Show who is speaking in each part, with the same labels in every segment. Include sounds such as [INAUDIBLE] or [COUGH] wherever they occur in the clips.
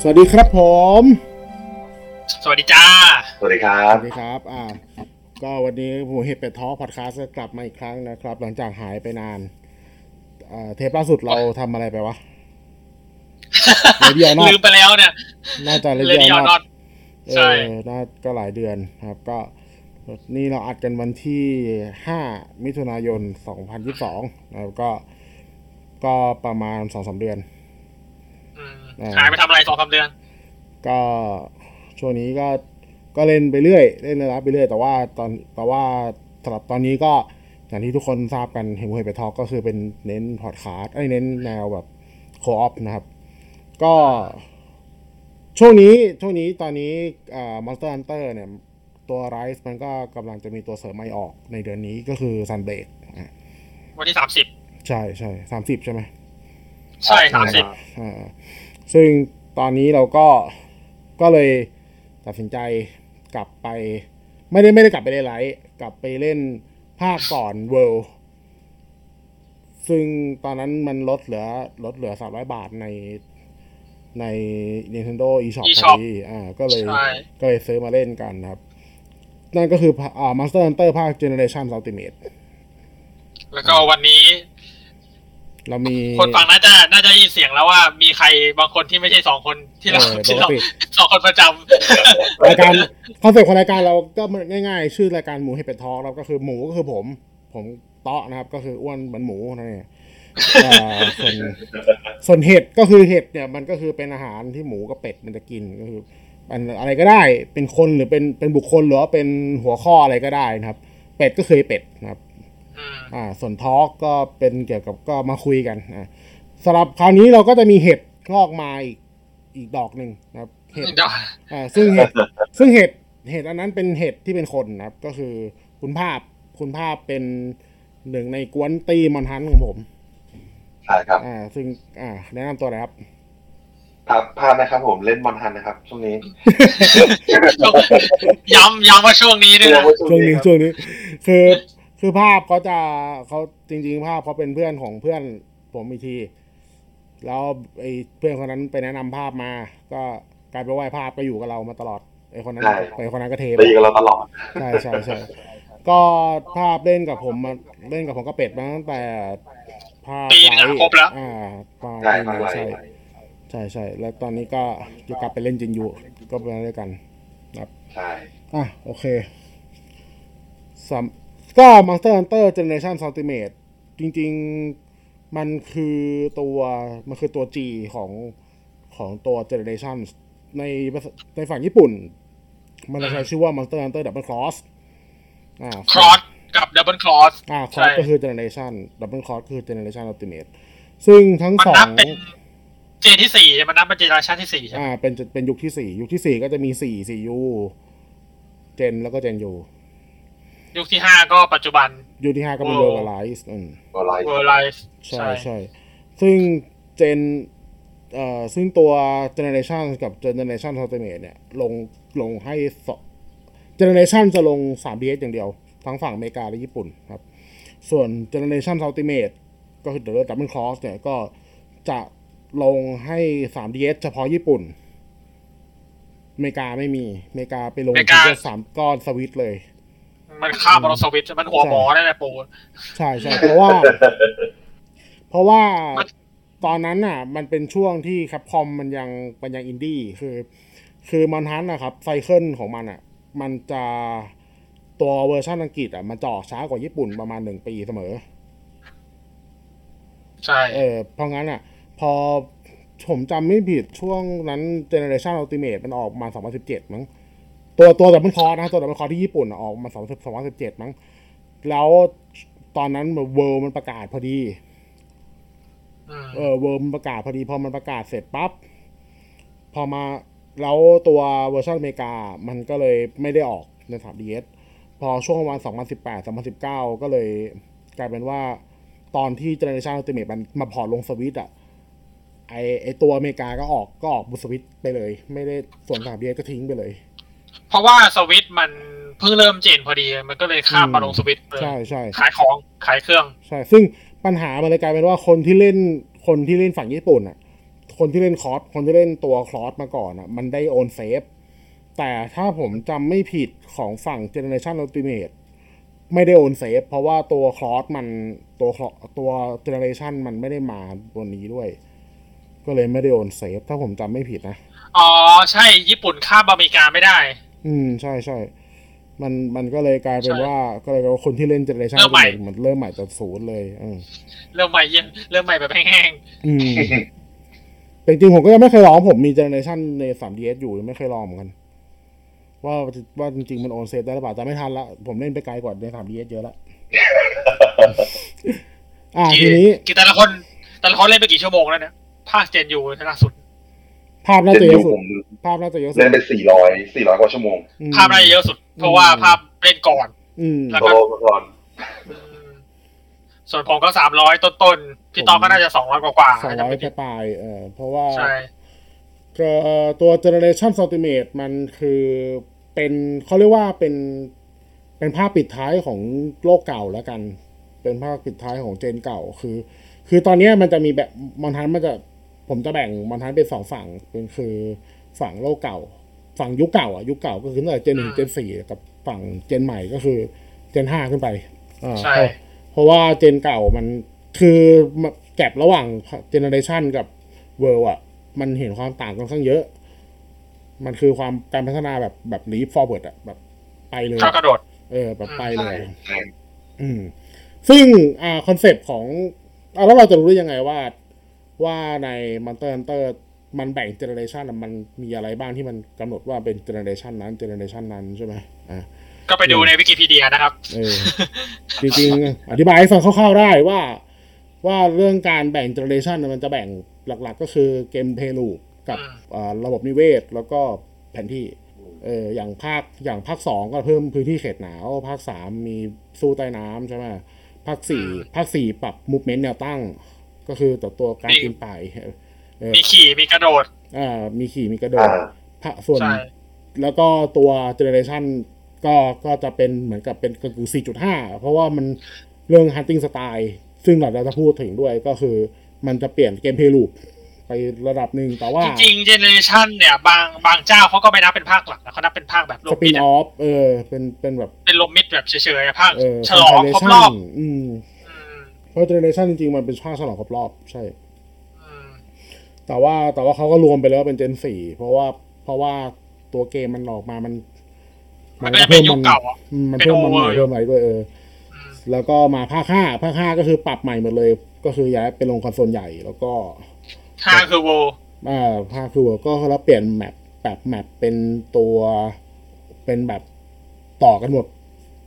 Speaker 1: สวัสดีครับผม
Speaker 2: สวัสดีจ้า
Speaker 3: สวัสดีครั
Speaker 1: ส
Speaker 3: บ
Speaker 1: วัสดีครับอ่าก็วันนี้ผมเห็ดเป็ดท้อพอดคาสต์กลับมาอีกครั้งนะครับ หลังจากหายไปนานอ่าเทปล่าสุดเราทำอะไรไปวะ เลเดียนอด
Speaker 2: ลืมไปแล้วเนี่ย
Speaker 1: น่าจะเล
Speaker 2: เล
Speaker 1: เดี
Speaker 2: ดี้
Speaker 1: ย
Speaker 2: ออน
Speaker 1: น
Speaker 2: น
Speaker 1: อ
Speaker 2: อ
Speaker 1: ด
Speaker 2: ต
Speaker 1: เอ
Speaker 2: ใช่
Speaker 1: อน่าก็หลายเดือนครับ ก็นี่เราอัดกันวันที่ 5 มิถุนายน 2022นะครับก็ก็ประมาณ 2-3 เดือน
Speaker 2: อืม
Speaker 1: เออ
Speaker 2: หายไปทำอะไรสองสามเดือน
Speaker 1: ก็ช่วงนี้ก็ก็เล่นไปเรื่อย เล่นระดับไปเรื่อย แต่ว่าตอนแต่ว่าสำหรับตอนนี้ก็อย่างที่ทุกคนทราบกันเห็นเห็นไปทอก็คือเป็นเน้นพอดคาสต์ไอ้ยเน้นแนวแบบโคออฟนะครับ ก็ ช่วงนี้ช่วงนี้ตอนนี้อ่ามอนสเตอร์ฮันเตอร์เนี่ย ตัวไรส์มันก็กำลังจะมีตัวเสริมใหม่ออกในเดือนนี้ก็คือซันเบก
Speaker 2: วันที่สามสิบ
Speaker 1: ใช่ใช่สามสิบใช่ไหม
Speaker 2: ใช่สามสิบ
Speaker 1: อ่าซึ่งตอนนี้เราก็ก็เลยตัดสินใจกลับไป ไม่ได้ไม่ได้กลับไปเล่นไลท์กลับไปเล่นภาคก่อนเวิลด์ซึ่งตอนนั้นมันลดเหลือลดเหลือ 300 บาทในใน Nintendo eShop พอดีอ่าก็เลย
Speaker 2: ใช่
Speaker 1: ก็เลยซื้อมาเล่นกันนะครับ นั่นก็คืออ่า Monster Hunter ภาค Generation Ultimate
Speaker 2: แล้วก็วันนี้
Speaker 1: เรามี
Speaker 2: คนฟังน่าจะน่าจะได้ยินเสียงแล้วว่ามีใครบางคนที่ไม่ใช่สองคนที่เรา
Speaker 1: เออ
Speaker 2: ที่เรา
Speaker 1: ปกติ
Speaker 2: สองคนประจำ
Speaker 1: [LAUGHS] รายการคอนเซ็ปต์ของรายการเราก็ง่ายๆ ชื่อรายการหมูให้เป็ดทอล์กแล้วก็คือหมูก็คือผม ผมเตาะนะครับ ก็คืออ้วนเหมือนหมูนั่นเองอ่าส่วนส่วนเห็ดก็คือเห็ดเนี่ยมันก็คือเป็นอาหารที่หมูกับเป็ดมันจะกินก็คือมันอะไรก็ได้เป็นคนหรือเป็นเป็นบุคคลหรือว่าเป็นหัวข้ออะไรก็ได้นะครับ เป็ดก็คือเป็ดนะครับ
Speaker 2: อืม
Speaker 1: อ่าส่วนทอล์กก็เป็นเกี่ยวกับก็มาคุยกันอ่าสำหรับคราวนี้เราก็จะมีเห็ดงอกมาอีกอีกดอกหนึ่งนะครับเห็ด
Speaker 2: เดี๋ยว
Speaker 1: อ่าซึ่งเห็ด ซึ่งเห็ดเห็ดอันนั้นเป็นเห็ดที่เป็นคนนะครับ ก็คือคุณภาพคุณภาพเป็นหนึ่งในกวนตีมอนฮันของผม
Speaker 3: ใช่ครับ
Speaker 1: อ่า ซึ่งอ่า แนะนำตัวเลยครับ
Speaker 3: ครับพลาดนะครับผมเล่นมอนฮันนะครับ ช่วงนี้
Speaker 2: ย้ำย้ำว่าช่วงนี้ด้วยนะ
Speaker 1: ช่วงนี้ช่วงนี้ คือคือภาพเขาจะเขาจริง ๆ ภาพเขาเป็นเพื่อนของเพื่อนผมอีกที แล้วไอ้เพื่อนคนนั้นไปแนะนำภาพมา ก็กลายเป็นว่าภาพก็อยู่กับเรามาตลอดไอ้คนนั้นไอ้คนนั้นก็เทไป
Speaker 3: ไปอยู่กับเราตลอด
Speaker 1: ใช่ใช่ใช่ก็ภาพเล่นกับผมมาเล่นกับผมก็เป็ดมาตั้งแต่ภาพ
Speaker 2: ปีหนึงอะครบแล้ว
Speaker 1: อ่าปลาย
Speaker 3: ใช่
Speaker 1: ปีห
Speaker 3: มาก
Speaker 1: นึ่ง
Speaker 3: เลย
Speaker 1: ใช่ใช่ใช่แล้วตอนนี้ก็จะกลับไปเล่นจินยูก็ไปเล่นด้วยกัน
Speaker 3: ใช่
Speaker 1: อ่ะโอเคสำก็ Monster Hunter Generation Ultimate จริงๆมันคือตัวมันคือตัว G ของของตัว Generation ในภาษาในฝั่งญี่ปุ่น มันจะใช้ชื่อว่า Monster Hunter Double Cross อ่า
Speaker 2: ครอสกับดับเบิลครอส
Speaker 1: อ่าคอ
Speaker 2: ใช่
Speaker 1: ร์สก็คือเจเนเรชันดับเบิลคอร์สคือเจเนเรชันอัลติเมทซึ่งทั้ง
Speaker 2: มัน
Speaker 1: สอ
Speaker 2: นั
Speaker 1: ง
Speaker 2: บเป็นเจนที่สี่ใช่ไหมมันนับเป็นเจเนอเรชั่นที่สี่ใช่ไหม
Speaker 1: อ่าเป็นจะเป็นยุคที่สี่ยุคที่สี่ก็จะมีสี่สี่ยูเจนแล้วก็เจนยู
Speaker 2: ยุคที่ห้าก็ปัจจุบัน
Speaker 1: ยุคที่ห้าก็เป็น
Speaker 2: โอ้
Speaker 1: เวอร์ไลซ์อืม
Speaker 3: ตัวไลฟ์
Speaker 2: เวอร์ไลฟ์
Speaker 1: ใช่ใช่ซึ่งเจนเอ่อซึ่งตัวเจเนเรชันกับเจเนเรชันอัลติเมทเนี่ยลงลงให้สองเจเนเรชันจะลง 3DS อย่างเดียว ทั้งฝั่งอเมริกาและญี่ปุ่นครับ ส่วนเจเนเรชันอัลติเมทก็คือเดอะดับเบิลครอสเนี่ยก็จะลงให้ 3DS เฉพาะญี่ปุ่น อเมริกาไม่มี อเมริกาไปลง
Speaker 2: อเมริกา
Speaker 1: ทีละสามก้อนสวิตช์เลย
Speaker 2: มันข้ามบอลสวิตช์มันหัวหมอได้เลยปู
Speaker 1: ใช่ใช่เพราะว่า เพราะว่า
Speaker 2: มัน
Speaker 1: ตอนนั้นน่ะ มันเป็นช่วงที่แคปคอมมันยังมันยังอินดี้คือ คือมอนทันนะครับไซเคิลของมันอ่ะ มันจะตัวเวอร์ชันอังกฤษอ่ะมันจะออกช้ากว่าญี่ปุ่นประมาณหนึ่งปีเสมอ
Speaker 2: ใช่
Speaker 1: เออเพราะงั้นอ่ะ พอผมจำไม่ผิดช่วงนั้น Generation Ultimate มันออกมา 2017 มั้ง ตัวตัวดับเบิลคอร์สนะตัวดับเบิลคอร์สที่ญี่ปุ่นอะออกมา20 2017 มั้ง แล้วตอนนั้นเวิร์มันประกาศพอดี
Speaker 2: อืม
Speaker 1: เออเวิร์มนประกาศพอดีพอมันประกาศเสร็จปั๊บพอมาแล้วตัวเวอร์ชันอเมริกามันก็เลยไม่ได้ออกใน 3DS พอช่วงประมาณ2018 2019 ก็เลยกลายเป็นว่าตอนที่ Generation Ultimate มันมาพอร์ตลงสวิตอะไอไอตัวอเมริกาก็ออกก็ออกบนสวิตไปเลย ไม่ได้ส่วน 3DS ก็ทิ้งไปเลย
Speaker 2: เพราะว่าสวิตช์มันเพิ่งเริ่มเจนพอดี มันก็เลยข้ามมาลงสวิตช์เลย
Speaker 1: ใช่ใช่
Speaker 2: ขายของขายเครื่อง
Speaker 1: ใช่ ซึ่งปัญหามันเลยกลายเป็นว่าคนที่เล่นคนที่เล่นฝั่งญี่ปุ่นอ่ะ คนที่เล่นคอร์สคนที่เล่นตัวคลอสมาก่อนอ่ะ มันได้โอนเซฟ แต่ถ้าผมจำไม่ผิดของฝั่ง Generation Ultimate ไม่ได้โอนเซฟ เพราะว่าตัวคลอสมันตัว Cloth- ตัว Generation มันไม่ได้มาบนนี้ด้วย ก็เลยไม่ได้โอนเซฟ ถ้าผมจำไม่ผิดนะ
Speaker 2: อ๋อใช่ญี่ปุ่นข้ามอเมริกาไม่ได้
Speaker 1: อืมใช่ใช่ มันมันก็เลยกลายเป็น
Speaker 2: ใช่
Speaker 1: ว่าก็เลยกลายเป็นว่าคนที่เล่นเจเนอเรชัน
Speaker 2: เริ่มใหม่
Speaker 1: เหมือนเริ่มใหม่จากศูนย์เลยอืม
Speaker 2: เริ่มใหม่เยี่ยมเริ่มใหม่แบบแห้ง
Speaker 1: อืมแต่จริงๆผมก็ยังไม่เคยลองผมมีเจเนอเรชันใน 3DS อยู่ยังไม่เคยลองเหมือนกัน ว่าว่าจริงๆมันโอนเซฟได้หรือเปล่าแต่ไม่ทันละ ผมเล่นไปไกลกว่าใน 3DS เยอะ [LAUGHS] ละอ่า
Speaker 2: ๆ
Speaker 1: ที
Speaker 2: กี่
Speaker 1: นี้
Speaker 2: กี่แต่ละคนแต่ละคนเล่นไปกี่ชั่วโมงแล้วเนี่ยภาคเจนยูล่าสุด
Speaker 1: ภาพน่า
Speaker 3: เจ
Speaker 1: จะ
Speaker 3: น
Speaker 1: เย
Speaker 3: ยู
Speaker 1: อะสุ
Speaker 3: ผ
Speaker 1: ด
Speaker 3: ม
Speaker 1: ภาพน่าจะเยอะสุด
Speaker 3: เล่นไปสี่ร้อยสี่ร้อยกว่าชั่วโมง
Speaker 1: อืม
Speaker 2: ภาพน่าจะเยอะสุด เพราะว่าภาพเล่นก่อน
Speaker 1: อืม
Speaker 2: แล้ว
Speaker 3: โซโล่ก่อน
Speaker 2: อืมส่วนผมก็สามร้อยต้นๆพี่ตองก็น่าจะสองร้อยกว่า
Speaker 1: สอง
Speaker 2: ๆ
Speaker 1: ร้
Speaker 2: จำ
Speaker 1: อย
Speaker 2: ไม่ผิด
Speaker 1: ปลายๆเออเพราะว่า
Speaker 2: ใช่
Speaker 1: เอ่อตัว Generation Ultimate มันคือเป็นเขาเรียกว่าเป็นเป็นภาพปิดท้ายของโลกเก่าแล้วกัน เป็นภาพปิดท้ายของเจนเก่าคือ คือตอนเนี้ยมันจะมีแบบมอนทันมันจะผมจะแบ่งมอนทันเป็นสองฝั่งเป็นคือฝั่งโลกเก่า ฝั่งยุคเก่าอ่ะยุคเก่าก็คือตั้งแต่เจนหนึ่ง
Speaker 2: อ่า
Speaker 1: เจนสี่กับฝั่งเจนใหม่ก็คือเจนห้าขึ้นไปอ่า
Speaker 2: ใช่
Speaker 1: เพราะเพราะว่าเจนเก่ามันคือแกลบระหว่างเจเนอเรชันกับเวิร์อ่ะ มันเห็นความต่างค่อนข้างเยอะ มันคือความการพัฒนาแบบแบบลีฟฟอร์เวิร์ดอะแบบไปเลย
Speaker 2: ชอบกระโดด
Speaker 1: เออแบบไปเลย
Speaker 3: ใช่
Speaker 1: อืมซึ่งอ่าคอนเซปต์ของอ่าแล้วเราจะรู้ได้ยังไงว่า ว่าใน Monster Hunter มันแบ่งเจเนอเรชันมันมีอะไรบ้างที่มันกำหนดว่าเป็นเจเนอเรชันนั้นเจเนอเรชันนั้นใช่ไหมอ่า
Speaker 2: ก็ไปดูในวิกิพีเดียนะครับ
Speaker 1: เออ จริงๆ อธิบายให้ฟังคร่าวๆได้ว่า ว่าเรื่องการแบ่งเจเนอเรชันมันจะแบ่งหลักๆ ก็คือเกมเพลย์ลูปกับ
Speaker 2: อืม
Speaker 1: เอ่อระบบนิเวศ แล้วก็แผนที่เอออย่างภาคอย่างภาคสองก็เพิ่มพื้นที่เขตหนาว ภาคสามมีสู้ใต้น้ำใช่ไหมภาคสี่ภาคสี่ปรับมูฟเมนต์แนวตั้ง ก็คือต่อตัวการกินป่ายเออ
Speaker 2: มีขี่มีกระโดด
Speaker 1: อ่ามีขี่มีกระโด
Speaker 3: อ่า
Speaker 1: ดภาคส่วน
Speaker 2: ใช่
Speaker 1: แล้วก็ตัวเจเนเรชันก็ก็จะเป็นเหมือนกับเป็นก็คือ 4.5 เพราะว่ามันเรื่อง hunting style ซึ่งเราจะพูดถึงด้วยก็คือมันจะเปลี่ยนเกมเพลย์ลูปไประดับหนึ่งแต่ว่า
Speaker 2: จริงๆเจเนเรชันเนี่ย บางบางเจ้าเขาก็ไม่นับเป็นภาคหลักนะเขานับเป็นภาคแบบล
Speaker 1: ส
Speaker 2: ม
Speaker 1: ปิ
Speaker 2: มิด
Speaker 1: นออ
Speaker 2: อะ
Speaker 1: ฟเออเป็นเป็นแบบ
Speaker 2: เป็นลมมิดแบบเฉยๆอะภาค
Speaker 1: เออ
Speaker 2: ฉลองครบรอบ
Speaker 1: compilation อืม
Speaker 2: อืม
Speaker 1: เพราะเจเนเรชันจริงๆ มันเป็นภาคฉลองครบรอบใช่
Speaker 2: อืม
Speaker 1: แต่ว่าแต่ว่าเขาก็รวมไปแล้วว่าเป็นเจนสี่เพราะว่าเพราะว่าตัวเกมมันออกมามัน
Speaker 2: มันก็จะเป็นยุคเก่าอะ
Speaker 1: อืมมัน
Speaker 2: เป็น
Speaker 1: เพิ่มมันใหม่
Speaker 2: over
Speaker 1: เพิ่มอะไรด้วยเอออแล้วก็มาภาคห้าภาคห้าก็คือปรับใหม่หมดเลย ก็คือย้ายไปลงคอนโซลใหญ่แล้วก็
Speaker 2: ห้าคือโว
Speaker 1: อ่าภาคคือก็แล้วเปลี่ยนแมปแบบแมปเป็นตัวเป็นแบบต่อกันหมด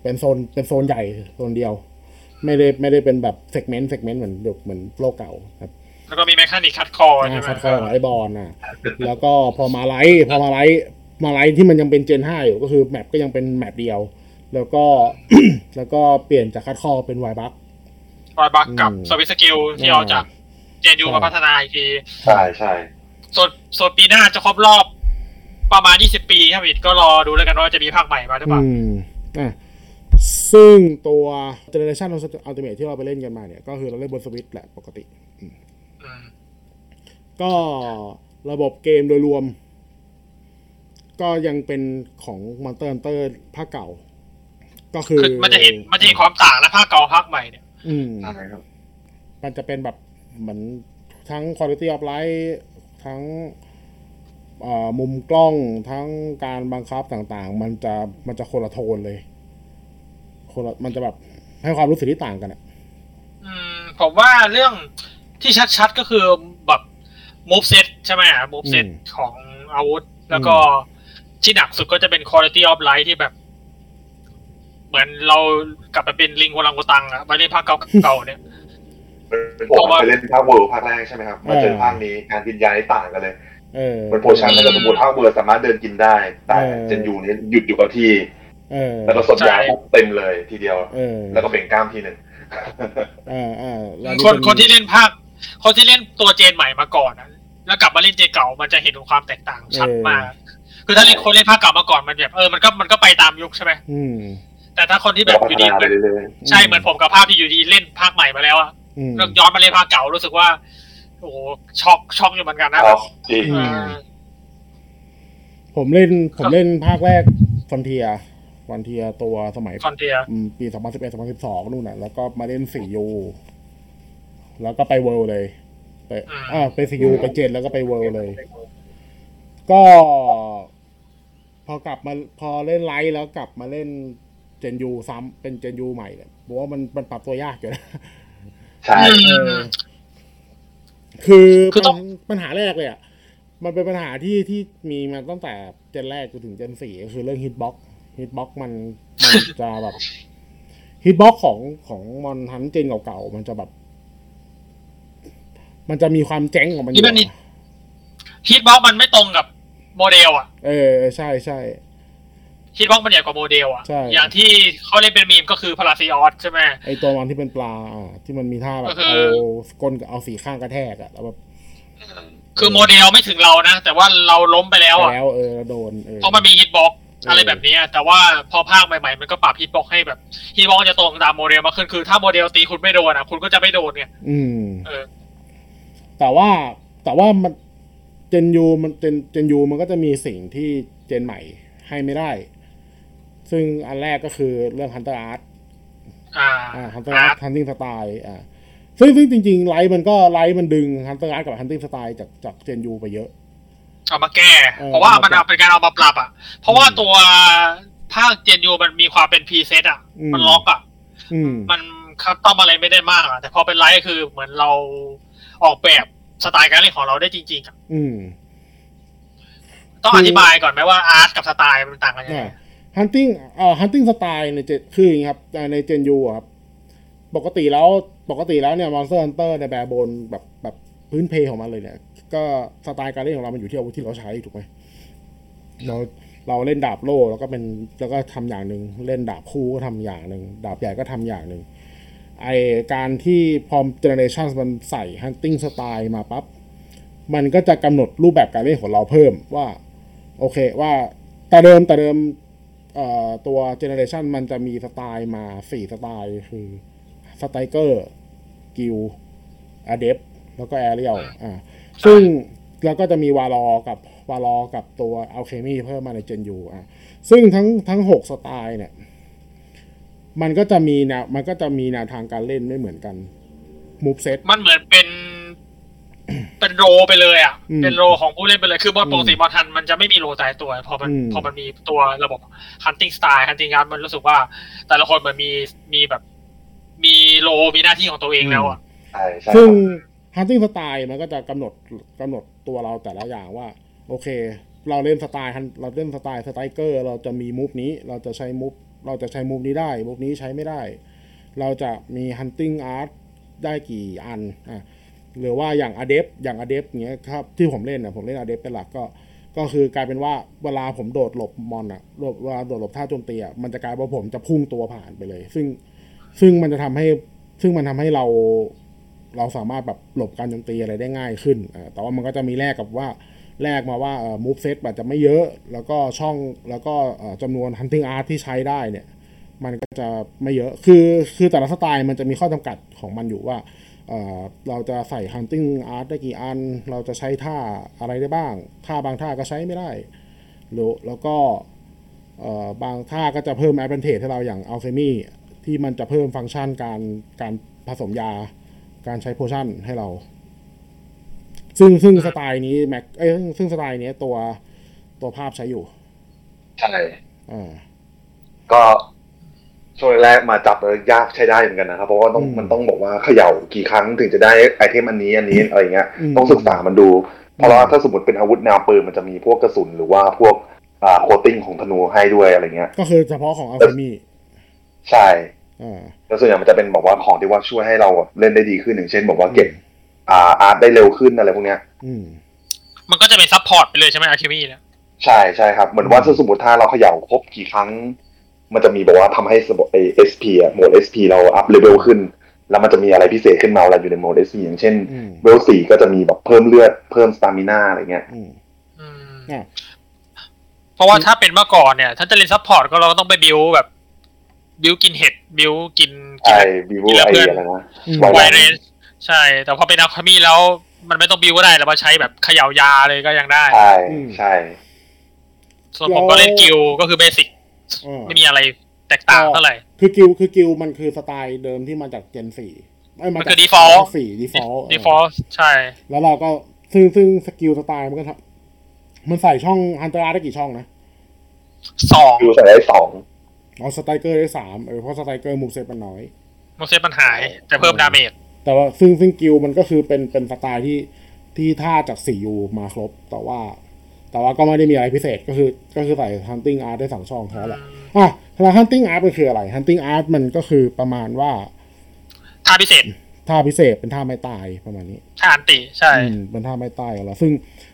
Speaker 1: เป็นโซนเป็นโซนใหญ่โซนเดียว ไม่ได้ไม่ได้เป็นแบบเซกเมนต์เซกเมนต์เหมือนแบบเหมือนโลกเก่าครับ
Speaker 2: แล้วก็มีแมคานิกคัดคอใช่
Speaker 1: อ่า
Speaker 2: ไหม
Speaker 1: คัดคอของไอบอลน่ะ แล้วก็พอมาไลท์พอมาไลท์มาไลท์ที่มันยังเป็นเจน 5 อยู่ก็คือแมปก็ยังเป็นแมปเดียว แล้วก็ [COUGHS] แล้วก็เปลี่ยนจากคัดคอเป็นไวบัค
Speaker 2: รอยบักกับ
Speaker 1: อืม
Speaker 2: สวิตสกิลที่เอาจากเจนยูมาพัฒนาอีกที
Speaker 3: ใช่ใช่
Speaker 2: ส่วนส่วนปีหน้าจะครบรอบประมาณ 20 ปีครับอีกก็รอดูแล้วกันว่าจะมีภาคใหม่มาหรือเปล่า
Speaker 1: อืมอ่ะซึ่งตัวเจเนอเรชันอัลติเมทที่เราไปเล่นกันมาเนี่ย ก็คือเราเล่นบนสวิตช์แหละปกติ
Speaker 2: อืม
Speaker 1: ก็ระบบเกมโดยรวม ก็ยังเป็นของมอนเตอร์เตอร์ภาคเก่า ก็คือ
Speaker 2: คือมันจะเห็นมันจะเห็นความต่างและภาคเก่ากับภาคใหม่เนี่ย
Speaker 1: อืม
Speaker 3: ใช่ครับ
Speaker 1: มันจะเป็นแบบเหมือนทั้ง quality of life ทั้งเอ่อมุมกล้องทั้งการบังคับต่างๆ มันจะมันจะคนละโทนเลยคนละมันจะแบบให้ความรู้สึกที่ต่างกันอะ
Speaker 2: อืมผมว่าเรื่องที่ชัดๆก็คือแบบมูฟเซตใช่ไหมมูฟเซตของอาวุธ แล้วก็ที่หนักสุดก็จะเป็น quality of life ที่แบบ เหมือนเรากลับไปเป็นลิงวลังกุตังอะไปเล่นภาคเก่าๆ [LAUGHS] เนี่ย
Speaker 3: ผมเคยเล่นภาคเวิร์ภาคแรกใช่ไหมครับมาเจอภาคนี้การกินยานี่ต่างกันเลย
Speaker 1: เออ
Speaker 3: เหมันโพชันถ้าเกิดสมมติภาคเวิร์สามารถเดินกินได้ แต่
Speaker 1: เออ
Speaker 3: เจนยูนี่หยุดอยู่กับที่
Speaker 1: เออ
Speaker 3: แล้วก็สดยา
Speaker 2: ใช่
Speaker 3: ปุ๊บเต็มเลยทีเดียว
Speaker 1: เออ
Speaker 3: แล้วก็เบ่งกล้ามทีหนึ่ง
Speaker 1: เออเออแล้ว
Speaker 2: คน
Speaker 1: เป็
Speaker 2: คนที่เล่นภาค คนที่เล่นตัวเจนใหม่มาก่อนอะแล้วกลับมาเล่นเจนเก่ามันจะเห็นถึงความแตกต่างชัดมาก คือถ้าเล่นคนเล่นภาคเก่ามาก่อนมันแบบเออมันก็มันก็ไปตามยุคใช่ไหม
Speaker 1: อืม
Speaker 2: แต่ถ้าคนที่แบ
Speaker 3: แล้ว
Speaker 2: บ
Speaker 3: ก็
Speaker 2: อ
Speaker 3: พั
Speaker 2: ยู่
Speaker 3: ฒ
Speaker 2: ดี
Speaker 3: นาไปเรื่อย
Speaker 2: ใช่เหมือนผมกับภาพที่อยู่ดีเล่นภาคใหม่มาแล้วอะ
Speaker 1: อืม
Speaker 2: ย้อนมาเล่นภาคเก่ารู้สึกว่า โอ้โหช็อกช็อกอยู่เหมือนกันนะครับ
Speaker 3: จริง
Speaker 2: เออ
Speaker 1: ผมเล่นผมเล่นภาคแรกฟอนเทียฟอนเทียตัวสมัย
Speaker 2: คอนเทีย
Speaker 1: อืมปี 2011 2012 นู่นน่ะ แล้วก็มาเล่น 4U แล้วก็ไปเวิลด์เลยไปอ่าไป 4U ไปเจ็ดแล้วก็ไปเวิลด์เลย ก็พอกลับมาพอเล่นไลท์แล้วกลับมาเล่นเจนยูซ้ำเป็นเจนยูใหม่เนี่ยผมว่ามันมันปรับตัวยากอยู่นะ
Speaker 3: ใช่
Speaker 1: เออ คือ
Speaker 2: คือต้อง
Speaker 1: ปัญหาแรกเลยอ่ะ มันเป็นปัญหาที่ที่มีมาตั้งแต่เจนแรกจนถึงเจนสี่ก็คือเรื่องฮิตบ็อกฮิตบ็อกมันมันจะแบบฮิตบ็อกของของมอนทันเจนเก่าๆ มันจะแบบ มันจะมีความเจ๊งของมันอยู่
Speaker 2: นี่มันนี่
Speaker 1: อะ
Speaker 2: ฮิตบ็อกมันไม่ตรงกับโมเดลอ่ะ
Speaker 1: เออใช่ใช่
Speaker 2: ฮิตบ็อกมันใหญ่กว่าโมเดลอ่ะ
Speaker 1: ใช่
Speaker 2: อย่างที่เขาเล่นเป็นมีมก็คือพาราซีออสใช่ไหม
Speaker 1: ไอตัวมันที่เป็นปลาอ่ะที่มันมีท่าแบบ
Speaker 2: ก็คื
Speaker 1: เอา
Speaker 2: อ
Speaker 1: ก้นกับเอาสีข้างกระแทกอ่ะแล้วแบบ
Speaker 2: คือโมเดลไม่ถึงเรานะ แต่ว่าเราล้มไปแล้ว
Speaker 1: ไป
Speaker 2: อ่ะ
Speaker 1: แล้วเออโดนเออ
Speaker 2: เพราะมันมีฮิตบ็อก
Speaker 1: เอออ
Speaker 2: อะไรแบบนี้อะแต่ว่าพอภาคใหม่ๆ มันก็ปรับฮิตบ็อกให้แบบฮิตบ็อกจะตรงตามโมเดลมากขึ้นคือถ้าโมเดลตีคุณไม่โดนอ่ะ คุณก็จะไม่โดนไง
Speaker 1: อืม
Speaker 2: เออ
Speaker 1: แต่ว่าแต่ว่ามันเจนยูมันเจนเจนยูมันก็จะมีสิ่งที่เจนใหม่ให้ไม่ได้ ซึ่งอันแรกก็คือเรื่อง Hunter Art
Speaker 2: อ่า
Speaker 1: อ่า Hunter Art Hunting Style อ่าซึ่งซึ่งจริงๆไลท์มันก็ไลท์มันดึง Hunter Art กับ Hunting Style จากจากเจนยูไปเยอะ
Speaker 2: เอามาแก้
Speaker 1: เออ
Speaker 2: เพราะว่ามัน
Speaker 1: เอามาปรับ
Speaker 2: เอาเป็นการเอามาปรับอ่ะ เพราะว่า
Speaker 1: อืม
Speaker 2: ตัวภาคเจนยูมันมีความเป็นพรีเซตอ่ะ
Speaker 1: อืม
Speaker 2: มันล็อกอ่ะ
Speaker 1: อืม
Speaker 2: มันคัสตอมอะไรไม่ได้มากอ่ะ แต่พอเป็นไลท์คือเหมือนเราออกแบบสไตล์การเล่นของเราได้จริงๆอะ
Speaker 1: อืม
Speaker 2: ต้อง
Speaker 1: คือ
Speaker 2: อ
Speaker 1: อ
Speaker 2: ธิบายก่อนไหมว่าอาร์ตกับสไตล์มันต่างกันยังไง
Speaker 1: อ่า hunting เอ่อ hunting style ในเจคืออย่างนี้ครับอ่าในเจนยูครับ ปกติแล้วปกติแล้วเนี่ย monster hunter ในแบบบนแบบแบบพื้นเพของมันเลยเนี่ย ก็สไตล์การเล่นของเรา มันอยู่ที่อาวุธที่เราใช้ถูกไหมเราเราเล่นดาบโล่แล้วก็เป็นแล้วก็ทำอย่างหนึ่งเล่นดาบคู่ก็ทำอย่างหนึ่งดาบใหญ่ก็ทำอย่างหนึ่งไอการที่พอเจเนเรชันมันใส่ hunting style มาปั๊บมันก็จะกำหนดรูปแบบการเล่นของเราเพิ่มว่า โอเคว่าแต่เดิมแต่เดิมเอ่อตัวเจเนอเรชันมันจะมีสไตล์มาสี่สไตล์คือสไตรเกอร์กิลอเดฟแล้วก็แอเรียลอ่าซึ่งแล้วก็จะมีวาลอกับวาลอกับตัวอัลเคมีเพิ่มมาในเจนยูอ่ะซึ่งทั้งทั้งหกสไตล์เนี่ย มันก็จะมีแนวมันก็จะมีแนวทางการเล่นไม่เหมือนกันมูฟเซต
Speaker 2: มันเหมือนเป็น เป็นโรไปเลยอ่ะ
Speaker 1: อืม
Speaker 2: เป็นโรของผู้เล่นไปเลยคือบอล
Speaker 1: อืม
Speaker 2: ปกติบอลทันมันจะไม่มีโรตายตัว พอมัน
Speaker 1: อืม
Speaker 2: พอมันมีตัวระบบ hunting style hunting guard มันรู้สึกว่า แต่ละคนมันมีมีแบบ มีโรมีหน้าที่ของตัวเองแล้วอ่ะ
Speaker 3: ใช่ใช่
Speaker 1: ซึ่ง
Speaker 3: ครับ
Speaker 1: hunting style มันก็จะกำหนดกำหนดตัวเราแต่ละอย่างว่า โอเค เราเล่นสไตล์ hunt- เราเล่นสไตล์สไตรเกอร์ เราจะมีมูฟนี้ เราจะใช้มูฟเราจะใช้มูฟนี้ได้มูฟนี้ใช้ไม่ได้ เราจะมี hunting art ได้กี่อันอ่ะหรือว่าอย่าง adept อย่าง adept อย่างเงี้ยครับที่ผมเล่นนะผมเล่น adept เป็นหลักก็ ก็คือกลายเป็นว่าเวลาผมโดดหลบมอนอะโดดเวลาโดดหลบท่าโจมตีอะมันจะกลายว่าผมจะพุ่งตัวผ่านไปเลย ซึ่งซึ่งมันจะทำให้ซึ่งมันทำให้เรา เราสามารถแบบหลบการโจมตีอะไรได้ง่ายขึ้นอ่าแต่ว่ามันก็จะมีแลกกับว่าแลกมาว่ามูฟเซตอาจจะไม่เยอะ แล้วก็ช่องแล้วก็เอ่อจำนวน hunting art ที่ใช้ได้เนี่ย มันก็จะไม่เยอะ คือคือแต่ละสไตล์มันจะมีข้อจำกัดของมันอยู่ว่าเอ่อเราจะใส่ hunting art ได้กี่อัน เราจะใช้ท่าอะไรได้บ้าง ท่าบางท่าก็ใช้ไม่ได้ หรือแล้วก็เอ่อบางท่าก็จะเพิ่ม advantage ให้เราอย่าง alchemy ที่มันจะเพิ่มฟังก์ชันการการผสมยา การใช้โพชั่นให้เรา ซึ่งซึ่งสไตล์นี้แม็กเอ้ยซึ่งสไตล์นี้ตัวตัวภาพใช้อยู่
Speaker 3: ใช่
Speaker 1: อ่า
Speaker 3: ก็ช่วงแรกๆมาจับแล้วยากใช้ได้เหมือนกันนะครับ เพราะว่าต้อง
Speaker 1: อืม
Speaker 3: มันต้องบอกว่าเขย่ากี่ครั้งถึงจะได้ไอเทมอันนี้อันนี้อะไรอย่างเงี้ย
Speaker 1: อืม
Speaker 3: ต้องศึกษามันดู เพราะว่า
Speaker 1: อืม
Speaker 3: ถ้าสมมติเป็นอาวุธแนวปืนมันจะมีพวกกระสุนหรือว่าพวกอ่าโคตติ้งของธนูให้ด้วยอะไรเงี้ย
Speaker 1: ก็คือเฉพาะของอัลเคมี
Speaker 3: ใช่
Speaker 1: อ่า
Speaker 3: แล้วส่วนใหญ่มันจะเป็นบอกว่าของที่ว่าช่วยให้เราเล่นได้ดีขึ้นอย่างเช่นบอกว่าเก็บ
Speaker 1: อืม
Speaker 3: อ่าอาร์ตได้เร็วขึ้นอะไรพวกเนี้ย
Speaker 1: อืม
Speaker 2: มันก็จะเป็นซัพพอร์ตไปเลยใช่ไหมอาคิมี่เนี่ย
Speaker 3: ใช่ใช่ครับ เหมือนว่าถ้าสมมติถ้าเราเขย่าครบกี่ครั้ง มันจะมีบอกว่าทำให้สมไอเอสพีอะโหมดเอสพีเราอัพเลเวลขึ้น แล้วมันจะมีอะไรพิเศษขึ้นมาเวลาอยู่ในโหมดเอสพีอย่างเช่น
Speaker 1: อืม
Speaker 3: เวลสี่ก็จะมีแบบเพิ่มเลือดเพิ่มสตามิน่าอะไรเงี้ย
Speaker 1: อืม
Speaker 2: อืม
Speaker 1: อ่ะ
Speaker 2: เพราะว่าถ้าเป็นเมื่อก่อนเนี่ย ถ้าจะเล่นซัพพอร์ตก็เราก็ต้องไปบิวแบบ บิวกินเห็ด บิวกินกิน
Speaker 3: ไอวิวไอ
Speaker 2: เพื่อน
Speaker 3: อะไรนะ
Speaker 1: อืม
Speaker 3: ไว
Speaker 2: ไวเรนใช่ แต่พอเป็นอาคามีแล้ว มันไม่ต้องบิวก็ได้แล้วมาใช้แบบเขย่ายาเลยก็ยังได้
Speaker 3: ใช่
Speaker 1: อืม
Speaker 3: ใช่
Speaker 2: ส่วนผมก็เล่นกิลก็คือเบสิก
Speaker 1: อ่า
Speaker 2: ไม่มีอะไรแตกต่างเท่าไหร่
Speaker 1: คือกิลด์คือกิลด์มันคือสไตล์เดิมที่มาจากเจนสี่ไม่มา
Speaker 2: มัน
Speaker 1: จา
Speaker 2: คื
Speaker 1: ก
Speaker 2: อ default
Speaker 1: สี่ดีฟอลต์
Speaker 2: ดีฟอลใช่
Speaker 1: แล้วเราก็ซึ่งซึ่งสกิลสไตล์มันก็ทำมันใส่ช่องฮันเตอร์ได้กี่ช่องนะ
Speaker 2: สอง
Speaker 3: ดูใส่ได้สอง
Speaker 1: เอาสไตรเกอร์ได้สามเออเพราะสไตรเกอร์มูฟเซตมันน้อย
Speaker 2: มอเซตมันหาย แต่เพิ่มดาเมจ
Speaker 1: แต่ว่าซึ่งซึ่งกิลด์มันก็คือเป็นเป็นสไตล์ที่ที่ท่าจากสี่ยูมาครบ แต่ว่า แต่ว่าก็ไม่ได้มีอะไรพิเศษก็คือก็คือใส่ฮันติ n งอาร์ได้สองช่องแค่นั้นแหละอ่ะแล้วฮันติงอาร์มันคืออะไรฮันติงอาร์มันก็คือประมาณว่า
Speaker 2: ท่าพิเศษ
Speaker 1: ท่าพิเศษเป็นท่าไม่ตายประมาณนี้
Speaker 2: ท่าอันติใช่
Speaker 1: อืมเป็นท่าไม้ใต้กันแล้วซึ่ง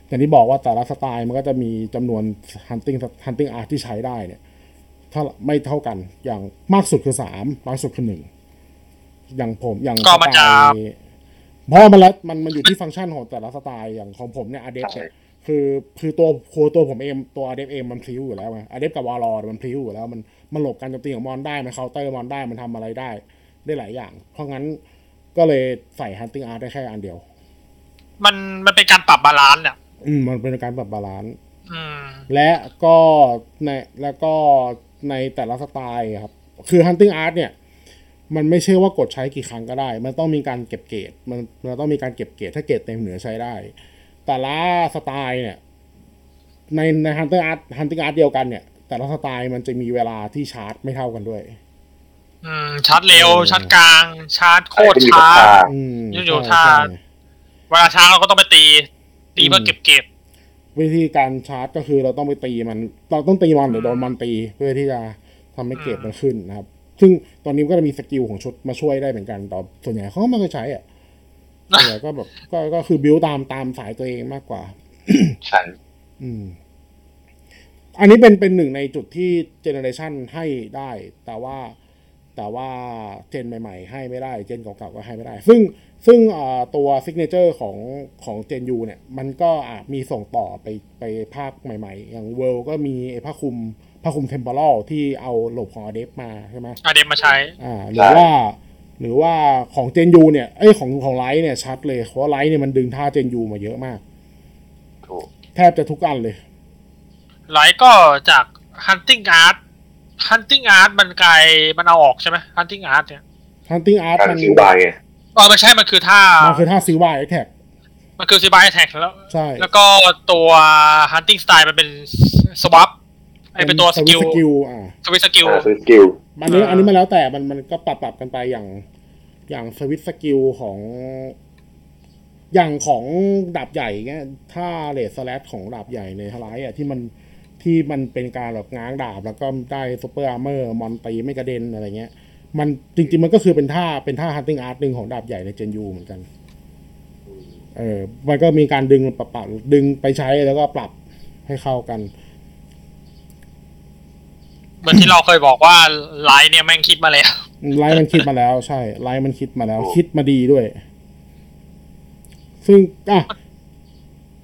Speaker 1: อย่างที่บอกว่าแต่ละสไตล์มันก็จะมีจำนวน hunting hunting art ที่ใช้ได้เนี่ย ถ้าไม่เท่ากันอย่างมากสุดคือสามน้อยสุดคือหนึ่งอย่างผมอย่าง
Speaker 2: ก็มันจะ
Speaker 1: สไตล์เพราะมันแล้วมันมันอยู่ที่ฟังก์ชันของแต่ละสไตล์อย่างของผมเนี่ยอาเดฟ
Speaker 3: ใช่
Speaker 1: คือคือตัวคือตัวผมเองตัวอาเดฟเองมันพลิ้วอยู่แล้วไงอาเดฟกับวารอมันพลิ้วอยู่แล้วมันมันหลบการโจมตีของมอนได้มันเคาน์เตอร์มอนได้มันทำอะไรได้ได้หลายอย่าง เพราะงั้นก็เลยใส่ hunting art ได้แค่อันเดียว
Speaker 2: มันมันเป็นการปรับบาลานซ์อ่ะ
Speaker 1: อืมมันเป็นการปรับบาลานซ์
Speaker 2: อืม
Speaker 1: และก็ในแล้วก็ในแต่ละสไตล์ครับ คือ hunting art เนี่ย มันไม่ใช่ว่ากดใช้กี่ครั้งก็ได้ มันต้องมีการเก็บเกรดมันมันต้องมีการเก็บเกรดถ้าเกรดเต็มเหนือใช้ได้ แต่ละสไตล์เนี่ย ในใน hunting art hunting art เดียวกันเนี่ย แต่ละสไตล์มันจะมีเวลาที่ชาร์จไม่เท่ากันด้วย
Speaker 2: อืมชาร์จเร็ว
Speaker 1: เออ
Speaker 2: ชาร์จกลาง ชาร์จโคตร
Speaker 3: ขึ้นอยู่กับ
Speaker 2: ช้า
Speaker 3: ท่า
Speaker 1: อืม
Speaker 2: อยู่ๆ
Speaker 1: ใช่
Speaker 2: ถ้า
Speaker 1: ใช่
Speaker 2: เวลาช้าเราก็ต้องไปตี ตีเพื่อ
Speaker 1: ม
Speaker 2: เก็บเก็บ
Speaker 1: วิธีการชาร์จก็คือเราต้องไปตีมัน เราต้องตีมันหรือโดนมันตี เพื่อที่จะทำให้เกรดมันขึ้นนะครับ ซึ่งตอนนี้มันก็จะมีสกิลของชุดมาช่วยได้เหมือนกันแต่ส่วนใหญ่เขาก็ไม่เคยใช้อ่ะส่วนใหญ่ก็แบบก็ก็คือบิวตามตามสายตัวเองมากกว่า
Speaker 3: ใช่
Speaker 1: อืม อันนี้เป็นเป็นหนึ่งในจุดที่เจเนอเรชันให้ได้ แต่ว่าแต่ว่าเจนใหม่ๆ ให้ไม่ได้ เจนเก่าๆก็ให้ไม่ได้ ซึ่งซึ่งเอ่อตัวซิกเนเจอร์ของของเจนยูเนี่ย มันก็อาจมีส่งต่อไปไปภาคใหม่ๆ อย่างเวลก็มีไอ้ผ้าคลุมผ้าคลุมเทมเพลลที่เอาหลบของอเดฟมาใช่ไหม
Speaker 2: อาเดมมาใช้
Speaker 1: อ่าหรือว่าหรือว่าของเจนยูเนี่ยไอ้ยของของไลท์เนี่ยชัดเลยเพราะไลท์เนี่ยมันดึงท่าเจนยูมาเยอะมาก
Speaker 3: ถูก
Speaker 1: แทบจะทุกอันเลย
Speaker 2: ไลท์ก็จาก hunting art hunting art มันไกลายมันเอาออกใช่ไหม hunting art เนี่ย
Speaker 1: hunting art
Speaker 3: การ
Speaker 1: มัน
Speaker 3: ซื้อใบไง
Speaker 2: อ๋อไม่ใช่มันคือท่า
Speaker 1: มันคือท่าซีวายแท็ก
Speaker 2: มันคือ Civil Attack แล้ว
Speaker 1: ใช่
Speaker 2: แล้วก็ตัว hunting style มันเป็น swap ไอเป็นตัวสกิล
Speaker 1: สกิลอ่า
Speaker 2: สวิตสกิล
Speaker 3: อ่าซื้อสกิล
Speaker 1: อันนี้
Speaker 2: อ่า
Speaker 1: อันนี้มันแล้วแต่มันมันก็ปรับปรับกันไปอย่างอย่างสวิตสกิลของอย่างของดาบใหญ่เงี้ยถ้าเลสแลชของดาบใหญ่ในทลายอ่ะที่มันที่มันเป็นการแบบง้างดาบ แล้วก็ได้ซูเปอร์อาร์เมอร์มอนตีไม่กระเด็นอะไรเงี้ย มันจริง ๆ มันก็คือเป็นท่าเป็นท่าฮันติ n งอาร์ตหนึ่งของดาบใหญ่ในเจนยูเหมือนกัน เออ มันก็มีการดึงปรับปรับดึงไปใช้แล้วก็ปรับให้เข้ากัน
Speaker 2: เหมือนที่เราเคยบอกว่าไลท์เนี่ยแม่งคิดมาแล้ว
Speaker 1: ไลน์มันคิดมาแล้วใช่ไลน์มันคิดมาแล้ว
Speaker 3: โอ้
Speaker 1: คิดมาดีด้วย ซึ่งอ่ะ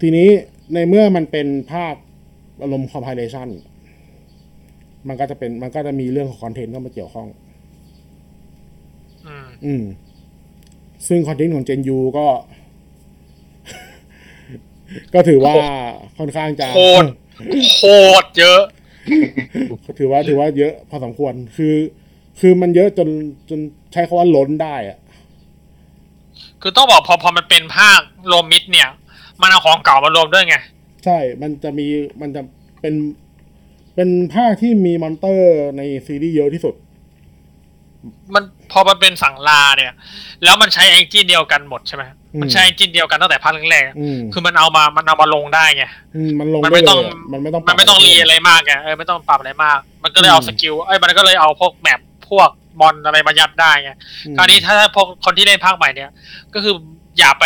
Speaker 1: ทีนี้ในเมื่อมันเป็นภาคอารมณ์คอมไพเลชันมันก็จะเป็นมันก็จะมีเรื่องของคอนเทนต์เข้ามาเกี่ยวข้อง
Speaker 2: อืม
Speaker 1: อืม ซึ่งคอนเทนต์ของ Gen U ก็ [LAUGHS] ก็ถือว่าค่อนข้างจะ
Speaker 2: โคตร โคตรเยอะ
Speaker 1: ถือว่าถือว่าเยอะพอสมควรคือ คือมันเยอะจนจนใช้คำว่าล้นได้อะ
Speaker 2: คือต้องบอกพอพอมันเป็นภาครวมมิดเนี่ย มันเอาของเก่ามารวมด้วยไง
Speaker 1: ใช่ มันจะมี มันจะเป็น เป็นภาคที่มีมอนเตอร์ในซีรีส์เยอะที่สุด
Speaker 2: มันพอมันเป็นสังลาเนี่ย แล้วมันใช้เอนจินเดียวกันหมดใช่ไหม
Speaker 1: อืม
Speaker 2: มันใช้เอนจินเดียวกันตั้งแต่ภาคแรกๆอะ
Speaker 1: อืม
Speaker 2: คือมันเอามามันเอามาลงได้ไง
Speaker 1: มมันลง
Speaker 2: มัน
Speaker 1: ด้
Speaker 2: ไม่
Speaker 1: เลย
Speaker 2: ต้อง
Speaker 1: อะมันไม่ต้อง
Speaker 2: มันไม่ต้องรีอะไรมากไงเออไม่ต้องปรับอะไรมาก มันก็เลยเอาสกิลเอ้ยมันก็เลยเอาพวกแมปพวกบอลอะไรมายัดได้ไง
Speaker 1: อืม
Speaker 2: คราวนี้ถ้าพวกคนที่เล่นภาคใหม่เนี่ย ก็คืออย่าไป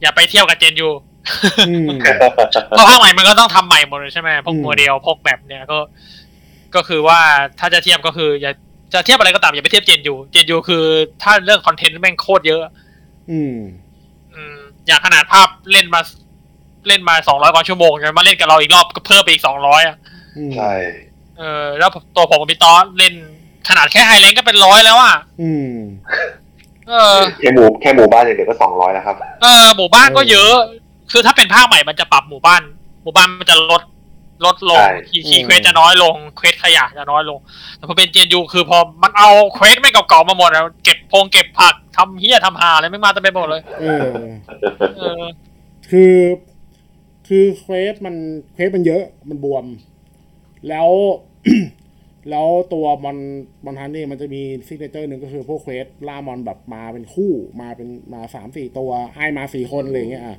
Speaker 2: อย่าไปเที่ยวกับเจนยู
Speaker 1: อืม
Speaker 2: เพราะภาคใหม่มันก็ต้องทำใหม่หมดเลยใช่ไหมพวก
Speaker 1: อืม
Speaker 2: โมเดลพวกแมปเนี่ยก็ ก็คือว่าถ้าจะเทียบก็คือ อย่าจะเทียบอะไรก็ตามอย่าไปเทียบเจนยูเจนยูคือถ้าเรื่องคอนเทนต์แม่งโคตรเยอะ
Speaker 1: อืม
Speaker 2: อืมอย่างขนาดภาพเล่นมาเล่นมาสองร้อยกว่าชั่วโมงใช่ไหมมาเล่นกับเราอีกรอบก็เพิ่มไปอีกสองร้อยอ่ะ
Speaker 1: อืม
Speaker 3: ใช่
Speaker 2: เออแล้วตัวผมกับพี่ตอนเล่นขนาดแค่ไฮเลนก็เป็นร้อยแล้วอ่ะ
Speaker 1: อืม
Speaker 2: เออ
Speaker 3: แค่หมู่แค่หมู่บ้านอย่างเดียวก็สองร้อยแล้วครับ
Speaker 2: เออหมู่บ้านก็เยอะ คือถ้าเป็นภาคใหม่มันจะปรับหมู่บ้าน หมู่บ้านมันจะลดลดลง
Speaker 3: ใช่
Speaker 2: คีย์คีย์
Speaker 1: อืม
Speaker 2: เควสจะน้อยลงเควสขยะจะน้อยลง แต่พอเป็นเจนยูคือพอมันเอาเควสไม่งเก่าๆมาหมดแล้วเก็บพงเก็บผักทำเฮียทำหาอะไรไม่งมาจะไปหมดเลย
Speaker 1: เออ
Speaker 2: เออ
Speaker 1: คือคือเควสมันเควสมันเยอะมันบวม แล้ว [COUGHS] แล้วตัวมอนมอนฮันนี่มันจะมีซิกเนเจอร์หนึ่งก็คือพวกเควสล่ามอนแบบมาเป็นคู่มาเป็นมาสามสี่ตัวไอ้มาสี่คนอะไรอย่างเงี้ยอ่ะ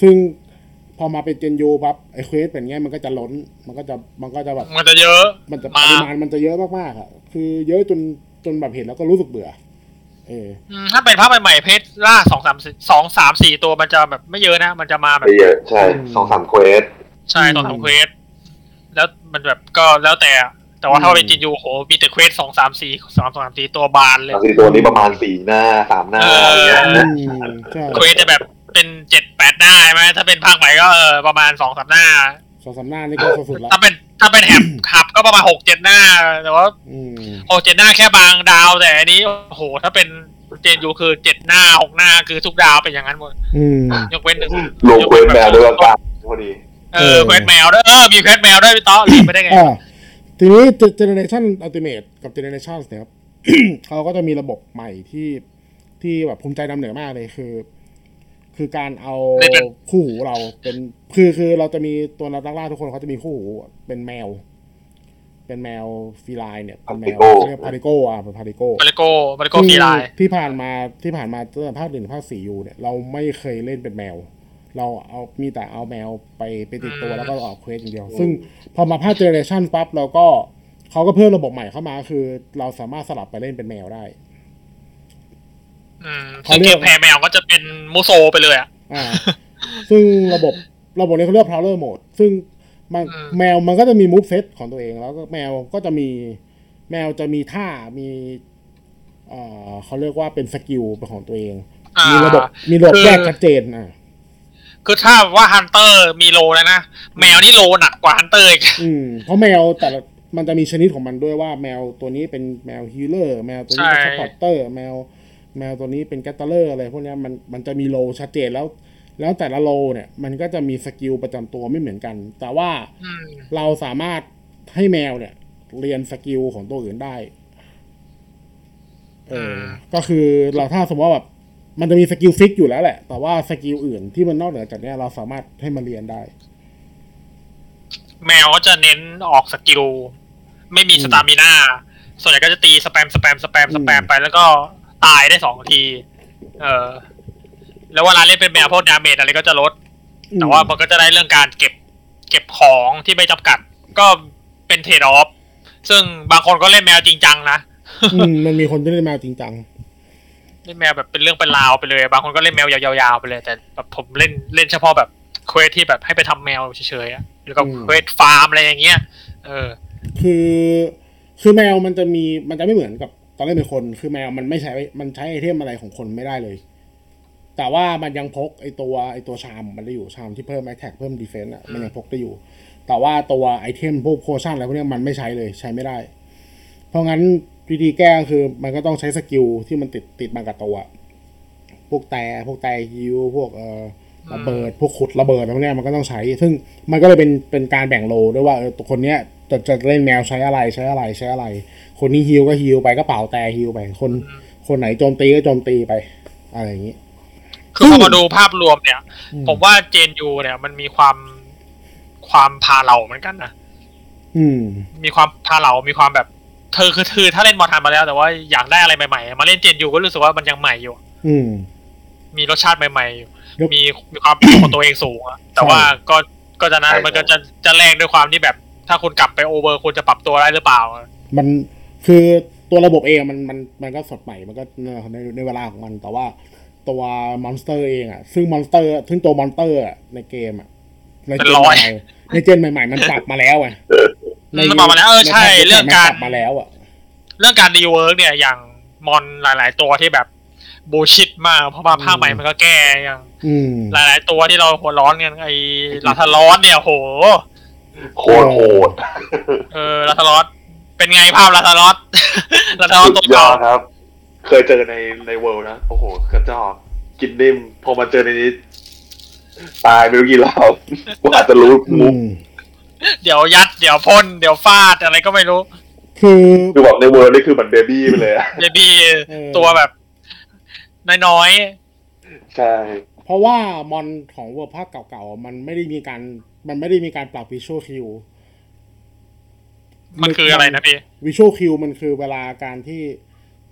Speaker 1: ซึ่งพอมาเป็นเจนยูปั๊บไอ้เควสเป็นเงี้ยมันก็จะล้น มันก็จะมันก็จะแบบ
Speaker 2: มันจะเยอะ
Speaker 1: มันจะป
Speaker 2: มา
Speaker 1: ริมาณมันจะเยอะมากๆอ่ะคือเยอะจนจนแบบเห็นแล้วก็รู้สึกเบื่อ เออ
Speaker 2: อืมถ้าเป็นภาคใหม่ๆเพชรล่าสองสามสองสามสี่ตัวมันจะแบบไม่เยอะนะ มันจะมาแบบ
Speaker 3: ไม่เยอะใช่
Speaker 1: อืม
Speaker 3: สองสามเควส
Speaker 2: ใช่ตอนทำเควสแล้วมันแบบก็แล้วแต่อะแต่ว่าถ้าเป็นจินยูโหมีแต่เควสสองสามสี่สามสองสามสี่ตัวบานเลย
Speaker 3: บางทีตัวนี้ประมาณสี่หน้าสามหน้าอะไรเงี้ย
Speaker 2: เอ
Speaker 1: อืมใช่
Speaker 2: เควสจะแบบเป็นเจ็ดแปดหน้าใช่ไหมถ้าเป็นภาคใหม่ก็เออประมาณสองสามหน้า
Speaker 1: สองสามหน้านี่ก็สุดๆละ
Speaker 2: ถ้าเป็นถ้าเป็นแหบ ขับก็ประมาณหกเจ็ดหน้า แต่ว่า
Speaker 1: อืม
Speaker 2: หกเจ็ดหน้าแค่บางดาวแต่อันนี้โอ้โห ถ้าเป็นเจนยูคือเจ็ดหน้าหกหน้าคือทุกดาวเป็นอย่างนั้นหมด
Speaker 1: อืม
Speaker 2: ยกเว้นหนึ่ง
Speaker 3: รวมเควสแมวด้วยกันพอดี
Speaker 2: เออเควสแมวด้วยเออมีเควสแมวด้วยพี่ต๊อหลีกไปได้ไง
Speaker 1: อ่าทีนี้เจเนเรชันอัลติเมทกับเจเนเรชันเนี่ยครับ [COUGHS] เขาก็จะมีระบบใหม่ที่ที่แบบภูมิใจนำเหนือมากเลยคือ คือการเอา
Speaker 2: ได้เป็น
Speaker 1: คู่หูเราเป็นคือคือเราจะมีตัวนักล่าทุกคนเขาจะมีคู่หูเป็นแมว เป็นแมวฟีไลน์เนี่ยเป็นแมว
Speaker 3: Partigo
Speaker 1: เขาเรียกพาริโกอ่ะเป็นพาริโก
Speaker 2: บาริโก้บาริโก้ฟีไลน์
Speaker 1: ที่ผ่านมาที่ผ่านมาตั้งแต่ภาคหนึ่งถึงภาคสี่ยูเนี่ยเราไม่เคยเล่นเป็นแมว เราเอามีแต่เอาแมวไปไปติดตัว
Speaker 2: อืม
Speaker 1: แล้วก็ออกเควสอย่างเดียว ซึ่งพอมาภาคเจเนเรชันปั๊บเราก็เขาก็เพิ่มระบบใหม่เข้ามา คือ เราสามารถสลับไปเล่นเป็นแมวได้
Speaker 2: อืม
Speaker 1: เขาเรี
Speaker 2: เก
Speaker 1: ยก
Speaker 2: มแพ้แมวก็จะเป็นมูโซไปเลยอ่ะ [LAUGHS]
Speaker 1: อ่า ซึ่งระบบระบบนี้เขาเรียก power mode ซึ่งมัน
Speaker 2: อืม
Speaker 1: แมวมันก็จะมี move set ของตัวเอง แล้วก็แมวก็จะมีแมวจะมีท่ามีเอ่อเขาเรียกว่าเป็นสกิลเป็นของตัวเอง
Speaker 2: อ่า
Speaker 1: มีระบบมีระบบ
Speaker 2: คือ
Speaker 1: แยกชัดเจนอ่ะ
Speaker 2: คือถ้าว่าฮันเตอร์มีโลแล้วนะ แมวนี่โลหนักกว่าฮันเตอร์อีก
Speaker 1: อืมเพราะแมวแต่ละมันจะมีชนิดของมันด้วยว่าแมวตัวนี้เป็นแมวฮีลเลอร์แมวตัวนี้เป็น
Speaker 2: ใช่
Speaker 1: สปอร์เตอร์แมวแมวตัวนี้เป็นแกตเตอร์เลอร์อะไรพวกเนี้ยมันมันจะมีโลชัดเจนแล้ว แล้วแต่ละโลเนี่ยมันก็จะมีสกิลประจำตัวไม่เหมือนกัน แต่ว่า
Speaker 2: อืม
Speaker 1: เราสามารถให้แมวเนี่ย เรียนสกิลของตัวอื่นได้ เออ ก็คือเราถ้าสมมติว่าแบบมันจะมีสกิลฟิกอยู่แล้วแหละ แต่ว่าสกิลอื่นที่มันนอกเหนือจากเนี้ยเราสามารถให้มันเรียนได้
Speaker 2: แมวก็จะเน้นออกสกิล ไม่มี
Speaker 1: อืม
Speaker 2: สตามิน่าส่วนใหญ่ก็จะตีสแปมสแปมสแปมสแปม
Speaker 1: อืม
Speaker 2: ไปแล้วก็ตายได้สองที เออ แล้วเวลาเล่นเป็นแมวพวกดาเมจอะไรก็จะลด แต่ว่ามันก็จะได้เรื่องการเก็บเก็บของที่ไม่จำกัด ก็เป็นเทรดออฟซึ่งบางคนก็เล่นแมวจริงจังนะ
Speaker 1: อืมมันมีคนที่เล่นแมวจริงจัง
Speaker 2: เล่นแมวแบบเป็นเรื่องเป็นราวไปเลย บางคนก็เล่นแมวยาวๆไปเลย แต่แบบผมเล่นเล่นเฉพาะแบบเควสที่แบบให้ไปทำแมวเฉยๆอะหรือก็
Speaker 1: อืม
Speaker 2: เควสฟาร์มอะไรอย่างเงี้ยเออ
Speaker 1: คือคือแมวมันจะมีมันจะไม่เหมือนกับตอนเล่นเป็นคน คือแมวมันไม่ใช้มันใช้ไอเทมอะไรของคนไม่ได้เลย แต่ว่ามันยังพกไอตัวไอตัวชามมันได้อยู่ชามที่เพิ่มแอคแท็กเพิ่มดีเฟนต์อ่ะมันยังพกได้อยู่ แต่ว่าตัวไอเทมพวกโพชั่นอะไรพวกเนี้ยมันไม่ใช้เลยใช้ไม่ได้ เพราะงั้นวิธีแก้ก็คือมันก็ต้องใช้สกิลที่มันติดติดมากับตัว พวกแต่พวกแต่ฮิวพวกเอ่อ
Speaker 2: อืม
Speaker 1: ระเบิดพวกขุดระเบิดอะไรพวกเนี้ยมันก็ต้องใช้ ซึ่งมันก็เลยเป็นเป็นการแบ่งโลด้วยว่าเออตัวคนเนี้ยจะจะเล่นแมวใช้อะไรใช้อะไรใช้อะไร คนนี้ฮิวก็ฮิวไปก็เป่าแต่ฮิวไป คนคนไหนโจมตีก็โจมตีไป อะไรอย่างนี้
Speaker 2: คือพอมาดูภาพรวมเนี่ย
Speaker 1: อืม
Speaker 2: ผมว่าเจนยูเนี่ยมันมีความความพาเราเหมือนกันนะ
Speaker 1: อืม
Speaker 2: มีความพาเรามีความแบบเธอคือเธอถ้าเล่นมอทันมาแล้วแต่ว่าอยากได้อะไรใหม่ๆ มาเล่นเจนยูก็รู้สึกว่ามันยังใหม่อยู่
Speaker 1: อืม
Speaker 2: มีรสชาติใหม่ๆอยู่
Speaker 1: ยก
Speaker 2: มีมีความเป็นของตัวเองสูงอะแต่ว่าก็ก็จะนะ
Speaker 3: ใช่
Speaker 2: มันก็จะจะแรงด้วยความที่แบบ ถ้าคุณกลับไปโอเวอร์คุณจะปรับตัวได้หรือเปล่า
Speaker 1: มันคือตัวระบบเองมันมันมันก็สดใหม่มันก็ในในเวลาของมัน แต่ว่าตัวมอนสเตอร์เองอ่ะซึ่งมอนสเตอร์ซึ่งตัวมอนสเตอร์อะในเกมอ่ะในเจ
Speaker 2: เป็น
Speaker 1: น
Speaker 2: ร้
Speaker 1: ให
Speaker 2: อ
Speaker 1: ม่
Speaker 2: ย
Speaker 1: ในเจนใหม่ ๆ มันปรับมาแล้วอ่ะใน
Speaker 2: มันปรับมาแล้วเออใช่
Speaker 1: นภค
Speaker 2: เรื่อง
Speaker 1: มัน
Speaker 2: การ
Speaker 1: ปรับมาแล้วอ่ะ
Speaker 2: เรื่องการรีเวิร์กเนี่ยอย่างมอนหลาย ๆ ตัวที่แบบบูชิดมากเพราะว่าภาคใหม่
Speaker 1: อืม
Speaker 2: มันก็แก้อย่าง
Speaker 1: อืม
Speaker 2: หลาย ๆ ตัวที่เราหัวร้อนกันไอ้ลาทาร้อนเนี่ยโห
Speaker 3: โคตรโหด
Speaker 2: [LAUGHS] เออลาทาร้อนเป็นไงภาพลาทาร้อน ลาทาร้อน
Speaker 3: สุ
Speaker 2: ตั
Speaker 3: ด
Speaker 2: ว
Speaker 3: ยอ
Speaker 2: เก่า
Speaker 3: ดครับ
Speaker 4: เคยเจอในในเวิลด์นะ โอ้โหกระจอกกินนิ่ม พอมาเจอในนี้
Speaker 3: ตายไม่รู้กี่รอบ [LAUGHS] กูอาจจะรู้มุก
Speaker 1: อืม
Speaker 2: เดี๋ยวยัด เดี๋ยวพ่น เดี๋ยวฟาดอะไรก็ไม่รู้
Speaker 1: คือ
Speaker 3: คือแบบในเวิร์นี่คือเหมือนเบบี้ไปเลยอะ [LAUGHS]
Speaker 2: เบบี้ตัวแบบ น้อย
Speaker 3: ใช่
Speaker 1: เพราะว่ามอนของเวอร์ภาคเก่าๆ มันไม่ได้มีการมันไม่ได้มีการปรับวิชวลคิว
Speaker 2: ๆ มันคืออะไรนะพี่
Speaker 1: วิชวลคิวมันคือเวลาการที่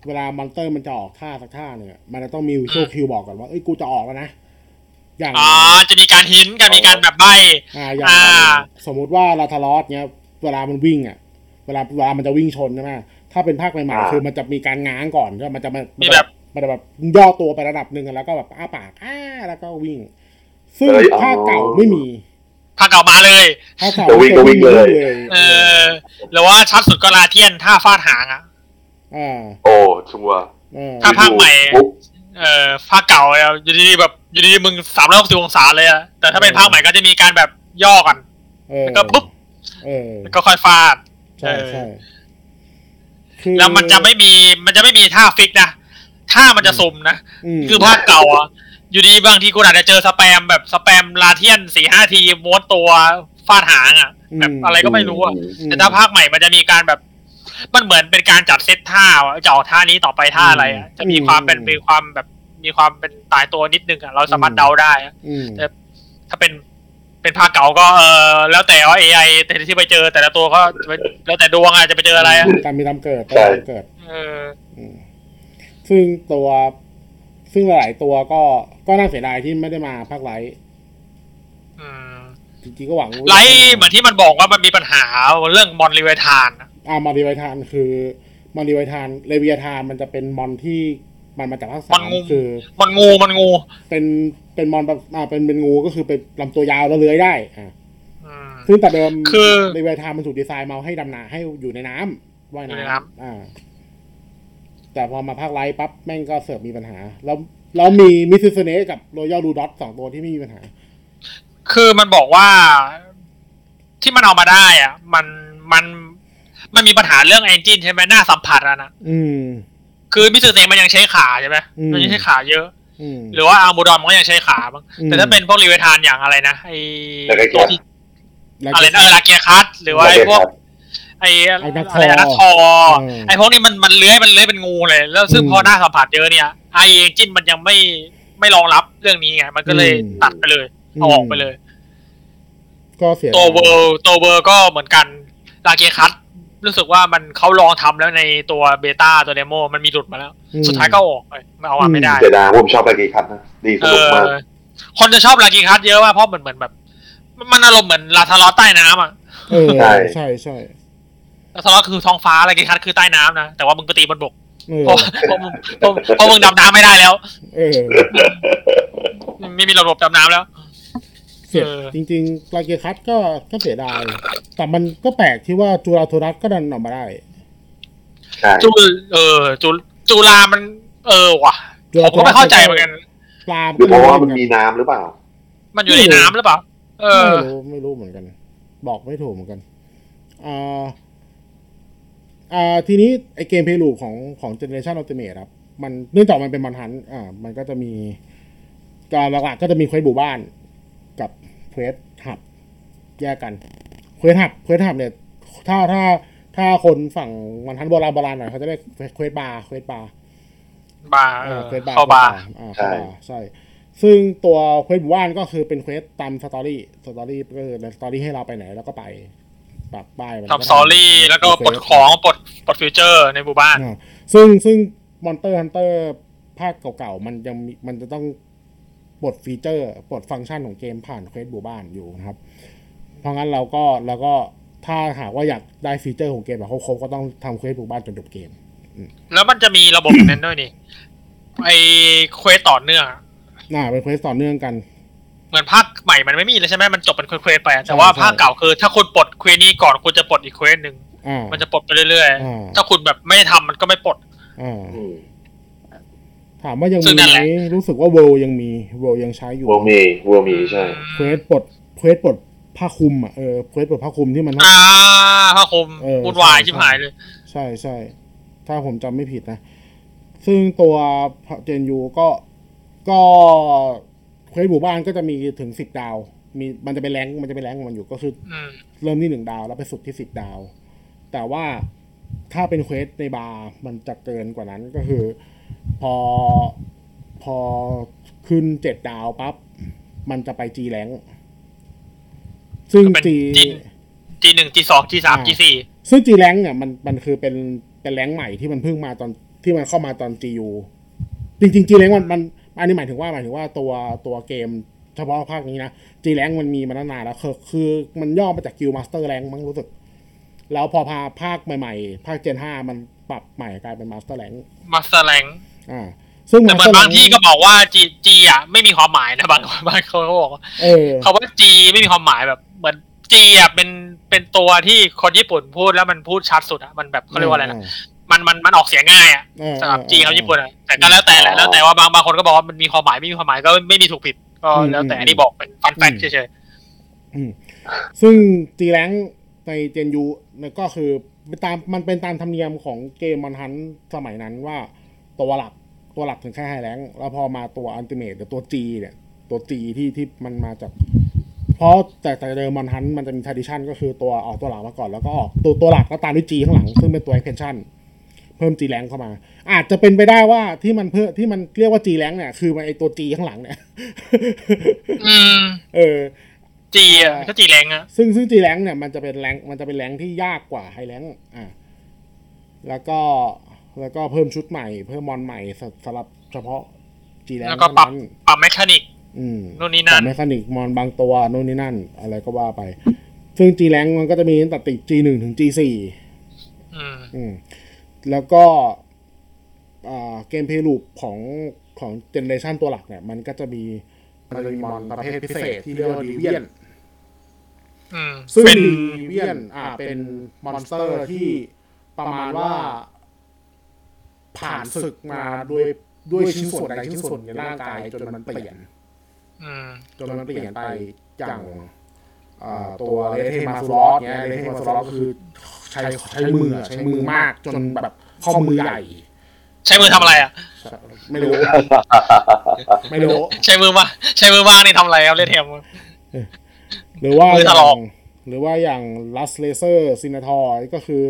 Speaker 1: เวลามอนเตอร์มันจะออกท่าสักท่าเนี่ยมันจะต้องมีวิชวลคิวบอกก่อนว่าเอ้ยกูจะออกแล้วนะ อย่าง
Speaker 2: อ๋อ จะมีการหินกันมีการแบบใบ
Speaker 1: อ่าอย่าง
Speaker 2: อ่า
Speaker 1: สมมุติว่าลาทารอสเนี่ยเวลามันวิ่งอ่ะ เวลาเวลามันจะวิ่งชนใช่ไหมถ้าเป็นภาคใหม่ๆคือมันจะมีการง้างก่อนก็มันจะมัน
Speaker 2: มีแบบ
Speaker 1: มันจะแบบย่อตัวไประดับหนึ่งแล้วก็แบบอ้าปากอ้าแล้วก็วิ่ง ซึ่งภาคเก่าไม่มี
Speaker 2: พาเก่ามาเลย
Speaker 1: ภาคเก่าไม่คมี
Speaker 2: เออ หรือว่าชัดสุดก็ลาเทียนท่าฟาดหางอ่ะ
Speaker 1: อ่า
Speaker 4: โอ้ชัวร์
Speaker 1: เออ
Speaker 2: ถ้าภาคใหม่
Speaker 3: ปุ๊บ
Speaker 2: เออภาคเก่าเนี่ยอยู่ดีๆแบบอยู่ดีๆมึงสามร้อยหกสิบองศาเลยอะแต่ถ้าเป็น
Speaker 1: เออ
Speaker 2: ภาคใหม่ก็จะมีการแบบย่อก่อน
Speaker 1: เออ
Speaker 2: แล้วก็ปุ๊บ
Speaker 1: เออ
Speaker 2: แล้วก็ค่อยฟาด
Speaker 1: ใช่
Speaker 2: เออ
Speaker 1: ใช่คือ
Speaker 2: แล้วมันจะไม่มีมันจะไม่มีท่าฟิกนะท่ามันจะสุ่มนะ
Speaker 1: ม
Speaker 2: คือภาคเก่าอะอยู่ดีบางทีคุณอาจจะเจอสแปมแบบสแปมลาเทียนสี่ห้าทีม้วนตัวฟาดหางอะแบบอะไรก็ไม่รู้อะ
Speaker 1: อืม
Speaker 2: แต่ถ้าภาคใหม่มันจะมีการแบบ มันเหมือนเป็นการจัดเซตท่าว่าจะออกท่านี้ต่อไปท่าอะไรอะจะมีความเป็นมีความแบบมีความเป็นตายตัวนิดนึงอะเราสามารถเดาได้อะ
Speaker 1: อืม
Speaker 2: แต่ ถ้าเป็นเป็นภาคเก่าก็เออแล้วแต่ว่า AI แต่ที่ไปเจอแต่ละตัวก็แล้วแต่ดวงอาจจะไปเจออะไรอะ
Speaker 1: ตามมีตามเกิดตามมีตามเกิด
Speaker 2: เออ
Speaker 1: อืมซึ่งตัวซึ่งหลายๆตัวก็ก็น่าเสียดายที่ไม่ได้มาภาคไลท์
Speaker 2: อืม
Speaker 1: จริงๆก็หวังว่า
Speaker 2: ไลท์เหมือนที่มันบอกว่ามันมีปัญหาเรื่องมอนลิเวทานอะ
Speaker 1: อ่ามอดิไวทานคือมอดิไวทานเลเวียทานมันจะเป็นมอนที่มันมาจากภาคสามคือ
Speaker 2: มันงูมันงู
Speaker 1: เป็นเป็นมอนแบบอ่าเป็นเป็นงูก็คือเป็นลำตัวยาวแล้วเลื้อยได้อ่า
Speaker 2: อืม
Speaker 1: ซึ่งแต่เดิม
Speaker 2: คือ
Speaker 1: เลเวียทานมันถูกดีไซน์มาให้ดำน้ำให้อยู่ในน้ำว่าย
Speaker 2: อยู่ใน
Speaker 1: น้
Speaker 2: น้
Speaker 1: ำอ่า แต่พอมาภาคไลท์ปั๊บแม่งก็เสิร์ฟมีปัญหา แล้วแล้วมีมิสซิสเนกับรอยัลรูดอสสองตัวที่ไม่มีปัญหา
Speaker 2: คือมันบอกว่าที่มันเอามาได้อ่ะ มันมันมันมีปัญหาเรื่องเอนจินใช่ไหมหน้าสัมผัสอะนะ
Speaker 1: อืม
Speaker 2: คือมิสเตอร์เนมันยังใช้ขาใช่ไหม
Speaker 1: อืม
Speaker 2: มันยังใช้ขาเยอะ
Speaker 1: อืม
Speaker 2: หรือว่าอาร์มูดอนมันก็ยังใช้ขาบ้าง
Speaker 1: อืม
Speaker 2: แต่ถ้าเป็นพวกลิเวทานอย่างอะไรนะไอ
Speaker 3: แล้วก็
Speaker 2: ตั
Speaker 3: เกี
Speaker 2: วย
Speaker 3: ร์
Speaker 2: ที่
Speaker 1: แล้ว
Speaker 2: อะไร
Speaker 1: ก็
Speaker 2: นะเออลาเกียคัสหรือว่าไอ้พวกไอ้อะ
Speaker 1: ไอ้นัททอ
Speaker 2: ไรนะทอ
Speaker 1: เออ
Speaker 2: ไอ้พวกนี้มันมันเลื้อยมันเลื้อยเป็นงูเลย แล้วซึ่ง
Speaker 1: อืม
Speaker 2: พอหน้าสัมผัสเยอะเนี่ยไอเอนจินมันยังไม่ไม่รองรับเรื่องนี้ไงมันก็เลย
Speaker 1: อืม
Speaker 2: ตัดไปเลยเอาออกไปเลย
Speaker 1: ก็เสีย
Speaker 2: ตัวเวอร์ตัวเวอร์ก็เหมือนกันลาเกียคัสรู้สึกว่ามันเขาลองทำแล้วในตัวเบต้าตัวเดโมมันมีหลุดมาแล้ว
Speaker 1: อืม
Speaker 2: สุดท้ายก็เอาออกไปมันเอาออกไม่ได้
Speaker 3: เสียดายผมชอบอากีคัทนะดีส
Speaker 2: เอ
Speaker 3: นุกมาก
Speaker 2: อคนจะชอบลาเกียคัสเยอะมากเพราะมันเหมือนแบบ มันอารมณ์เหมือนลาทารอสใต้น้ำอ่ะ
Speaker 1: เออ
Speaker 3: ใช่
Speaker 1: ใช่ใช่ใช่
Speaker 2: แล้วทะเลาะคือท้องฟ้าอะไรกันคัดคือใต้น้ำนะ แต่ว่ามึงไปตีบนบก
Speaker 1: เออ
Speaker 2: เพราะเพราะมึงเพราะเพราะมึงดำน้ำไม่ได้แล้ว
Speaker 1: เออ
Speaker 2: ไม่มีระบบดำน้ำแล้ว
Speaker 1: เสีย
Speaker 2: เออ
Speaker 1: จริงๆลาเกียคัตก็ก็เสียดาย แต่มันก็แปลกที่ว่าจูราโทรัสก็ดันออกมาได้
Speaker 3: ใช่
Speaker 2: จุลเออจุลจุลามัน เออว่ะผมก็ไม่เข้าใจเหมือนกัน
Speaker 1: ปลา
Speaker 3: หรือเพราะว่ามันมีน้ำหรือเปล่า
Speaker 2: มันอยู่ในน้ำหรือเปล่า เออ
Speaker 1: ไม่รู้ไม่รู้เหมือนกัน บอกไม่ถูกเหมือนกันอ่าอ่าทีนี้ไอเกมเพลย์ลูปของของเจเนเรชันอัลติเมทครับ มันเนื่องจากมันเป็นมอนฮันอ่า มันก็จะมีก็หลักๆก็จะมีเควสบูบ้านกับเควสหับแยกกันเควสหับเควสหับเนี่ย ถ้าถ้าถ้าคนฝั่งมอนฮันโบราณโบราณหน่อยเขาจะเรียกเควสบาร์เควสบาร์
Speaker 2: บาร์เอ
Speaker 1: เออ
Speaker 2: อ
Speaker 1: เควสบาร์
Speaker 2: เข้าบาร์
Speaker 1: อ่าเข้าบาร์ใช่ ซึ่งตัวเควสบูว่านก็คือเป็นเควสตามสตอรี่ สตอรี่ก็คือในสตอรี่ให้เราไปไหนแล้วก็ไปปักป้ายมันก็
Speaker 2: ทำซอรี่ แล้วก็ปลดของปลดปลดฟิวเจอร์ในหมู่บ้าน
Speaker 1: อ่าซึ่งซึ่งมอนเตอร์ฮันเตอร์ภาคเก่าๆ มันยังมีมันจะต้องปลดฟีเจอร์ปลดฟังก์ชันของเกมผ่านเควสบูบ้านอยู่นะครับ เพราะงั้นเราก็เราก็ถ้าหากว่าอยากได้ฟีเจอร์ของเกมแบบครบๆก็ต้องทำเควสบูบ้านจนจบเกม
Speaker 2: แล้วมันจะมีระบบนั้นด้วยนี่ไอเควสต่อเนื่องอะ
Speaker 1: น่าเป็นเควสต่อเนื่องกัน
Speaker 2: เหมือนภาคใหม่มันไม่มีเลยใช่ไหมมันจบเป็นเควสๆไปอะแต่ว่าภาคเก่าคือ ถ้าคุณปลดเควสนี้ก่อนคุณจะปลดอีกเควสหนึ่ง
Speaker 1: อ่า
Speaker 2: มันจะปลดไปเรื่อย
Speaker 1: อ่า
Speaker 2: ๆ ถ้าคุณแบบไม่ทำมันก็ไม่ปลด
Speaker 1: อ่า
Speaker 3: อืม
Speaker 1: ถามว่ายัง
Speaker 2: ซึ่
Speaker 1: มี
Speaker 2: งนั่น
Speaker 1: ไห
Speaker 2: แห
Speaker 1: ม
Speaker 2: ละ
Speaker 1: รู้สึกว่าเวลยังมีเวลยังใช้อยู่
Speaker 3: วัวมีวัวมีใช่
Speaker 1: เควสปลดเควสปลดผ้าคลุมอ่ะเออเควสปลดผ้าคลุมที่มัน
Speaker 2: อ่าผ้าคลุม
Speaker 1: เออ
Speaker 2: วุ่นวาย
Speaker 1: ใช่
Speaker 2: ชิบหายเลย
Speaker 1: ใช่ใช่ถ้าผมจำไม่ผิดนะ ซึ่งตัวเจนยูก็ก็เควสหมู่บ้านก็จะมีถึงสิบดาว มีมันจะเป็นแรงค์มันจะเป็นแรงค์ของมันอยู่ก็คือ
Speaker 2: อืม
Speaker 1: เริ่มที่หนึ่งดาวแล้วไปสุดที่สิบดาว แต่ว่าถ้าเป็นเควสในบาร์มันจะเกินกว่านั้นก็คือ พอพอขึ้นเจ็ดดาวปั๊บมันจะไปจีแรงค์ซึ่ง
Speaker 2: ก็เป็น
Speaker 1: จี
Speaker 2: จี จีหนึ่งจีสองจีสาม
Speaker 1: อ่า
Speaker 2: จีสี่
Speaker 1: ซึ่งจีแรงค์เนี่ยมันมันคือเป็นเป็นแรงค์ใหม่ที่มันเพิ่งมาตอนที่มันเข้ามาตอนจียูจริงๆจีแรงค์มันมันอันนี้หมายถึงว่าหมายถึงว่าตัวตัวเกมเฉพาะภาคนี้นะจีแรงค์มันมีมาตั้งนานแล้วคือคือมันย่อมาจากกิลมาสเตอร์แรงมั้งรู้สึก แล้วพอพาภาคใหม่ๆ ภาคเจนห้ามันปรับใหม่กลายเป็นมาสเตอร์แรง
Speaker 2: มาสเตอร์แลง
Speaker 1: อ่า ซึ่ง
Speaker 2: แต่เหมือน
Speaker 1: Master
Speaker 2: บาง
Speaker 1: Rank
Speaker 2: ที่ก็บอกว่าจีจีอ่ะไม่มีความหมายนะบาง [LAUGHS] บางคนเขาบอกว่า
Speaker 1: เออ
Speaker 2: คำว่าจีไม่มีความหมายแบบ เหมือนจีอ่ะเป็นเป็นตัวที่คนญี่ปุ่นพูดแล้วมันพูดชัดสุดอ่ะมันแบบเขาเรียกว่าอะไรนะมันมันมันออกเสียงง่ายอ่ะ
Speaker 1: เออ
Speaker 2: สำหรับ
Speaker 1: ออ
Speaker 2: จีนเขา
Speaker 1: ออ
Speaker 2: ญี่ปุ่นอะแต่ก็แล้วแต่แหละ
Speaker 4: อ๋อ
Speaker 2: แล้วแต่ว่าบางบางคนก็บอกว่ามันมีความหมายไม่มีความหมายก็ไม่มีถูกผิดก็
Speaker 1: อืม
Speaker 2: แล้วแต่
Speaker 1: อืม
Speaker 2: อันนี้บอกเป็นฟันแฟก
Speaker 1: อืม
Speaker 2: เฉย
Speaker 1: อืมซึ่งจีแรงในเจนยูก็คือตามมันเป็นตามธรรมเนียมของเกมมอนฮันสมัยนั้นว่าตัวหลักตัวหลักถึงแค่ไฮแรงแล้วพอมาตัวอันติเมตหรือตัวจีเนี่ยตัวจีที่ที่มันมาจาก เพราะแต่แต่เดิมมอนฮันมันจะมีท d i ิชันก็คือตัวออกตัวหลักมาก่อนแล้วก็ออกตัวตัวหลักแล้วตามด้วยจีข้างหลัง ซึ่งเป็นตัว expansion เพิ่มจีแรงเข้ามา อาจจะเป็นไปได้ว่าที่มันเพื่อที่มันเรียกว่าจีแรงเนี่ยคือมันไอตัวจีข้างหลังเนี่ย [LAUGHS]
Speaker 2: ๆอืม
Speaker 1: เออ
Speaker 2: จีอ่ะก็จีแรงอ่ะ
Speaker 1: ซึ่งซึ่งจีแรงเนี่ยมันจะเป็นแรงมันจะเป็นแรงที่ยากกว่าไฮแรงอ่ะแล้วก็แล้วก็เพิ่มชุดใหม่ เพิ่มมอนใหม่สสำหรับเฉพาะจีแรง
Speaker 2: แล้วก็ปรับปรับแมชานิก
Speaker 1: อืม
Speaker 2: นู่นนี่
Speaker 1: ปรั
Speaker 2: นั่
Speaker 1: บ
Speaker 2: น
Speaker 1: เมคานิกมอนบางตัวนู่นนี่นั่น อะไรก็ว่าไป ซึ่งจีแรงมันก็จะมีตั้งแต่ติด G หนึ่งถึง G สี่
Speaker 2: อืม
Speaker 1: อืมแล้วก็อ่าเกมเพลย์ลูปของของเจเนเรชันตัวหลักเนี่ย มันก็จะมีมันจะมีมอนประเภทพิเศษที่เรียกว่าดีเวียน
Speaker 2: อืม
Speaker 1: ซึ่ง
Speaker 2: เป็น
Speaker 1: ดีเวียนอ่าเป็นมอนสเตอร์ที่ประมาณว่า ผ่านศึกมาด้วยด้วยชิ้นส่วนใดชิ้นส่วนในร่างกาย จนมันเปลี่ยน
Speaker 2: อืม
Speaker 1: จนมันเปลี่ยนไปอย่างอ่าตัวเลเทมาสลอสเนี่ยเลเทมาสลอสก็คือใช้ใช้มือใช้มือมาก จนแบบข้อมือใหญ่
Speaker 2: ใช้มือทำอะไรอ่ะ
Speaker 1: ไม่รู้ ไม่รู้
Speaker 2: ใช้มือว่างใช้มือว่างนี่ทำอะไรครับเล่นเทม
Speaker 1: หรือว่า
Speaker 2: มือ
Speaker 1: อ
Speaker 2: ถล
Speaker 1: ย่า
Speaker 2: อก
Speaker 1: งหรือว่าอย่างลัสเลเซอร์ซินาทอยก็คือ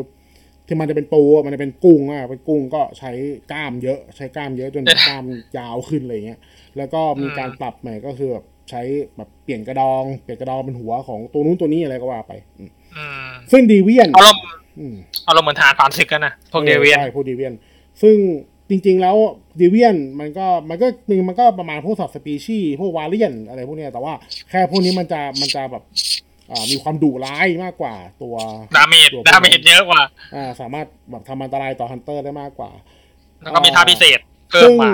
Speaker 1: ที่มันจะเป็นปูอะมันจะเป็นกุ้งอ่ะเป็นกุ้งก็ใช้กล้ามเยอะ ใช้กล้ามเยอะจนกล้ามยาวขึ้นอะไรเงี้ย แล้วก็มีการปรับใหม่ก็คือแบบใช้แบบเปลี่ยนกระดอง เปลี่ยนกระดองเป็นหัวของตัวนู้นตัวนี้อะไรก็ว่าไปอืม
Speaker 2: อืม
Speaker 1: ซึ่งดีเวียน
Speaker 2: อารมณ์
Speaker 1: อืม
Speaker 2: อารมณ์เหมือนทหารผ่านศึกกันนะพวกเดเวีย
Speaker 1: อ
Speaker 2: น
Speaker 1: อใช่พวกเดเวียน ซึ่งจริงๆแล้วเดเวียนมันก็มันก็มันมันก็ประมาณพวกสัตว์สปีชีส์พวกวาเลียนอะไรพวกเนี้ยแต่ว่าแค่พวกนี้มันจะมันจะแบบอ่ามีความดุร้ายมากกว่าตัว
Speaker 2: ดาเมจ
Speaker 1: ตัว
Speaker 2: ดาเมจเยอะกว่า
Speaker 1: อ่าสามารถแบบทำอันตรายต่อฮันเตอร์ได้มากกว่า
Speaker 2: แล้วก็มีท่าพิเศษ
Speaker 1: ซึ่
Speaker 2: เพิ่ม
Speaker 1: ง
Speaker 2: มา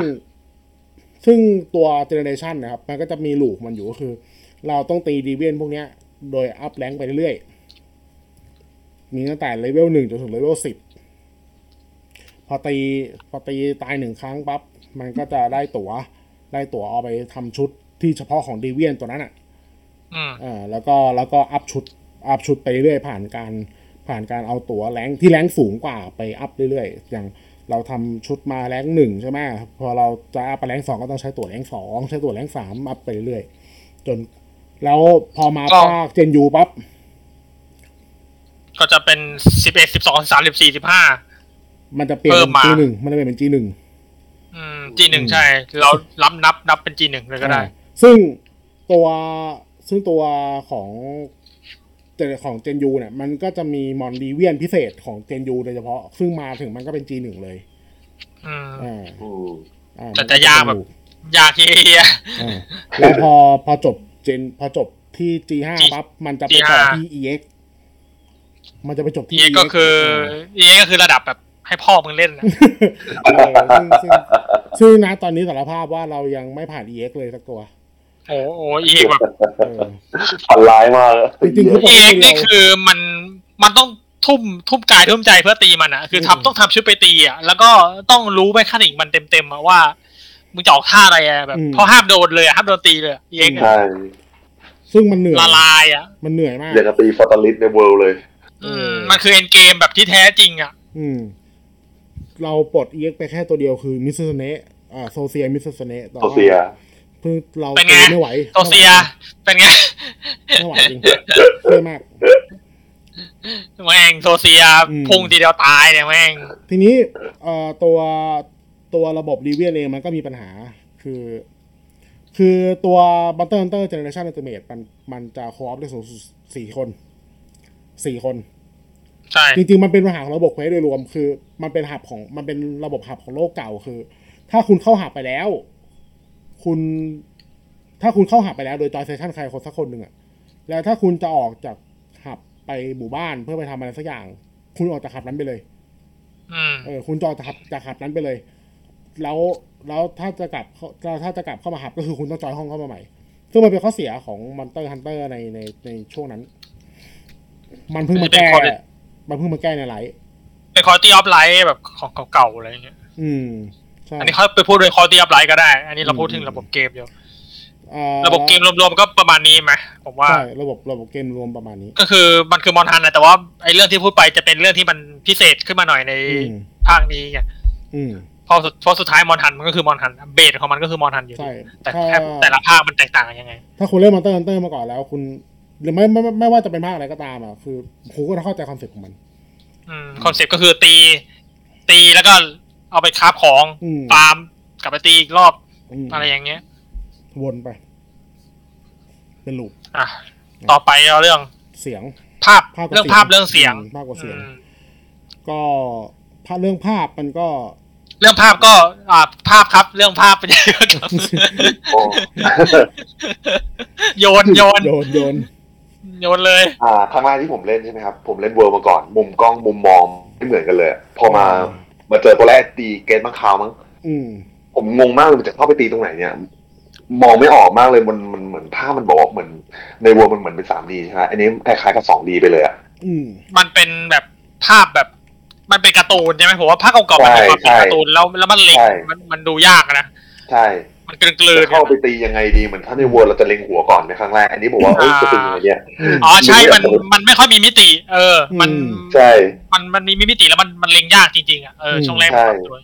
Speaker 1: ซึ่งตัวเจเนเรชันนะครับ มันก็จะมีลูกมันอยู่ก็คือ เราต้องตีดีเวียนพวกเนี้ย โดยอัพแรงไปเรื่อยๆ มีตั้งแต่เลเวลหนึ่งจนถึงเลเวลสิบพอตีพอตีตายหนึ่งครั้งปั๊บมันก็จะได้ตัว๋ว ได้ตั๋วเอาไปทำชุดที่เฉพาะของดีเวียนตัวนั้นอ่ะ
Speaker 2: อืม
Speaker 1: อ่าแล้วก็แล้วก็อัพชุดอัพชุดไปเรื่อยๆผ่านการผ่านการเอาตัวแรงที่แรงสูงกว่าไปอัพเรื่อยๆ อย่างเราทำชุดมาแรงหนึ่งใช่ไหมพอเราจะอัพไปแรงสองก็ต้องใช้ตัวแรงสองใช้ตัวแรงสามอัพไปเรื่อยๆจนแล้วพอมาภาคเจนยูปั๊บ
Speaker 2: ก็จะเป็นสิบเอ็ดสิบสองสามสิบสี่สิบห้า
Speaker 1: มันจะเปลี่ยน
Speaker 2: เพิ่
Speaker 1: เป็
Speaker 2: ม
Speaker 1: น
Speaker 2: มา
Speaker 1: จีหนึ่งมันจะเปลี่ยนเป็นจีหนึ่ง
Speaker 2: อืมจีหนึ่ง
Speaker 1: อืม
Speaker 2: ใช่ เรารับนับนับเป็นจีหนึ่งเลยก็ได้
Speaker 1: อ่าซึ่งตัวซึ่งตัวของเจของเจนยูเนี่ย มันก็จะมีมอนดีเวียนพิเศษของเจนยูโดยเฉพาะ ซึ่งมาถึงมันก็เป็นจีหนึ่งเลย
Speaker 2: อืม
Speaker 1: อ่า
Speaker 4: อืม
Speaker 1: อ่
Speaker 2: แต่จะยากแบบ ยากเฮีย
Speaker 1: อ่าแล้วพอพอจบเจนพอจบที่ G5
Speaker 2: G
Speaker 1: ปั๊บมันจะไปต่อ
Speaker 2: G5
Speaker 1: ที่ EX มันจะไปจบที่
Speaker 2: นี่ก็คือ
Speaker 1: EX
Speaker 2: นี่ก็คือระดับแบบให้พ่อมึงเล่นนะ
Speaker 1: เออซึ่งซึ่งซึ่งนะตอนนี้สารภาพว่าเรายังไม่ผ่าน EX เลยสักตัว
Speaker 2: โอ้โหเอ็กแบบ
Speaker 1: เออ
Speaker 3: ฝันร้ายมากเลย
Speaker 1: จริงๆคือ
Speaker 2: เอ็กนี่คือมันมันต้องทุ่มทุ่มกายทุ่มใจเพื่อตีมันอะคือ
Speaker 1: อื
Speaker 2: ทำ
Speaker 1: ม
Speaker 2: ต้องทำชุดไปตีอะแล้วก็ต้องรู้แมคคานิกมันเต็มเต็มๆอะว่ามึงจะออกท่าอะไรอะแบบเพราะห้ามโดนเลยอะห้ามโดนตีเลยเอ็ก
Speaker 3: ใช่
Speaker 1: ซึ่งมันเหนื่อย
Speaker 2: ละลายอะ
Speaker 1: มันเหนื่อยมาก
Speaker 3: อย่างกับตีฟอร์ตาลิสในเวิลด์เลย
Speaker 2: อื
Speaker 1: เออ
Speaker 2: มมันคือเอ็นเกมแบบที่แท้จริงอะ
Speaker 1: อืม เราปลดเอ็กไปแค่ตัวเดียวคือมิสเเนะอ่าโซเซียมิสเเนะแต่
Speaker 3: โซ
Speaker 1: ว่า
Speaker 3: เซีย
Speaker 1: เพิ่งเรา
Speaker 2: เป็นไง
Speaker 1: ตีไม่ไหว
Speaker 2: โตเซีย เป็นไง [LAUGHS]
Speaker 1: ไม่ไหวจริงเยอะมาก
Speaker 2: แม่งโซเซีย
Speaker 1: อืม
Speaker 2: พุ่งทีเดียวตายเนี่ยแม่ง
Speaker 1: ทีนี้เอ่อตัวตัวระบบรีเวียนเองมันก็มีปัญหาคือ คือตัว b u n t e r Hunter Generation Ultimate มันมันจะคอร์ปได้สูงสุดสี่คนสี่คน
Speaker 2: ใช่
Speaker 1: จริงๆ มันเป็นปัญหาของระบบเควสโดยรวม คือ มันเป็นหับของมันเป็นระบบหับของโลกเก่าคือ ถ้าคุณเข้าหับไปแล้ว คุณ ถ้าคุณเข้าหับไปแล้ว โดยจอยเซชันใครคนสักคนหนึ่งอะแล้วถ้าคุณจะออกจากหับไปหมู่บ้านเพื่อไปทำอะไรสักอย่าง คุณออกจากหับนั้นไปเลย
Speaker 2: อืม
Speaker 1: เออคุณจะออกจากหับจากหับนั้นไปเลย แล้วแล้วถ้าจะกลับเข้าแล้วถ้าจะกลับเข้ามาหับก็คือคุณต้องจอยห้องเข้ามาใหม่ ซึ่งมันเป็นข้อเสียของมอนเตอร์ฮันเตอร์ในในในช่วงนั้น มันเพิ่งมาแก้
Speaker 2: เป็นข้อเด็ด
Speaker 1: มันเพิ่งมาแก้ในไลท์
Speaker 2: เป็นคอร์ตี้ออฟไลท์แบบของเก่าๆอะไรอย่างเงี้ย
Speaker 1: อืมใช่
Speaker 2: อันนี้เขาไปพูดโดยคอร์ตี้ออฟไลท์ก็ได้ อันนี้เราพูดถึงระบบเกมอยู่
Speaker 1: เอ่อ
Speaker 2: ระบบเกมรวมๆก็ประมาณนี้ไหมผมว่า
Speaker 1: ใช่ระบบระบบเกมรวมประมาณนี้
Speaker 2: ก็คือมันคือมอนทันนะแต่ว่าไอ้เรื่องที่พูดไปจะเป็นเรื่องที่มันพิเศษขึ้นมาหน่อยใน
Speaker 1: อืม
Speaker 2: ภาคนี้ไง
Speaker 1: อืม
Speaker 2: เพราะสุดเพราะสุดท้ายมอนทันมันก็คือมอนทันเบสของมันก็คือมอนทันอยู่ดี
Speaker 1: ใช่
Speaker 2: แต่
Speaker 1: ถ้า
Speaker 2: แค่แต่ละภาคมันแตกต่างกันยังไง
Speaker 1: ถ้าคุณเล่นมอนเตอร์ n ันเตอร์มาก่อนแล้ว คุณ หรือไม่ไม่ไม่ไม่ว่าจะเป็นภาคอะไรก็ตามอ่ะคือคุณก็จะเข้าใจคอนเซ็ปต์ของมัน
Speaker 2: คอนเซ็ปต์ก็คือตี ตีแล้วก็เอาไปคราฟของ
Speaker 1: อืม
Speaker 2: ฟาร์มกลับไปตีอีกรอบ
Speaker 1: ม
Speaker 2: อะไรอย่างเงี้ย
Speaker 1: วนไป เป็นลูป
Speaker 2: อ่ะ ต่อไปเอาเรื่อง
Speaker 1: เสียง
Speaker 2: ภาพ
Speaker 1: ภาพกับ
Speaker 2: เรื่องภาพเรื่องเสียง
Speaker 1: มภาพกับเสียง
Speaker 2: อืม
Speaker 1: ก็ภาพเรื่องภาพมัน
Speaker 2: [LAUGHS]
Speaker 1: ก็
Speaker 2: เรื่องภาพก็อ่าภาพครับเรื่องภาพเป็น
Speaker 1: [LAUGHS]
Speaker 2: ยังไงครับ
Speaker 3: โอ้
Speaker 2: โยนโยน
Speaker 1: โยนโยน
Speaker 2: โยนเลย
Speaker 3: อ่าครั้งแรกที่ผมเล่นใช่ไหมครับ ผมเล่นเวิร์มาก่อน มุมกล้องมุมมองไม่เหมือนกันเลยอะพอมามาเจอตัวแรกตีเกตบางคราวมั้ง
Speaker 1: อืม
Speaker 3: ผมงงมากเลยมันจะเข้าไปตีตรงไหนเนี่ย มองไม่ออกมากเลยมันมันเหมือนภาพมันบอกว่าเหมือนในเวิร์มันเหมือนเป็นสามดีใช่ไหมอันนี้คล้ายๆกับสองดีไปเลยอะ
Speaker 1: อืม
Speaker 2: มันเป็นแบบภาพแบบ มันเป็นการ์ตูนใช่ไหมผมว่าภาคเก่าๆมันมีความเป็น
Speaker 3: ใช่
Speaker 2: การ์ตูนแล้วแล้วมันเล็ง
Speaker 3: ใช่
Speaker 2: มันมันดูยากนะ
Speaker 3: ใช่
Speaker 2: มันกลืน
Speaker 3: จะ
Speaker 2: ๆ
Speaker 3: เข้าไปตียังไงดีเหมือนถ้าในเวิร์เราจะเล็งหัวก่อนในครั้งแรกอันนี้ผมว่าเอ้ยจะเป็นยังไงเนี่ย
Speaker 2: อ๋อใช่มัน
Speaker 3: ดูยาก
Speaker 2: มันไม่ค่อยมีมิติ เออ มัน
Speaker 1: อืม
Speaker 3: ใช่
Speaker 2: มันมันมีมิติแล้วมันมันเล็งยากจริงๆอ่ะเออ
Speaker 1: อืม
Speaker 2: ช่วงแรก
Speaker 3: ใช่
Speaker 2: ผมด้วย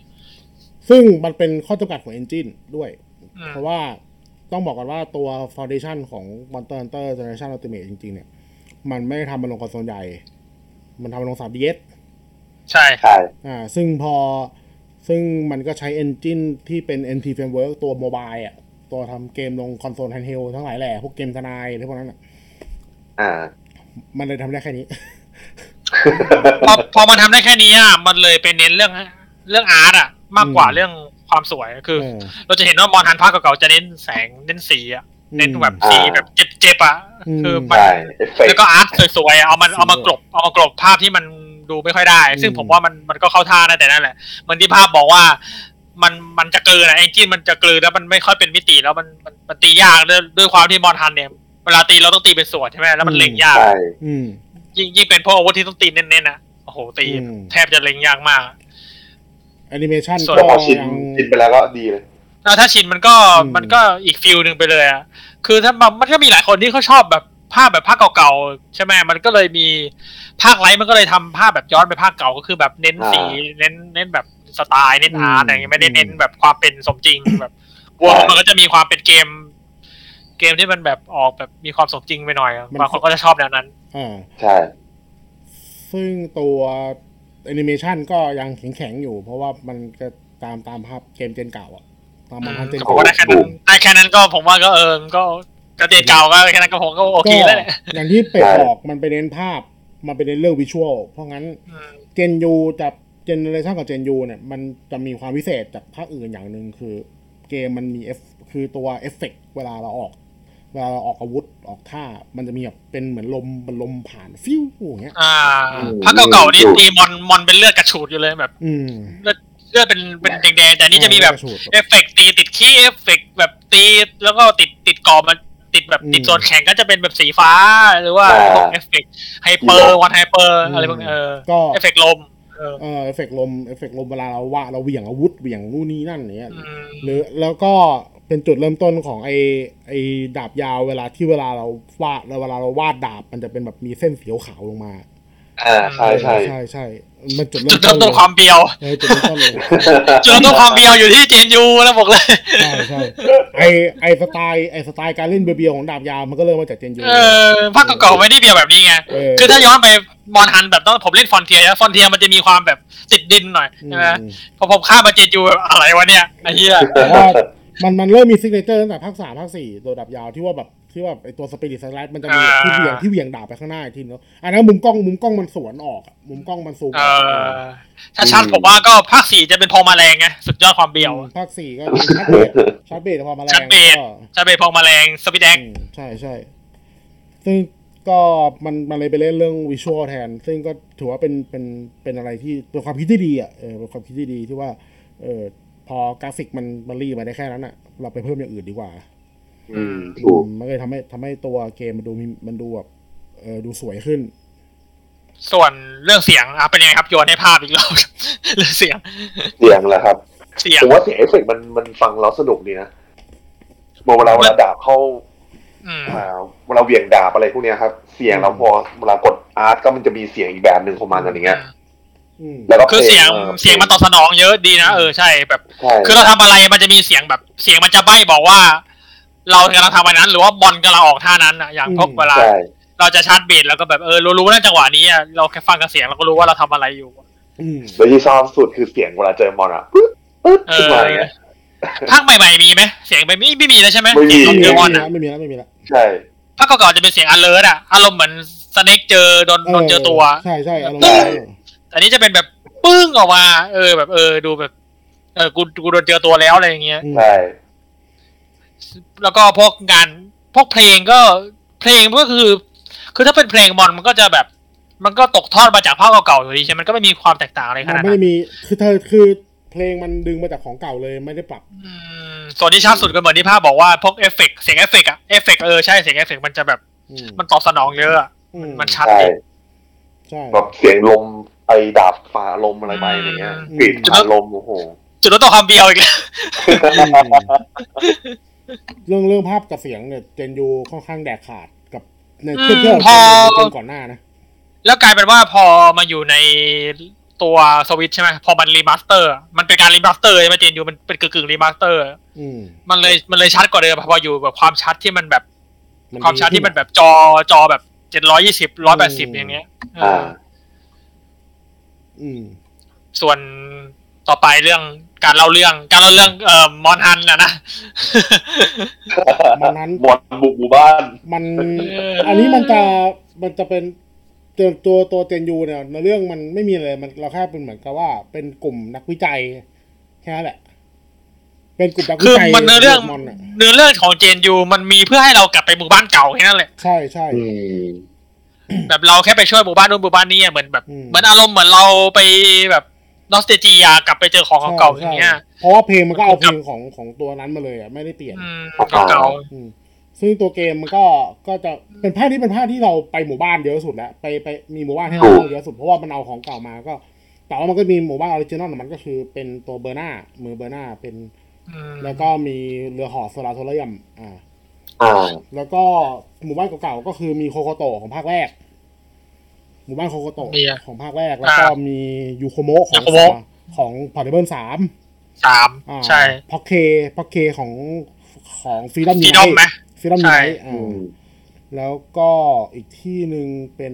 Speaker 1: ซึ่งมันเป็นข้อจำกัดของเอนจินด้วย
Speaker 2: อืม
Speaker 1: เพราะว่าต้องบอกก่อนว่าตัว Foundation ของ Monster Hunter Generation Ultimate จริงๆ เนี่ย มันไม่ได้ทำมาลงคอนโซลใหญ่ มันทำมาลง 3DS
Speaker 2: ใช่
Speaker 3: ใช่
Speaker 1: อ่า ซึ่งพอ ซึ่งมันก็ใช้ Engine ที่เป็น NT Framework ตัวโมบายอ่ะ ตัวทำเกมลงคอนโซลแฮนด์เฮลทั้งหลายแหล่ พวกเกมทนายอะไรพวกนั้นอ่ะ
Speaker 3: อ่า
Speaker 1: มันเลยทำได้แค่นี้
Speaker 2: พอพอมันทำได้แค่นี้อ่ะมันเลยเป็นเน้นเรื่องเรื่องอาร์ตอ่ะ มากกว่า
Speaker 1: อืม
Speaker 2: เรื่องความสวยคือ
Speaker 1: เออ
Speaker 2: เราจะเห็นว่ามอนทันภาคเก่าๆจะเน้นแสงเน้นสีอ่ะเน้นแบบสี
Speaker 3: อ่า
Speaker 2: แบบเจ็บๆอ่ะ
Speaker 1: อืม
Speaker 2: คือมัน
Speaker 3: ใช่เอฟเฟก
Speaker 2: แล้ว
Speaker 3: ต์
Speaker 2: ก็อาร์ตสวยๆอะเอามัน
Speaker 1: สี
Speaker 2: เอามากลบเอามากลบภาพที่มันดูไม่ค่อยได้ ซึ่ง
Speaker 1: อืม
Speaker 2: ผมว่ามันมันก็เข้าท่านะแต่นั่นแหละเหมันที่ภาพบอกว่า มันมันจะเกินอะไอ้ที่มันจะเกินแล้วมันไม่ค่อยเป็นมิติแล้วมันมันมันตียากด้วยด้วยความที่มอนทันเนี่ยเวลาตีเราต้องตีเป็นส่วนใช่ไหมแล้วมันเล็งยาก
Speaker 3: ใช่
Speaker 1: อืม
Speaker 2: ยิ่งยิ่งเป็นพวกอาวุธที่ต้องตีเน้นๆนะโอ้โหตี
Speaker 1: อืม
Speaker 2: แทบจะเล็งยากมาก
Speaker 1: แอนิเมชัน
Speaker 2: ส่วน
Speaker 1: ก็
Speaker 3: แต่พอชิน
Speaker 1: ยัง
Speaker 3: ชินไปแล้วก็ดีเลย
Speaker 2: แล้วถ้าชินมันก็
Speaker 1: อืม
Speaker 2: มันก็อีกฟิลหนึ่งไปเลยอ่ะคือถ้ามันมันก็มีหลายคนที่เขาชอบแบบภาพแบบภาคเก่าๆใช่ไหมมันก็เลยมีภาคไลท์มันก็เลยทำภาพแบบย้อนไปภาคเก่าก็คือแบบเน้นสี
Speaker 3: อ่า
Speaker 2: เน้นเน้นแบบสไตล์เน้นอาร์ตอะไรอย่างเงี้ยไม่ได้เน้นแบบความเป็นสม [COUGHS] จริงแบบวัวมันก็จะมีความเป็นเกม เกมที่มันแบบออกแบบมีความสมจริงไปหน่อยอะบางคนก็จะชอบแนวนั้น
Speaker 1: อ่า
Speaker 3: ใช่
Speaker 1: ซึ่งตัวแอนิเมชันก็ยังแข็งๆอยู่ เพราะว่ามันก็ตามตามภาพเกมเจนเก่าอะตาม
Speaker 2: อื
Speaker 1: มาม ภาพเจน
Speaker 2: ผม
Speaker 1: เก่า
Speaker 2: ว่าได้แค่นั้นได้แค่นั้นก็ผมว่าก็เออก็กระเด็นเก่าก็แค่นั้นก็ผมก็โอเค
Speaker 1: ก็
Speaker 2: แล้วแหละ
Speaker 1: อย่างที่เป็ดบอกมันไปเน้นภาพ มันไปเน้นเรื่องวิชวลเพราะงั้น
Speaker 2: อืม
Speaker 1: เจนยูจะเจเนอเรชันกับเจนยูเนี่ย มันจะมีความพิเศษจากภาคอื่นอย่างหนึ่งคือเกมมันมีเอฟคือตัวเอฟเฟกต์เวลาเราออก เวลาเราออกอาวุธออกท่า มันจะมีแบบเป็นเหมือนลมมันลมผ่านฟิวอย่างเงี้ย
Speaker 2: อ่าพักเก่าๆนี่ตีมอนมอนเป็นเลือดกระฉูดอยู่เลยแบบ
Speaker 1: อืม
Speaker 2: เลือดเป็นเป็นแดงๆแต่นี่จะมีแบบ
Speaker 1: กรฉูด
Speaker 2: เอฟเฟกต์ตีติดขี้เอฟเฟกต์แบบตีแล้วก็ติดติดกรอบมันติดแบบ
Speaker 1: อืม
Speaker 2: ติดโซนแข็งก็จะเป็นแบบสีฟ้าหรือว่า
Speaker 3: อ่า
Speaker 2: พวกเอฟเฟกต์ไฮเปอร์วันไฮเปอร์อะไรพวกนี้เออ
Speaker 1: ก็
Speaker 2: เอฟเฟกต์ลมเออ
Speaker 1: เออเอฟเฟกต์ลมเอฟเฟกต์ลมเวลาเราว่าเราเหวี่ยงอาวุธเหวี่ยงนู่นนี่นั่นอย่างเนี้ย
Speaker 2: อืม
Speaker 1: หรือแล้วก็เป็นจุดเริ่มต้นของไอไอดาบยาวเวลาที่เวลาเราวาดแล้วเวลาเราวาดดาบมันจะเป็นแบบมีเส้นสีขาวๆลงมา
Speaker 4: อ่าใช่ใช่
Speaker 1: ใช่ใช่มันจุด
Speaker 2: จุดเริ่มต้นความเบียว
Speaker 1: เออจุดเริ่มต้นเลย
Speaker 2: จุดเริ่มต้นความเบียวอยู่ที่เจนยูแล้วบอกเลย
Speaker 1: ใช่ใช่ไอไอสไตล์ไอสไตล์การเล่นเบียวๆของดาบยาวมันก็เริ่มมาจากเจนยู
Speaker 2: เออภาคเก่าๆไม่ได้เบียวแบบนี้ไง
Speaker 1: เออ
Speaker 2: คือถ้าย้อนไปมอนฮันแบบต้องผมเล่นฟอนเทียนะฟอนเทียมันจะมีความแบบติดดินหน่อยใช่ไหม
Speaker 1: อืม
Speaker 2: พอผมข้ามมาเจนยูแบบอะไรวะเนี่ยไอ้เหี้ย
Speaker 1: แต่ว่ามันมันเริ่มมีซิกเนเจอร์ตั้งแต่ภาคสามภาคสี่ตัวดาบยาวที่ว่าแบบที่ว่าไอตัวสปิริตสไลด์มันจะมี
Speaker 2: อ่า
Speaker 1: ที่เหวี่ยงที่เหวี่ยงดาบไปข้างหน้าอีกทีเนาะอันนั้นมุมกล้องมุมกล้องมันสวนออกอะมุมกล้องมันซูม
Speaker 2: เออถ้าชัดผมว่าก็ภาคสี่จะเป็นพองมาแรงไงสุดยอดความเบียว
Speaker 1: อืมภาคสี่
Speaker 2: [LAUGHS]
Speaker 1: ก็เป็นชัดเบสชัดเบสพอมาแรง
Speaker 2: ชัดเบส
Speaker 1: ก็
Speaker 2: จะเป็นพองมาแรงสปิดแดง
Speaker 1: อืมใช่ใช่ซึ่งก็มันมันเลยไปเล่นเรื่องวิชวลแทน ซึ่งก็ถือว่าเป็นเป็นเป็นอะไรที่เป็นความคิดที่ดีอ่ะเออเป็นความคิดที่ดีที่ว่าเออพอกราฟิกมันมันรีมาได้แค่นั้นอ่ะ เราไปเพิ่มอย่างอื่นดีกว่า
Speaker 3: อืมถูก
Speaker 1: อืมมันก็เลยทำให้ทำให้ตัวเกมมันดูมีมันดูแบบเออดูสวยขึ้น
Speaker 2: ส่วนเรื่องเสียงอ่ะเป็นยังไงครับโยนให้ภาพอีกรอบ [LAUGHS] เรื่องเสียง
Speaker 3: เสียงแหละครับ
Speaker 2: เสียง
Speaker 4: ผมว่าเสียงเอฟเฟกต์มันมันฟังแล้วสนุกดีนะเวลาเวลาดาบเข้า
Speaker 2: อืม
Speaker 4: อ่าเวลาเหวี่ยงดาบอะไรพวกเนี้ยครับ เสียงแล้วพอเวลากดอาร์ตก็มันจะมีเสียงอีกแบบหนึ่งของมันอะไรเงี้ย
Speaker 1: อืม
Speaker 4: แล้วก็
Speaker 2: คือเสียง
Speaker 4: พล
Speaker 2: เสียงมันตอบสนองเยอะดีนะเออใช่แบบ
Speaker 4: ใช่
Speaker 2: คือเราทำอะไรมันจะมีเสียงแบบเสียงมันจะใบ้บอกว่า เรากำลังทำอะไรนั้น หรือว่าบอลกำลังออกท่านั้นอะอย่างพวกเวลา
Speaker 4: ใช่
Speaker 2: เราจะชาร์จเบสแล้วก็แบบเออรู้ๆนะจังหวะนี้อะเราแค่ฟังกับเสียงเราก็รู้ว่าเราทำอะไรอยู่
Speaker 1: อืม
Speaker 4: แล้วที่ชอบสุดคือเสียงเวลาเจอมอนอ่ะปึ๊บปึ๊บ
Speaker 2: เอ
Speaker 4: ขึ้น
Speaker 2: อ
Speaker 4: มาอย่างเงี้ย
Speaker 2: ภาคใหม่ๆมีไหมเสียงแบบนี้ไม่มีแล้วใช่ไหม
Speaker 4: ไม่มี
Speaker 2: เสียงของเด
Speaker 1: ไม่
Speaker 2: ว
Speaker 1: มี
Speaker 2: อน
Speaker 1: แล้
Speaker 2: อะ
Speaker 1: วไม่มีแล้วไม่มีแล้ว
Speaker 4: ใช่
Speaker 2: ภาคเก่าๆจะเป็นเสียงอเลิร์อะอารมณ์เหมือนสเน็กเจอโดนโดนเจอตัว
Speaker 1: ใช่ใช่อารมณ์นั้นเลย
Speaker 2: อันนี้จะเป็นแบบปึ้งออกมา เออ แบบเออดูแบบ เออกูกูโดนเจอตัวแล้วอะไรอย่างเงี้ย
Speaker 1: อืม
Speaker 4: ใช่
Speaker 2: แล้วก็พวกงานพวกเพลงก็เพลงก็คือ คือถ้าเป็นเพลงมอนมันก็จะแบบ มันก็ตกทอดมาจากภาคเก่าๆอยู่ดีใช่ไหมมันก็ไม่มีความแตกต่างอะไรข
Speaker 1: มัน
Speaker 2: นาด
Speaker 1: ไม่
Speaker 2: นั้
Speaker 1: ได้
Speaker 2: น
Speaker 1: มีคือเธอคือเพลงมันดึงมาจากของเก่าเลยไม่ได้ปรับ
Speaker 2: อืมส่วนที่ชัดสุดก็เหมือนที่ภาพบอกว่าพวกเอฟเฟกต์เสียงเอฟเฟกต์อะเอฟเฟกต์เออใช่เสียงเอฟเฟกต์มันจะแบบ
Speaker 1: อืม
Speaker 2: มันตอบสนองเยอะอะ
Speaker 1: อื
Speaker 2: มันชัด
Speaker 4: ใช่
Speaker 2: ดี
Speaker 1: ใช่
Speaker 4: แบบเสียงลมไอดาบฝ่าลมอะไรไปอะไรเงี้ย
Speaker 1: อืม
Speaker 4: กรีดฝ่าลมโอ้โห
Speaker 2: จุดแล้วต้องความเบียวอีกแล้ว [LAUGHS]
Speaker 1: อืมเรื่องเรื่องภาพกับเสียงเนี่ยเจนยูค่อนข้างแดกขาดกับในเทียบเทียบกับเจนก่อนหน้านะ
Speaker 2: แล้วกลายเป็นว่าพอมาอยู่ในตัวสวิตใช่ไหมพอมันรีมาสเตอร์อะมันเป็นการรีมาสเตอร์ใช่ไหมเจนยูมันเป็นกึ่งกึ่งรีมาสเตอร์
Speaker 1: อืม
Speaker 2: มันเลยมันเลยชัดกว่าเดิมพออยู่แบบความชัดที่มันแบบ
Speaker 1: น
Speaker 2: ความชัดที่มันแบบจอจอแบบเจ็ดร้อยยี่สิบร้อยแปดสิบอย่างเงี้ยเออ
Speaker 4: อ่า
Speaker 1: อืม
Speaker 2: ส่วนต่อไปเรื่องการเล่าเรื่องการเล่าเรื่องเอ่อมอนฮันนะนะ
Speaker 1: มันนั้น
Speaker 4: บอลบุกหมู่บ้าน
Speaker 1: มัน อันนี้มันจะมันจะเป็นตัวตัวตัวเจนยูเนี่ยในเรื่องมันไม่มีอะไรมันเราแค่เป็นเหมือนกับว่าเป็นกลุ่มนักวิจัยแค่นั้นแหละ เป็นกลุ่มนักวิ
Speaker 2: คือ
Speaker 1: จัย
Speaker 2: มันเนื้อเรื่อง
Speaker 1: มอนอะ
Speaker 2: เนื้อเรื่องของเจนยูมันมีเพื่อให้เรากลับไปหมู่บ้านเก่าแค่นั้นแหละ
Speaker 1: ใช่ใช่
Speaker 4: อืม
Speaker 2: [COUGHS] แบบเราแค่ไปช่วยหมู่บ้านนู้นหมู่บ้านนี้อะเหมือนแบบ
Speaker 1: อืม
Speaker 2: เหมือนอารมณ์เหมือนเราไปแบบนอสเตจียกลับไปเจอของเก่าๆอย่างเงี้ย
Speaker 1: ใช่เพราะว่าเพลงมันก็เอา
Speaker 2: มัน
Speaker 1: เพ
Speaker 2: ก็
Speaker 1: ลงของของตัวนั้นมาเลยอ่ะไม่ได้เปลี่ยน
Speaker 2: อืมเก่า
Speaker 1: อืมซึ่งตัวเกมมันก็ก็จะเป็นภาคที่เป็นภาคที่เราไปหมู่บ้านเยอะสุดแล้วไปไปมีหมู่บ้านให้เราเล่าเยอะสุดเพราะว่ามันเอาของเก่ามาก็แต่ว่ามันก็มีหมู่บ้านออริจินอลของมันก็คือเป็นตัวเบอร์นามือเบอร์นาเป็น
Speaker 2: ๆอืม
Speaker 1: แล้วก็มีเรือห่อโซลาโทเรียมอ่า
Speaker 4: อ่า
Speaker 1: แล้วก็หมู่บ้านเก่าๆก็คือมีโคโคโตะของภาคแรก หมู่บ้านโคโคโตะ
Speaker 2: เนี่ย
Speaker 1: ของภาคแรกแล้วก็
Speaker 2: อ่า
Speaker 1: มี
Speaker 2: มี
Speaker 1: ยูโคโมะของ
Speaker 2: ยูโคโมะ
Speaker 1: ของพอร์ตเบิลสาม
Speaker 2: สามใช่
Speaker 1: พ็อกเคพ็อกเคของของฟรีดัม
Speaker 2: Freedom ไหม
Speaker 1: ฟรีดัมยู
Speaker 2: ใช่
Speaker 1: ไนอ่า แล้วก็อีกที่หนึ่งเป็น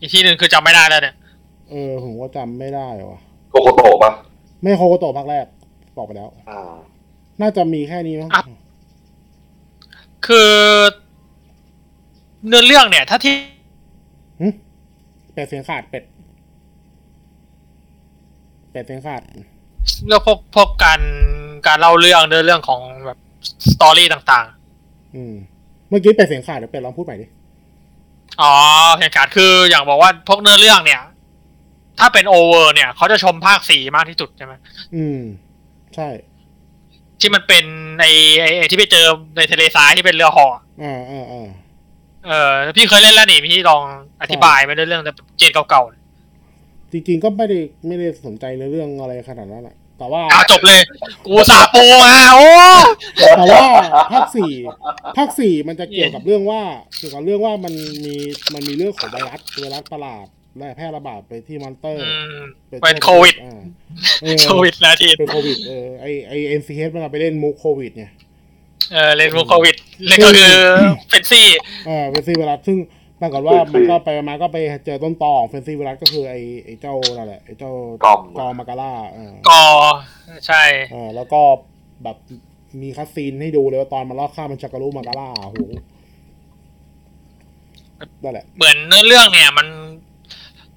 Speaker 2: อีกที่หนึ่งคือจำไม่ได้แล้วเนี่ย
Speaker 1: เออผมก็จำไม่ได้ว่ะ
Speaker 4: โคโคโตะปะ
Speaker 1: ไม่โคโกโตะภาคแรกบอกไปแล้ว
Speaker 4: อ่า
Speaker 1: น่าจะมีแค่นี้มั้ง
Speaker 2: อ่ะ คือเนื้อเรื่องเนี่ย ถ้าที่
Speaker 1: หึเป็ดเสียงขาดเป็ด เป็ดเสียงขาด
Speaker 2: เรื่องพวกพวกการการเล่าเรื่องเนื้อเรื่องของแบบสตอรี่ต่าง
Speaker 1: อืม เมื่อกี้เป็ดเสียงขาดเดี๋ยวเป็ดลองพูดใหม่ดิ
Speaker 2: ๆ อ๋อเหตุการณ์คืออย่างบอกว่าพวกเนื้อเรื่องเนี่ย ถ้าเป็นโอเวอร์เนี่ยเขาจะชมภาคสี่มากที่สุดใช่ไหม
Speaker 1: อืม ใช่
Speaker 2: ที่มันเป็นในไอไอ้ที่ไปเจอในทะเลทรายที่เป็นเรือห่อ
Speaker 1: อ่าอ่าอ่า
Speaker 2: เออพี่เคยเล่นแล้วนี่พี่ลองอธิบายไปเรื่องแต่เจนเก่า
Speaker 1: จริงๆก็ไม่ได้ไม่ได้สนใจในเรื่องอะไรขนาดนั้นอ่ะ แต่ว่า
Speaker 2: อ่าจบเลย กูสาปูมาโอ้
Speaker 1: แต่ว่าภาคสี่ภาคสี่มันจะเกี่ยวกับเรื่องว่าเกี่ยวกับเรื่องว่ามันมีมันมีเรื่องของไวรัสไวรัสประหลาดและแพร่ระบาดไปที่มอนเตอร์ทั่
Speaker 2: เป็นโควิด
Speaker 1: อ่าเออ
Speaker 2: โควิดนะที
Speaker 1: เป็นโควิดเออไอไอเอ็นซีเมันเอาไปเล่นมุกโควิดไง
Speaker 2: เออเล่นมุกโควิดเล่นก็คือเฟนซี่
Speaker 1: เออเฟนซีไวรัสซึ่งปรากฏว่ามันก็ไปมาก็ไปเจอต้นตอของเฟนซีไวรัสก็คือไอไอเจ้านั่นแหละไอเจ้าก
Speaker 4: อม
Speaker 1: กอมมาการ่าเออ
Speaker 2: ก่อใช่
Speaker 1: เออแล้วก็แบบมีคัสซีนให้ดูเลยว่าตอนมันลอกข้ามมันชักกะรุมาการ่าโอ้โหนั่นแหละ
Speaker 2: เหมือนเนื้อเรื่องเนี่ยมัน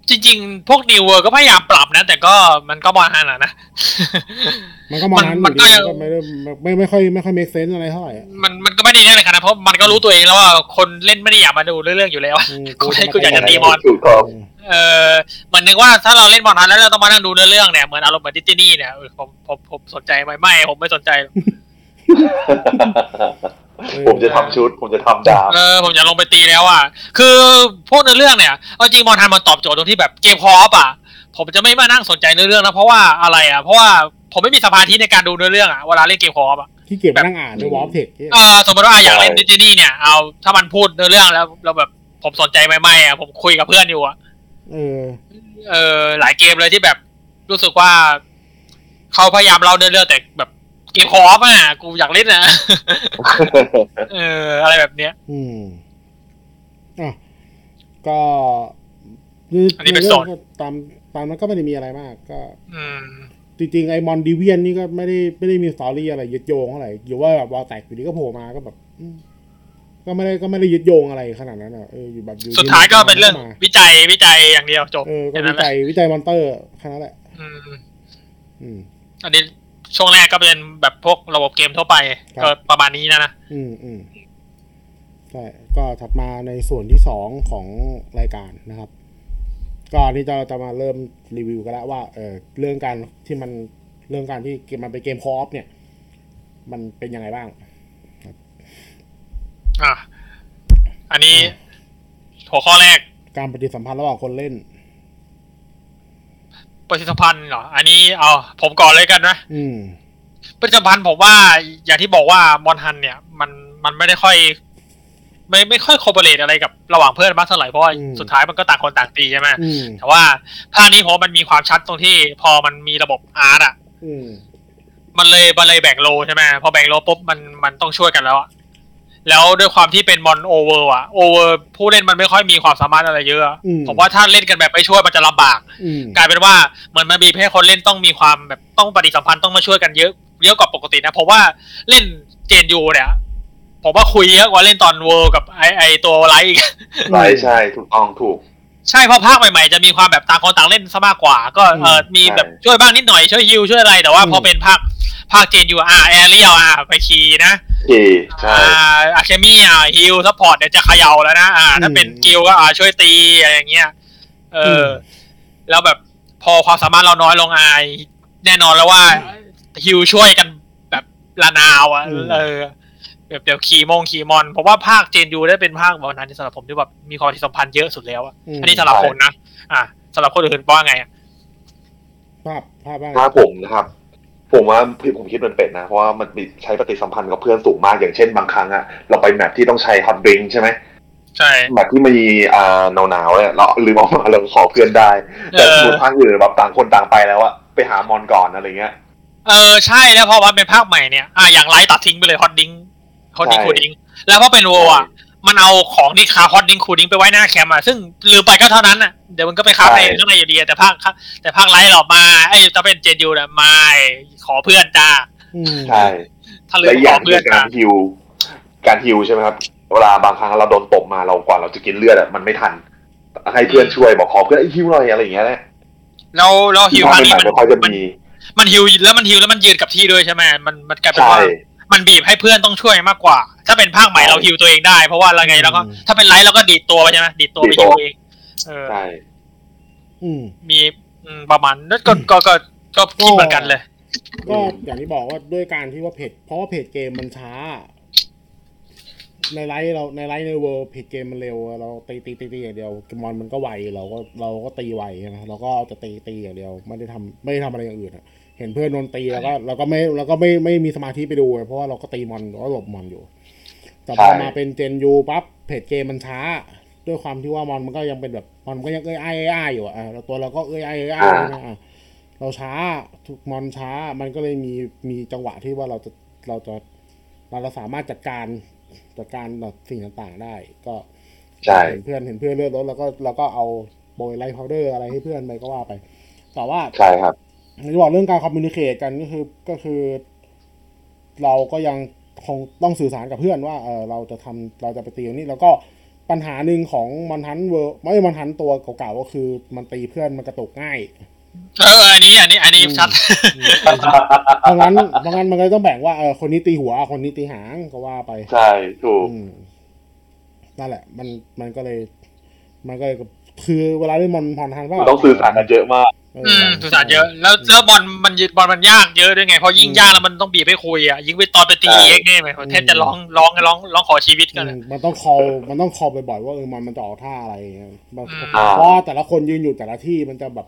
Speaker 2: จริง ๆ พวกนิวเวอร์ก็พยายามปรับนะ แต่ก็มันก็มอหันอ่ะ [LAUGHS] นะ
Speaker 1: มันก็มองนั้นอ
Speaker 2: มัน
Speaker 1: ยู่ดี
Speaker 2: มันก็
Speaker 1: มันก็ไม่ได้ไม่ไม่ค่อยไม่ค่อยเมคเซนส์อะไรเท่าไหร่อะ
Speaker 2: มันมันก็ไม่ได้แน่เลยครับนะเพราะมันก็รู้ตัวเองแล้วว่าคนเล่นไม่ได้อยากมาดูเรื่องอยู่แล้ว
Speaker 1: อืม
Speaker 2: กูให้กูอยากจะตีบอล
Speaker 4: ถูกต้อง
Speaker 2: เออเหมือนนึกว่าถ้าเราเล่นบอลทันแล้วเราต้องมานั่งดูเนื้อเรื่องเนี่ยเหมือนอารมณ์เหมือนดิสนีย์เนี่ยเออผมผมผมสนใจไหมไม่ผมไม่สนใจ
Speaker 4: [LAUGHS] ผมจะทำชุด ผมจะทำดาบ
Speaker 2: เออผมอยากลงไปตีแล้วอ่ะ คือพวกเนื้อเรื่องเนี่ยเอาจริงมอนทันมันตอบโจทย์ตรงที่แบบเกมพอปอ่ะ ผมจะไม่มานั่งสนใจเนื้อเรื่องนะเพราะว่าอะไรอ่ะ เพราะว่าผมไม่มีสมาธิในการดูเนื้อเรื่องอ่ะเวลาเล่นเกมพอปอ่ะ
Speaker 1: ที่เก็บนั่งอ่านในวอลเทค
Speaker 2: เออสมมติว่าอยากเล่น
Speaker 4: ใช่
Speaker 2: ดิจินี่เนี่ยเอาถ้ามันพูดเนื้อเรื่องแล้วเราแบบผมสนใจไหมไม่อ่ะผมคุยกับเพื่อนอยู่อ่ะ
Speaker 1: เออ
Speaker 2: เออหลายเกมเลยที่แบบรู้สึกว่าเขาพยายามเล่าเนื้อเรื่องแต่แบบเกมพอปอ่ะกูอยากเล่นนะ [LAUGHS] เอออะไรแบบเนี้ย
Speaker 1: อืมอ่ะก็
Speaker 2: อันนี้เป็นโซน
Speaker 1: ก็ตามตามนั้นก็ไม่ได้มีอะไรมาก ก็
Speaker 2: อืม
Speaker 1: จริงๆไอ้มอนดิเวียนนี่ก็ไม่ได้ไม่ได้มีสตอรี่อะไรยึดโยงเท่าไหร่อยู่ว่าแบบวอลแตกอยู่ดีก็โผล่มาก็แบบอืมก็ไม่ได้ก็ไม่ได้ยึดโยงอะไรขนาดนั้นอ่ะเอออยู่แบบอ
Speaker 2: สุดท้ายก็เป็นเรื่อง
Speaker 1: มา
Speaker 2: วิจัยวิจัยอย่างเดียวจบ
Speaker 1: เออก็
Speaker 2: แค่
Speaker 1: วิ
Speaker 2: นั้นแห
Speaker 1: จั
Speaker 2: ละ
Speaker 1: ยวิจัยมอนเตอร์แค่นั้นแหละ
Speaker 2: อืม
Speaker 1: อืม
Speaker 2: อันนี้ช่วงแรกก็เป็นแบบพวกระบบเกมทั่วไป
Speaker 1: ครับ
Speaker 2: ก็ประมาณนี้นะนะ
Speaker 1: อืมอืมใช่ก็ถัดมาในส่วนที่สองของรายการนะครับ ก็อันนี้จะจะมาเริ่มรีวิวกันแล้วว่าเออเรื่องการที่มันเรื่องการที่เกมมันเป็นเกมคออฟเนี่ย มันเป็นยังไงบ้าง
Speaker 2: อ่ะอันนี้ หัวข้อแรก
Speaker 1: การปฏิสัมพันธ์ระหว่างคนเล่น
Speaker 2: ปฏิสัมพันธ์เหรอ อันนี้เอาผมก่อนเลยกันนะ
Speaker 1: อืม
Speaker 2: ปฏิสัมพันธ์ผมว่าอย่างที่บอกว่ามอนฮัน เนี่ย มันมันไม่ได้ค่อย ไม่ไม่ค่อยคอ p เปเรตอะไรกับระหว่างเพื่อนมากเท่าไหร่เพราะว่า
Speaker 1: อืม
Speaker 2: สุดท้ายมันก็ต่างคนต่างตีใช่ไหม
Speaker 1: อืม
Speaker 2: แต่ว่าภาคนี้ผมว่ามันมีความชัดตรงที่ พอมันมีระบบอาร์ตอะ
Speaker 1: อืม
Speaker 2: มันเลยมันเลยแบ่งโลใช่ไหมพอแบ่งโลปุ๊บมันมันต้องช่วยกันแล้วอะแล้วด้วยความที่เป็นมอนโอเวอร์อะโอเวอร์ผู้เล่นมันไม่ค่อยมีความสามารถอะไรเยอะอะ
Speaker 1: อืม
Speaker 2: ผมว่าถ้าเล่นกันแบบไม่ช่วยมันจะลำบาก
Speaker 1: อืม
Speaker 2: กลายเป็นว่าเหมือนมันมีให้คนเล่นต้องมีความแบบต้องปฏิสัมพันธ์ต้องมาช่วยกันเยอะเยอะกว่าปกตินะเพราะว่าเล่นเจนยูเนี่ยผมว่าคุยเยอะกว่าเล่นตอนเวอร์กับไอไอตัวไลท์อีก [LAUGHS]
Speaker 4: ใช่ใช่ถูกต้องถูก
Speaker 2: ใช่เพราะภาคใหม่ๆจะมีความแบบต่างคนต่างเล่นซะมากกว่า ก็เออมีแบบช่วยบ้างนิดหน่อยช่วยฮิวช่วยอะไรแต่ว่าพอเป็นภาคภาคเจนยูอาร์แอรียลอาไปคีนะ
Speaker 4: โอเคใช่
Speaker 2: อ่าอาเคมี่อ่าฮิลซัพพอร์ตเนี่ยจะเขย่าแล้วนะอ่า ถ้าเป็นกิลก็อ่าช่วยตีอะไรอย่างเงี้ยเอออ แล้วแบบพอความสามารถเราน้อยลงอายแน่นอนแล้วว่าฮิลช่วยกันแบบละนาวอ่ะเออแบบเดี๋ยวขี่มงขี่มอนผมว่าภาคเจนยูได้เป็นภาคแบบนั้นที่สำหรับผมที่แบบมีความที่สัมพันธ์เยอะสุดแล้วอะ
Speaker 1: อืม
Speaker 2: อันนี้สำหรับผมนะอ่าสำหรับคนอื่นว่าไงอะ
Speaker 1: ภาพภาพบ้าง
Speaker 4: ถ้าผมนะครับ ผมว่าผมคิดมันเป็นนะ เพราะว่ามันมีใช้ปฏิสัมพันธ์กับเพื่อนสูงมากอย่างเช่นบางครั้งอะเราไปแมทที่ต้องใช้ฮัตบริงใช่ไหม
Speaker 2: ใช่
Speaker 4: แมทที่มีอ่าหนาวๆเนี่ยเราลืมเอามาเราขอเพื่อนได้ แต่
Speaker 2: เออ
Speaker 4: สมมุติภาคอื่นแบบต่างคนต่างไปแล้วอะไปหามอนก่อนอะไรเงี้ย
Speaker 2: เออใช่แล้วพอมันเป็นภาคใหม่เนี่ยอ่ะอย่างไลท์ตัดทิ้งไปเลยฮอตดิงฮอตดิง
Speaker 4: ใช่
Speaker 2: คูดิงแล้วพอเป็นโวอ่ะ มันเอาของที่คาฮอตดิงคูดิงไปไว้หน้าแคมป์อ่ะซึ่งลืมไปก็เท่านั้นอ่ะเดี๋ยวมันก็ไปคาใน
Speaker 4: ใช่
Speaker 2: ข้างในอยู่ดีอะแต่ภาคแต่ภาคไลท์หลอกมาไอ้จะเป็นเจนยูนะไม่ขอเพื่อนจ้า
Speaker 1: อืม
Speaker 4: ใช่
Speaker 2: ถ้าลื
Speaker 4: และ
Speaker 2: ม
Speaker 4: อีก
Speaker 2: ข
Speaker 4: อย่า
Speaker 2: อง
Speaker 4: คื
Speaker 2: เพื่อน
Speaker 4: อ
Speaker 2: จ้า
Speaker 4: การฮิวการฮิวใช่ไหมครับเวลาบางครั้งเราโดนตบมาเรากว่าเราจะกินเลือดอะมันไม่ทัน ให้เพื่อนช่วยบอกขอเพื่อนไอ้ยฮิวหน่อยอะไรอย่างเงี้ยแหละ
Speaker 2: แล้วแล้วฮิว
Speaker 4: ภา
Speaker 2: ภาคนี้
Speaker 4: คใหม่
Speaker 2: มัน
Speaker 4: ไม่ค่อยจะ
Speaker 2: มัน
Speaker 4: มี
Speaker 2: มันฮิวแล้วมันฮิวแล้วมันยืนกับที่ด้วยใช่ไหมมันมันกลายเป็น
Speaker 4: ใช่
Speaker 2: ว่า มันบีบให้เพื่อนต้องช่วยมากกว่า ถ้าเป็นภาคใหม่เราฮิวตัวเองได้ เพราะว่าเราไงเราก็ถ้าเป็นไลท์เราก็ดีดตัวไปใช่ไหมดีดตัวไป
Speaker 4: ดีดตั
Speaker 2: ฮิ
Speaker 4: ว
Speaker 2: วเองเออ
Speaker 4: ใช่
Speaker 1: อืม
Speaker 2: มีอืมประมาณนั้นก็ก็ก็ก็คิดเหมือนกันเลย
Speaker 1: ก็อย่างที่บอกว่าด้วยการที่ว่าเพจเพราะว่าเพจเกมมันช้า ในไลท์เราในไลท์ในเวิร์เพจเกมมันเร็ว เราตีตีตีตีอย่างเดียวมอนมันก็ไวเราก็เราก็ตีไวใช่ไหมเราก็เอาแต่ตีตีอย่างเดียวไม่ได้ทำไม่ได้ทำอะไรอย่างอื่นอะเห็นเพื่อนโดนตีแล้วก็เราก็ไม่เราก็ไม่ไม่มีสมาธิไปดูเพราะว่าเราก็ตีมอนเราก็หลบมอนอยู่ แต่พอ
Speaker 4: ใช่
Speaker 1: มาเป็นเจนยูปั๊บเพจเกมมันช้า ด้วยความที่ว่ามอนมันก็ยังเป็นแบบมอนมันก็ยังเอ้ยไอ้ไอ้ายอยู่อะอ่ะแล้วตัวเราก็เอ้ยไอ้ไอ้ายใช่ไหมอ่ะเราช้าทุกมอนช้ามันก็เลยมีมีจังหวะที่ว่าเราจะเราจะเราจะสามารถจัดการจัดการแบบสิ่งต่างๆได้ ก็
Speaker 4: ใช่
Speaker 1: เห็นเพื่อนเห็นเพื่อนเลือดรถแล้วก็เราก็เอาโบยไลท์พาวเดอร์อะไรให้เพื่อนไปก็ว่าไป แต่ว่า
Speaker 4: ใช่ครับ
Speaker 1: ระหว่างเรื่องการคอมมิวนิเคตกันก็คือก็คือ เราก็ยังคงต้องสื่อสารกับเพื่อนว่าเออเราจะทำเราจะไปตีอันนี้ แล้วก็ปัญหาหนึ่งของมอนทันเวอร์ไม่มอนทันตัวเก่าๆก็คือมันตีเพื่อนมันกระตุกง่าย
Speaker 2: เอออันนี้อันนี้อันนี้
Speaker 1: อืม
Speaker 2: ชัด
Speaker 4: [LAUGHS]
Speaker 1: เพราะงั้นเพราะงั้นมันก็ต้องแบ่งว่าเออคนนี้ตีหัวคนนี้ตีหางก็ว่าไป
Speaker 4: ใช่ถูก
Speaker 1: อืมนั่นแหละ มันมันก็เลย มันก็เลยคือเวลาเล่นมอนมอนทันว่า
Speaker 4: ต้องสื่อสารกันเยอะมาก
Speaker 1: เออ
Speaker 2: อืม [LAUGHS] สุสานเยอะ แล้วแล้วบอลมันบอลมันยากเยอะด้วยไงเพราะยิ่ง
Speaker 1: อืม
Speaker 2: ยากแล้วมันต้องบีบให้คุยอ่ะยิ่งไปตอนไปตี
Speaker 4: ใช่
Speaker 2: เอ็กซ์เนี่ยแหมแทบจะ
Speaker 1: อืม
Speaker 2: ร้องร้องร้องร้องขอชีวิตกัน
Speaker 1: อื
Speaker 2: อะ
Speaker 1: มมันต้องคอลมันต้องคอลบ่อยๆว่าเออมันมันจะออกท่าอะไรอย่างเงี้ยบาง
Speaker 2: อืม
Speaker 1: เพราะว่าแต่ละคนยืนอยู่แต่ละที่มันจะแบบ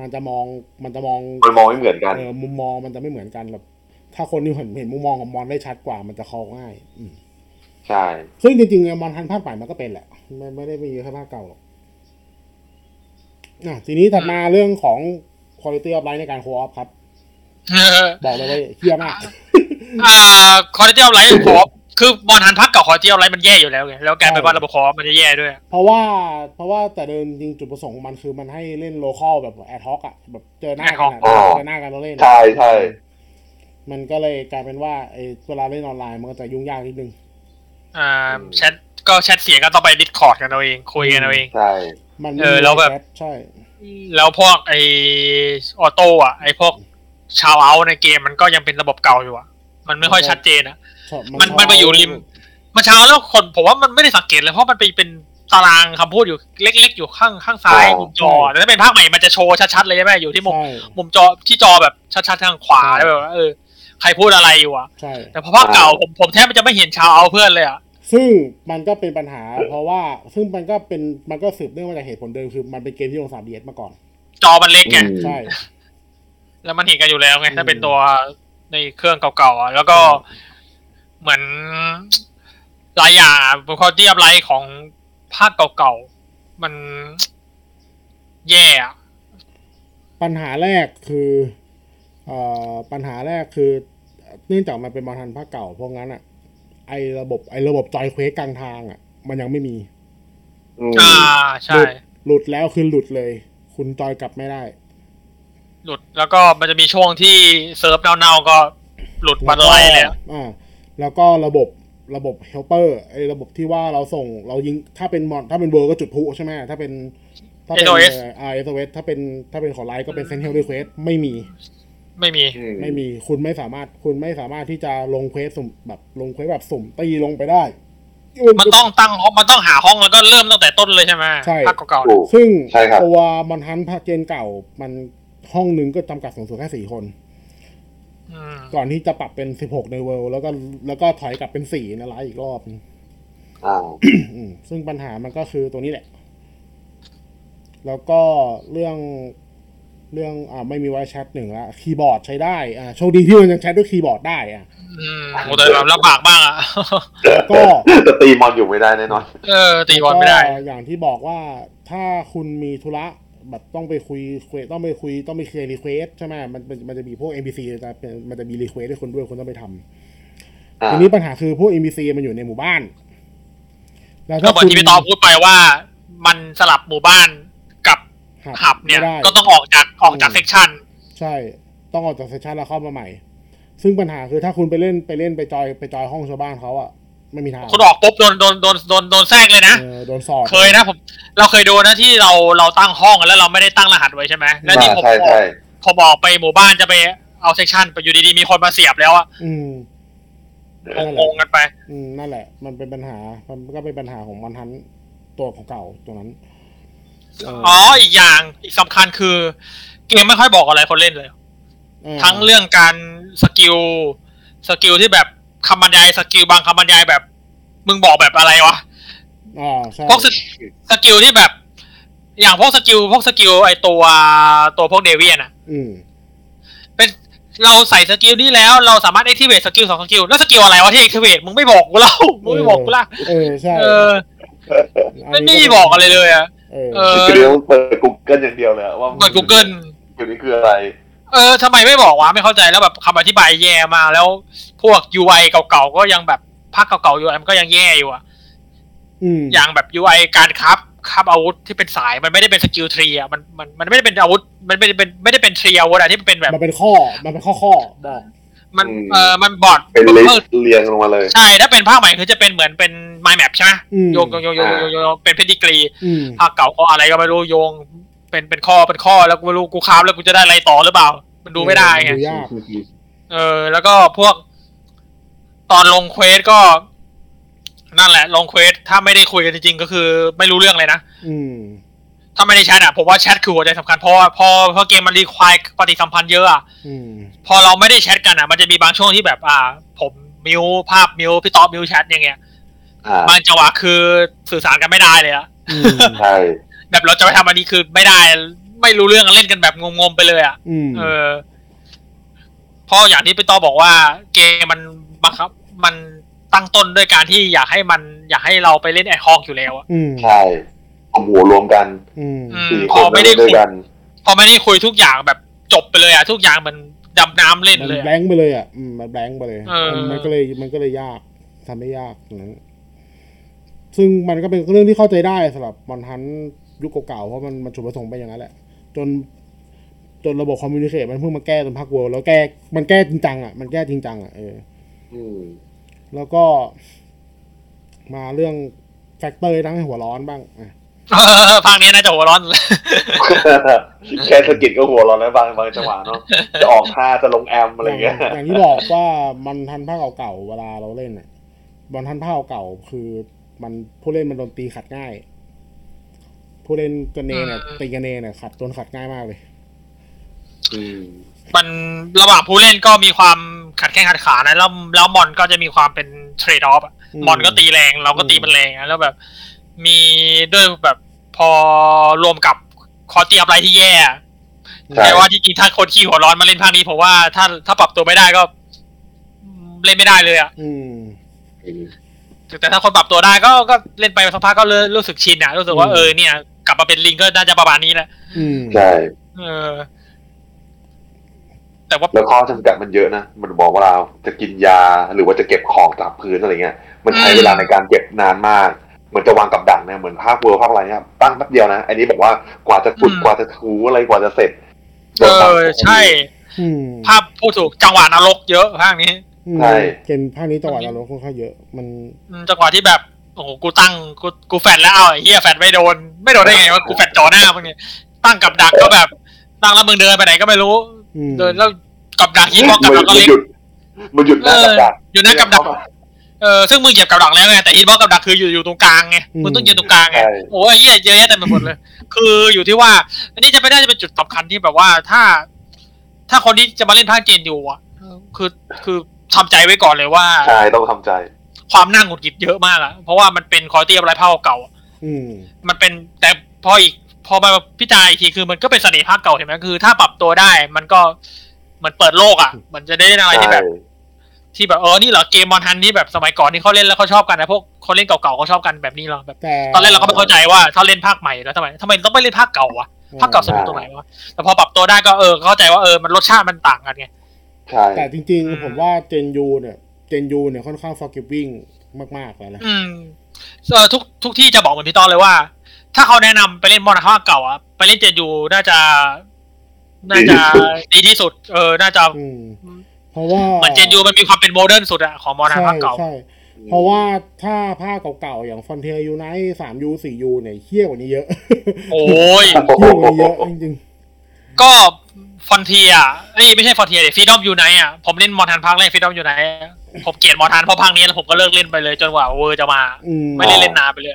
Speaker 1: มันจะมองมันจะมอง
Speaker 4: มันมองไม่เหมือนกัน
Speaker 1: เออมุมมองมันจะไม่เหมือนกันแบบ ถ้าคนที่เห็นเห็นมุมมองของมอนได้ชัดกว่ามันจะคอลง่ายอืม
Speaker 4: ใช่
Speaker 1: ซึ่งจริงๆไอ้มอนทันภาคใหม่มันก็เป็นแหละไม่ไม่ได้มีแค่ภาคเก่าหรอกอ่ะทีนี้ถัดมาเรื่องของ quality of life ในการโคออฟครับ
Speaker 2: เออ
Speaker 1: บอกเลยว่าเฮี้ยมาก
Speaker 2: [LAUGHS] อ่าคอร์เทียลไลท์ขอคือบอลหันพักกับคอร์เทียลไลท์มันแย่อยู่แล้วไงแล้วกลายเป็นว่าระบบคอมันจะแย่ด้วย
Speaker 1: เพราะว่าเพราะว่าแต่เดิมจริงจุดประสงค์ของมันคือมันให้เล่นโลคอลแบบแอดฮอกอะแบบเจอหน้ากันอะ
Speaker 2: ad
Speaker 1: เจอหน้ากันแล้วเล่น
Speaker 4: ใช่ใช่
Speaker 1: มันก็เลยกลายเป็นว่าไอ้เวลาเล่นออนไลน์มันก็จะยุ่งยากนิดนึง
Speaker 2: อ่าแชทก็แชทเสียงกันต้องไปดิสคอร์ดกันเอาเองคุยกันเอาเอง
Speaker 4: ใช่
Speaker 1: มัน
Speaker 2: เออแล้วแบบ
Speaker 1: ชทใช่
Speaker 2: แล้วพวกไอออโต้อะไอพวกชาวเอาในเกมมันก็ยังเป็นระบบเก่าอยู่อะมันไม่ค่อยชัดเจนอะ
Speaker 1: ชอบ
Speaker 2: มันมันไปอยู่ริมมันเช้าแล้วคนผมว่ามันไม่ได้สังเกตเลยเพราะมันไปเป็นตารางคำพูดอยู่เล็ก ๆ อยู่ข้างข้างซ้ายมุมจอแต่ถ้าเป็นภาคใหม่มันจะโชว์ชัดๆเลยใช่ไหมอยู่ที่มุม
Speaker 1: ใช่
Speaker 2: มุมจอที่จอแบบชัดๆทางขวาแล้วแบบว่าเออใครพูดอะไรอยู่อะ
Speaker 1: ใช่
Speaker 2: แต่พอภาคเก่าผมผมแทบจะไม่เห็นชาวเอาเพื่อนเลยอะ
Speaker 1: ซึ่งมันก็เป็นปัญหา เพราะว่าซึ่งมันก็เป็นมันก็สืบเนื่องมาจากเหตุผลเดิมคือมันเป็นเกมที่ลงสามเดียมาก่อน
Speaker 2: จอมันเล็กไง
Speaker 4: อืม
Speaker 1: ใช่
Speaker 2: แล้วมันเห็นกันอยู่แล้วไง
Speaker 1: อืม
Speaker 2: ถ้าเป็นตัวในเครื่องเก่าๆอะแล้วก็เหมือนหลายอย่างบุคคลที่อัพไลท์ของภาคเก่าๆมันแย่อะ
Speaker 1: ปัญหาแรกคือเอ่อปัญหาแรกคือเนื่องจากมันเป็นมอทันภาคเก่าเพราะงั้นอ่ะไอระบบไอระบบจอยเควสกลางทางอ่ะ มันยังไม่มี
Speaker 4: อืม
Speaker 2: อ่าใช่
Speaker 1: หลุดหลุดแล้วคือหลุดเลย คุณจอยกลับไม่ได้
Speaker 2: หลุดแล้วก็มันจะมีช่วงที่เซิร์ฟเน่าๆก็หลุดมาไล่เลยอะ
Speaker 1: อ่าแล้วก็ระบบระบบเฮลเปอร์ไอระบบที่ว่าเราส่งเรายิงถ้าเป็นมอนถ้าเป็นเวอร์ก็จุดพลุใช่ไหมถ้าเป็นถ้าเป็น
Speaker 2: SOS
Speaker 1: เอ่อสเวสถ้าเป็นถ้าเป็นของไลน์ก็เป็นเซนเทลรีเควสไม่มี
Speaker 2: ไม่มี
Speaker 4: อืม
Speaker 1: ไม่มีคุณไม่สามารถคุณไม่สามารถที่จะลงเควสสุ่มแบบลงเควสแบบสุ่มตีลงไปได้
Speaker 2: มันต้องตั้งห้องมันต้องหาห้องแล้วก็เริ่มตั้งแต่ต้นเลยใช่ไหม
Speaker 1: ใช่
Speaker 2: ภาคเก่าๆ
Speaker 4: ถู
Speaker 2: เนี่ย
Speaker 4: ก
Speaker 1: ซึ่ง
Speaker 4: ใช่ครับ
Speaker 1: ตัวมอนทันภาคเกนเก่า มันห้องหนึ่งก็จำกัดสูงสุดแค่สี่คน
Speaker 2: อืม
Speaker 1: ก่อนที่จะปรับเป็นสิบหกในเวลแล้วก็แล้วก็ถอยกลับเป็นสี่ในไลน์อีกรอบหนึ่ง
Speaker 4: อ่า
Speaker 1: อืมซึ่งปัญหามันก็คือตัวนี้แหละ แล้วก็เรื่องเรื่องอ่าไม่มีไวแชทหนึ่งละคีย์บอร์ดใช้ได้อ่าโชคดีที่มันยังแชทด้วยคีย์บอร์ดได้อ่ะ
Speaker 2: [LAUGHS] อืมโอ้แต่แบบลำบากมากอ่ะ [LAUGHS]
Speaker 1: ก็
Speaker 4: [COUGHS] แต่ตีมอนอยู่ไม่ได้แน่นอน
Speaker 2: เออ ตีบอลไม่ได้
Speaker 1: ก็อย่างที่บอกว่าถ้าคุณมีธุระแบบต้องไปคุยเควสต้องไปคุยต้องไปเคลียร์รีเควสใช่ไหมมันมันมันจะมีพวก NPC จะเป็นมันจะมีรีเควสให้คนด้วยคนต้องไปทำ
Speaker 4: อ่า
Speaker 1: ทีนี้ปัญหาคือพวก NPC มันอยู่ในหมู่บ้าน แล้ว
Speaker 2: ก็
Speaker 1: ถ้า
Speaker 2: เหมือน
Speaker 1: คุณ
Speaker 2: ที่พี่ตอพูดไปว่า มันสลับหมู่บ้านกับหับเนี่ย
Speaker 1: ไม่ได้
Speaker 2: ก็ต้องออกจากออกจาก
Speaker 1: อืม
Speaker 2: เซกชัน
Speaker 1: ใช่ ต้องออกจากเซสชันแล้วเข้ามาใหม่ ซึ่งปัญหาคือถ้าคุณไปเล่นไปเล่นไปจอยไปจอยห้องชาวบ้านเขาอะไม่มีทาง
Speaker 2: คุณออกปุ๊บโดนโดนโดนโดนโดนแทรกเลยนะ
Speaker 1: เออโดนสอบ
Speaker 2: เคยนะผม เราเคยโดนนะที่เราเราตั้งห้องแล้วเราไม่ได้ตั้งรหัสไว้ใช่ไหมแล้วที่ผม
Speaker 4: ใช่ใช่
Speaker 2: พอบอกไปหมู่บ้านจะไปเอาเซกชันไปอยู่ดีๆ มีคนมาเสียบแล้วอะ
Speaker 1: อืม นั่นแหละ
Speaker 2: งงๆกันไป
Speaker 1: อืมนั่นแหละ มันเป็นปัญหา มันก็เป็นปัญหาของมันทันตัวของเก่าตัวนั้นเออ
Speaker 2: อ๋ออีกอย่างอีกสำคัญคือ เกมไม่ค่อยบอกอะไรคนเล่นเลย
Speaker 1: เออ
Speaker 2: ทั้งเรื่องการสกิลสกิลที่แบบคำบรรยายสกิลบางคำบรรยายแบบ มึงบอกแบบอะไรวะ
Speaker 1: อ่าใช่
Speaker 2: พวกสกิลสกิลที่แบบ อย่างพวกสกิลพวกสกิลไอตัวตัวพวกเดเวียนอะ
Speaker 1: อืม
Speaker 2: เป็นเราใส่สกิลนี้แล้วเราสามารถ activate สกิลสองสกิลแล้วสกิลอะไรวะที่ activate มึงไม่บอกกูเล่ามึงไม่บอกกูล่ะ
Speaker 1: เออใช่
Speaker 2: เออไม่
Speaker 1: น
Speaker 2: ไม่
Speaker 1: นี้
Speaker 2: มีบอกอะไรเลยอะ
Speaker 1: เออ
Speaker 2: เออ
Speaker 4: คือเดี๋ยวเปิด Google อย่างเดียวเลยว่ามั
Speaker 2: ก
Speaker 4: น
Speaker 2: ด Google
Speaker 4: เดี๋ยวนี้คืออะไร
Speaker 2: เออทำไมไม่บอกวะไม่เข้าใจแล้วแบบคำอธิบายแย่มากแล้วพวก UI เก่าๆก็ยังแบบภาคเก่าๆ UI มันก็ยังแย่อยู่อะ
Speaker 1: อืม
Speaker 2: อย่างแบบ UI การครับครับอาวุธที่เป็นสายมันไม่ได้เป็นสกิลทรีอะมันมันมันไม่ได้เป็นอาวุธมันไม่ได้เป็นไม่ได้เป็นทรีอาวุธอะที่มันเป็นแบบ
Speaker 1: มันเป็นข้อมันเป็นข้อข้อบอก
Speaker 2: มัน
Speaker 4: อืม
Speaker 2: เออมันบอร์ด
Speaker 4: เป็นลิส
Speaker 2: เพิ่ม
Speaker 4: ต์เรียงลงมาเลย
Speaker 2: ใช่ถ้าเป็นภาคใหม่คือจะเป็นเหมือนเป็น mind map ใช่ไหม
Speaker 1: อืม
Speaker 2: โยงโยงโยงโยงโยงโยงโยงเป็นเพดิกรี
Speaker 1: อืม
Speaker 2: ภาคเก่าก็อะไรก็ไม่รู้โยง เป็นเป็นข้อเป็นข้อแล้วกูไม่รู้กูค้ามแล้วกูจะได้อะไรต่อหรือเปล่า มันดูไม่ได้ไง
Speaker 1: ดูยาก
Speaker 2: เออ แล้วก็พวก ตอนลงเควสก็ นั่นแหละ ลงเควสถ้าไม่ได้คุยกันจริงๆก็คือ ไม่รู้เรื่องเลยนะ
Speaker 1: อืม
Speaker 2: ถ้าไม่ได้แชทอ่ะผมว่าแชทคือหัวใจสำคัญเพราะว่าพอพอเกมมันรีควายปฏิสัมพันธ์เยอะอ่ะ
Speaker 1: อืม
Speaker 2: พอเราไม่ได้แชทกันอ่ะ มันจะมีบางช่วงที่แบบอ่า ผมมิวภาพมิวพี่ต๊อบมิวแชทอย่างเงี้ย
Speaker 4: อ่า
Speaker 2: บางจังหวะคือสื่อสารกันไม่ได้เลยอะ
Speaker 1: อืม
Speaker 4: ใช่
Speaker 2: แบบเราจะไปทำอันนี้คือไม่ได้ ไม่รู้เรื่องเล่นกันแบบงงๆไปเลยอ่ะ
Speaker 1: อืม
Speaker 2: เออเพราะอย่างที่พี่ต๊อบบอกว่า เกมมันบังคับ มันตั้งต้นด้วยการที่อยากให้มัน อยากให้เราไปเล่นแอดฮอกอยู่แล้วอะ
Speaker 1: อืม
Speaker 4: ใช่เอาหัวรวมกัน
Speaker 1: อืม
Speaker 2: อืม
Speaker 4: สี่
Speaker 2: พ
Speaker 4: ค
Speaker 2: อน ไม่ได้
Speaker 4: ด้ว
Speaker 2: คุ
Speaker 4: ย
Speaker 2: ย
Speaker 4: กัน
Speaker 2: พอไม่ได้คุยทุกอย่างแบบจบไปเลยอ่ะทุกอย่างมันดำน้ำเล่น
Speaker 1: มัน
Speaker 2: เลย
Speaker 1: แบ
Speaker 2: อะ
Speaker 1: งค์ไปเลยอ่ะอืมมันแบงค์ไปเลย
Speaker 2: เออ
Speaker 1: มันก็เลยมันก็เลยยากทำได้ยากนะซึ่งมันก็เป็นเรื่องที่เข้าใจได้สำหรับมอนทันยุคเก่าๆเพราะมันมันจุดประสงค์ไปนอย่างนั้นแหละ จน จนระบบคอมมิวนิเคชันมันเพิ่งมาแก้จนพักเวลแล้วแก้มันแก้จริงจังอ่ะมันแก้จริงจังอ่ะเออ
Speaker 4: อืม [LAUGHS]
Speaker 1: แล้วก็ มาเรื่องแฟกเตอร์ทั้งให้หัวร้อนบ้างอ่ะ
Speaker 2: เออ [LAUGHS] ภาคเนี้ยน่าจะหัวร้อน
Speaker 4: แค่สะกิดก็หัวเร้อนแล้วบางบางจังหวะเนาะจะออกท่าจะลงแอมอะไรอย่างเงี้ย
Speaker 1: อย่างที่บอกว่ามันทันภาคเก่าๆเวลาเราเล่นอ่ะบอลทันภาคเก่าๆคือ มันผู้เล่นมันโดนตีขัดง่าย ผู้เล่นกันเนเนี่ย
Speaker 2: อืม
Speaker 1: ตีกันเนเนี่ยขัดโดนขัดง่ายมากเลย
Speaker 4: อืม
Speaker 2: มันระหว่างผู้เล่นก็มีความขัดแข้งขัดขานะแล้วแล้วมอนก็จะมีความเป็นเทรดออฟ
Speaker 1: อืม
Speaker 2: มอนก็ตีแรงเราก็ตี
Speaker 1: อืม
Speaker 2: มันแรงนะแล้วแบบ มีด้วยแบบพอรวมกับคอเตียบอะไรที่แย่
Speaker 4: ใช่
Speaker 2: แต่ว่าจริงๆถ้าคนขี้หัวร้อนมาเล่นภาคนี้ผมว่าถ้าถ้าปรับตัวไม่ได้ก็อืมเล่นไม่ได้เลยอะ
Speaker 1: อืม
Speaker 2: แต่ถ้าคนปรับตัวได้ก็ก็เล่นไปสักพักก็เริ่มรู้สึกชินอะรู้สึกว่า
Speaker 1: อืม
Speaker 2: เออเนี่ย กลับมาเป็นลิงก็น่าจะประมาณนี้แหละ
Speaker 1: อืม
Speaker 4: ใช่
Speaker 2: เออ แต่ว่า
Speaker 4: แล้วข้อจำกัดมันเยอะนะ มันบอกว่าเราจะกินยาหรือว่าจะเก็บของจากพื้นอะไรเงี้ย มันใช้
Speaker 2: อืม
Speaker 4: เวลาในการเก็บนานมาก เหมือนจะวางกับดักเนี่ยเหมือนภาพเวอร์ภาพอะไรเนี่ยตั้งแป๊บเดียวนะ อันนี้บอกว่ากว่าจะขุดกว่าจะถูอะไรกว่าจะเสร็จ
Speaker 2: เออใช่
Speaker 1: อืม
Speaker 2: ภาพพูดถูกจังหวะนรกเยอะภาคนี้
Speaker 1: อืมเกมภาคนี้จังหวะเราลดค่อนข้างเยอะ มัน
Speaker 2: อืมจังหวะที่แบบโอ้โหกูตั้งกูกูแฟดแล้วเอาไอ้เหี้ยแฟดไม่โดน ไม่โดนได้ไงวะกูแฟดจ่อหน้ามึงเนี่ยตั้งกับดักก็แบบ ตั้งแล้วมึงเดินไปไหนก็ไม่รู้
Speaker 1: อืม
Speaker 2: เดินแล้วกับดักฮิตบอกกับ
Speaker 4: มัน
Speaker 2: ดักก็
Speaker 4: มัน
Speaker 2: เล็ก
Speaker 4: หยุดมันหยุดหน้ากับดัก
Speaker 2: อยู่หน้ากับดักเออซึ่งมึงเหยียบกับดักแล้วไงแต่ฮิตบอกกับดักคืออยู่อยู่ตรงกลางไงมึงต้องยืนตรงกลางไง
Speaker 4: ใช่
Speaker 2: โอ้ยเหี้ยเยอะแยะเต็มไปหมดเลย คืออยู่ที่ว่า อันนี้จะไม่ได้จะเป็นจุดสำคัญที่แบบว่าถ้า ถ้าคนที่จะมาเล่นภาคเจนอยู่อ่ะเออคือคือทำใจไว้ก่อนเลยว่า
Speaker 4: ใช่ต้องทำใจ
Speaker 2: ความน่าหงุดหงิดเยอะมากอะเพราะว่ามันเป็นคอร์เตียบไรภาคเก่าอะ
Speaker 1: อืม
Speaker 2: มันเป็นแต่พออีก พอมาพิจารณาอีกทีคือมันก็เป็นเสน่ห์ภาคเก่าเห็นไหมคือ ถ้าปรับตัวได้ มันก็เหมันเปิดโลกอะมันจะได้เล่นอะไร
Speaker 4: ใช่
Speaker 2: ที่แบบ ที่แบบเออนี่เหรอเกมมอนทันที่แบบสมัยก่อนที่เขาเล่นแล้วเขาชอบกันนะพวกคนเล่นเก่าๆเขาชอบกันแบบนี้เหรอแบบ
Speaker 1: แต่
Speaker 2: ตอนแรกเราก็ไม่เข้าใจว่าถ้าเล่นภาคใหม่แล้วทำไมทำไมต้องไปเล่นภาคเก่าวะภาคเก่าสนุกตรงไหนวะแต่พอปรับตัวได้ก็เออเข้าใจว่าเออมันรสชาติมันต่างกันไง
Speaker 4: ใช่
Speaker 1: แต่จริง
Speaker 2: อืม
Speaker 1: ๆ ผมว่าเจนยูเนี่ยเจนยูเนี่ยค่อนข้าง forgiving มากๆเลยนะ
Speaker 2: อืมเออทุกทุกที่จะบอกเหมือนพี่ต้อนเลยว่า ถ้าเขาแนะนำไปเล่นมอนาคาเก่าอะไปเล่นเจนยูน่าจะ น่าจะดีที่สุด เออ น่าจะ
Speaker 1: อืม เพราะว่า
Speaker 2: เหมือนเจนยูมันมีความเป็นโมเดิร์นสุดอะของมอนา
Speaker 1: ใช่
Speaker 2: คาเก่า
Speaker 1: ใช่เพราะว่าถ้าภาคเก่าๆ อย่างฟอนเทียยูไนสามยูสี่ยูเนี่ยเที่ยวกว่านี้เย
Speaker 2: [LAUGHS]
Speaker 1: อะ
Speaker 2: โอ้ย
Speaker 1: เที่ยวกว่านี้เยอะจริง
Speaker 2: ก็ฟอนเทียเอ้ยไม่ใช่ฟอนเทียเด็กฟีดอมยูไนอะผมเล่นมอนทันภาคแรกฟีดอมยูไนผมเกลียดมอนทันเพราะภาคนี้แล้วผมก็เลิกเล่นไปเลยจนกว่าเวอร์จะมา
Speaker 1: ๆ อืม
Speaker 2: ไม่ได้เล่นนานไปเลย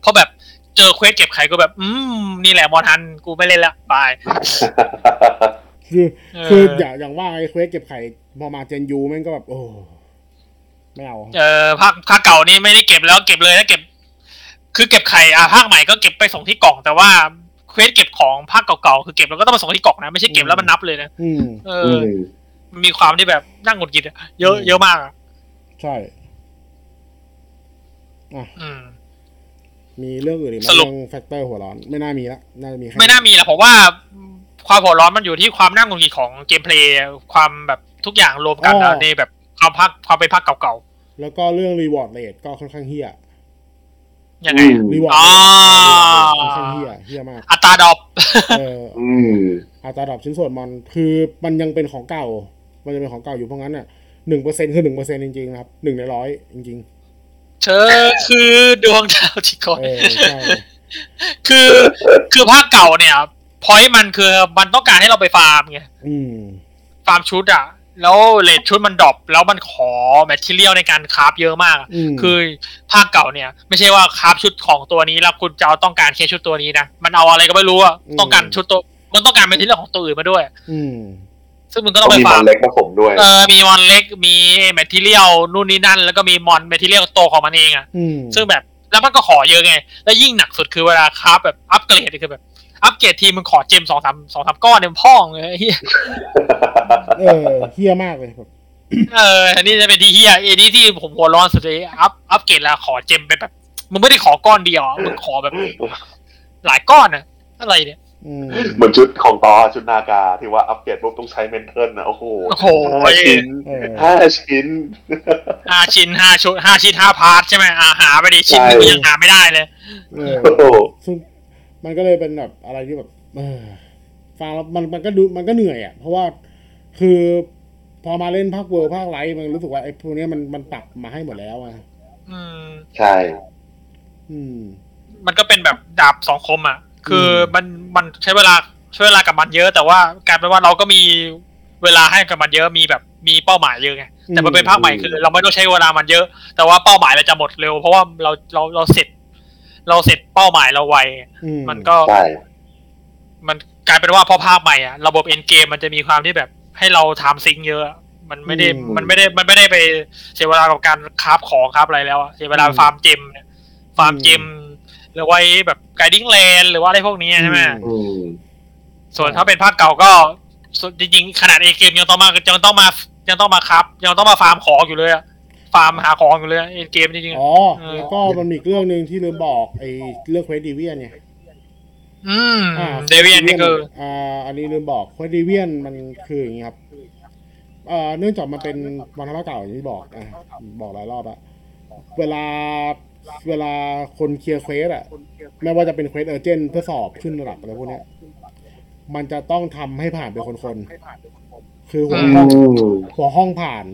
Speaker 2: เพราะแบบเจอเควสเก็บไข่ก็แบบ อืมนี่แหละมอนทันกูไม่เล่นละบาย
Speaker 1: คือ
Speaker 2: เ
Speaker 1: คืออย่างอย่างว่าไอ้เควสเก็บไข่พอมาเจนยูแม่งก็แบบ โอ้ ไม่เอา
Speaker 2: เออภาคภาคเก่านี่ไม่ได้เก็บแล้วเก็บเลยแล้วเก็บ คือเก็บไข่อ่ะภาคใหม่ก็เก็บไปส่งที่กล่อง แต่ว่าเควสเก็บของภาคเก่าๆคือเก็บแล้วก็ต้องมาส่งที่กล่องนะไม่ใช่เก็บแล้วมันนับเลยนะ
Speaker 1: อืม
Speaker 2: เอ
Speaker 4: อื
Speaker 2: อ
Speaker 4: ม
Speaker 2: มันมีความที่แบบนั่งหงุดหงิดอะเยอะ
Speaker 1: อืม
Speaker 2: เยอะมากอะ
Speaker 1: ใช่
Speaker 2: อืม
Speaker 1: มีเรื่องอื่นอีกไหม
Speaker 2: สรุ
Speaker 1: เรื่อ
Speaker 2: ป
Speaker 1: งแฟกเตอร์หัวร้อนไม่น่ามีละน่าจะมีแค่
Speaker 2: ไม่น่ามีแหละผมว่าความหัวร้อนมันอยู่ที่ความนั่งหงุดหงิดของเกมเพลย์ความแบบทุกอย่างรวมกันแล้วในแบบความภาคความเป็นภาคเก่า
Speaker 1: แล้วก็เรื่องรีวอร์ดเลทก็ค่อนข้างเฮี้ย
Speaker 2: ๆยังไงอะ
Speaker 1: รีวอร์ด
Speaker 2: อ๋อ
Speaker 1: ค่อนข้างเฮี้ยเฮี้ยมาก
Speaker 2: อัตราดรอป
Speaker 1: เออ
Speaker 4: อืม
Speaker 1: อัตราดรอปชิ้นส่วนมอนคือมันยังเป็นของเก่า มันจะเป็นของเก่าอยู่เพราะงั้นน่ะหนึ่งเปอร์เซ็นคือหนึ่งเปอร์เซ็นจริงๆนะครับหนึ่งในร้อยจริง
Speaker 2: เธอคือดวงดาวที่ค
Speaker 1: ๆ
Speaker 2: อย
Speaker 1: เออใช่
Speaker 2: คือคือภาคเก่าเนี่ยพอยมันคือมันต้องการให้เราไปฟาร์มไง
Speaker 1: อืม
Speaker 2: ฟาร์มชุดอะแล้วเลทชุดมันดรอปแล้วมันขอแมทเทียลในการคราฟเยอะมากอะ
Speaker 1: อืม
Speaker 2: คือภาคเก่าเนี่ย ไม่ใช่ว่าคราฟชุดของตัวนี้แล้วคุณจะเอาต้องการแค่ชุดตัวนี้นะมันเอาอะไรก็ไม่รู้อะ
Speaker 1: อืม
Speaker 2: ต้องการชุดตัวมันต้องการแมทเทียลของตัวอื่นมาด้วย
Speaker 1: อืม
Speaker 2: ซึ่งมึงก็ต้
Speaker 4: ต้
Speaker 2: อ
Speaker 4: อ
Speaker 2: ง
Speaker 4: ง
Speaker 2: ไป
Speaker 4: มี
Speaker 2: ฟา
Speaker 4: มั
Speaker 2: ร์
Speaker 4: น
Speaker 2: ม
Speaker 4: เล็กผสมด้วย
Speaker 2: เออมีมอนเล็กมีแมทเทียลนู่นนี่นั่น แล้วก็มีมอนแมทเทียลโตวของมันเองอะ
Speaker 1: อืม
Speaker 2: ซึ่งแบบแล้วมันก็ขอเยอะไง แล้วยิ่งหนักสุดคือเวลาคราฟแบบอัปเกรดนี่คือแบบอัปเกรดทีมมึงขอเจมสองสามสองสามก้อนเนี่ยพ่องเลยไอ้เหี้ย [LAUGHS]
Speaker 1: เออเฮี้ยมากเลยแบบ
Speaker 2: เอออันนี้จะเป็นที่เฮียเอนี่ที่ผมหัวร้อนสุดเลยอัพอัปเกรดแล้วขอเจมไปแบบมึงไม่ได้ขอก้อนเดียวอะมึงขอแบบ หลายก้อนอะอะไรเนี่ย
Speaker 1: อืม
Speaker 4: เหมือนชุดของตอชุดนากา ที่ว่าอัปเกรดปุ๊บต้องใช้เมนเทิลนะโอ้โห
Speaker 2: โอ้โห
Speaker 4: ห้าชิ้น
Speaker 1: เออ
Speaker 4: ห้าชิ้น
Speaker 2: ห้าชิ้นห้าชุดห้าชิ้นห้าพาร์ทใช่ไหมอาหาไปดิชิ้นหนึง
Speaker 4: ใช่
Speaker 2: กูยังหาไม่ได้เลย
Speaker 1: เออ
Speaker 4: โอ้โห
Speaker 1: ซึ่งมันก็เลยเป็นแบบอะไรที่แบบ เออฟังแล้วมันมันก็ดูมันก็เหนื่อยอ่ะเพราะว่าคือพอมาเล่นภาคเวอร์ภาคไลท์มันรู้สึกว่าไอ้พวกเนี้ยมันมันปรับมาให้หมดแล้วอ่ะ
Speaker 2: อืม
Speaker 4: ใช่
Speaker 1: อืม
Speaker 2: มันก็เป็นแบบดาบสองคมอ่ะ คืออ
Speaker 1: ม
Speaker 2: มันมันใช้เวลาใช้เวลากับมันเยอะ แต่ว่ากลายเป็นว่าเราก็มีเวลาให้กับมันเยอะมีแบบมีเป้าหมายเยอะไงแต่มันเป็นภาคใหม่คือ เราไม่ต้องใช้เวลามันเยอะ แต่ว่าเป้าหมายเราจะหมดเร็ว เพราะว่าเราเราเราเสร็จ เราเสร็จเป้าหมายเราไว
Speaker 1: อื
Speaker 2: มันก็
Speaker 4: ใช่
Speaker 2: มันกลายเป็นว่าพอภาคใหม่อ่ะระบบเอนเกมมันจะมีความที่แบบให้เราทำซิงค์เยอะ มันไม่ได้
Speaker 1: อืม
Speaker 2: มันไม่ได้มันไม่ได้ไปเสียเวลากับการคราฟของคราฟอะไรแล้วอะเสียเวลาฟาร์มเจมเนี่ยฟาร์มเจมหรือไว้แบบไกดิ้งเลนหรือว่าอะไรพวกนี้ใช่ไหม
Speaker 4: อืม
Speaker 2: ส่วนถ้าเป็นภาคเก่าก็ส่วนจริงๆ ขนาดเอเกมยังต้องมายังต้องมายังต้องมาครับยังต้องมาฟาร์มของอยู่เลยอะฟาร์มหาของอยู่เลยเอเกมจริงๆอะ
Speaker 1: อ๋อ แล้วก็มันมีอีกเรื่องหนึ่งที่ลืมบอกไอ้เรื่องเควสดีเวียนไง
Speaker 2: อืม
Speaker 1: อ่า
Speaker 2: เดวิดนี่คือ
Speaker 1: อ่า อันนี้ลืมบอกเควสดีเวียนมันคืออย่างนี้ครับเอ่อเนื่องจากมันเป็นวัฒนธรรมเก่าอย่างที่บอกอ่ะบอกหลายรอบละเวลาเวลาคนเคลียร์เควสอะไม่ว่าจะเป็นเควสเออร์เจนเพื่อสอบขึ้นระดับอะไรพวกเนี้ยมันจะต้องทำให้ผ่านเป็นคนๆคือหัวข้อ [LAUGHS] หัวห้องผ่าน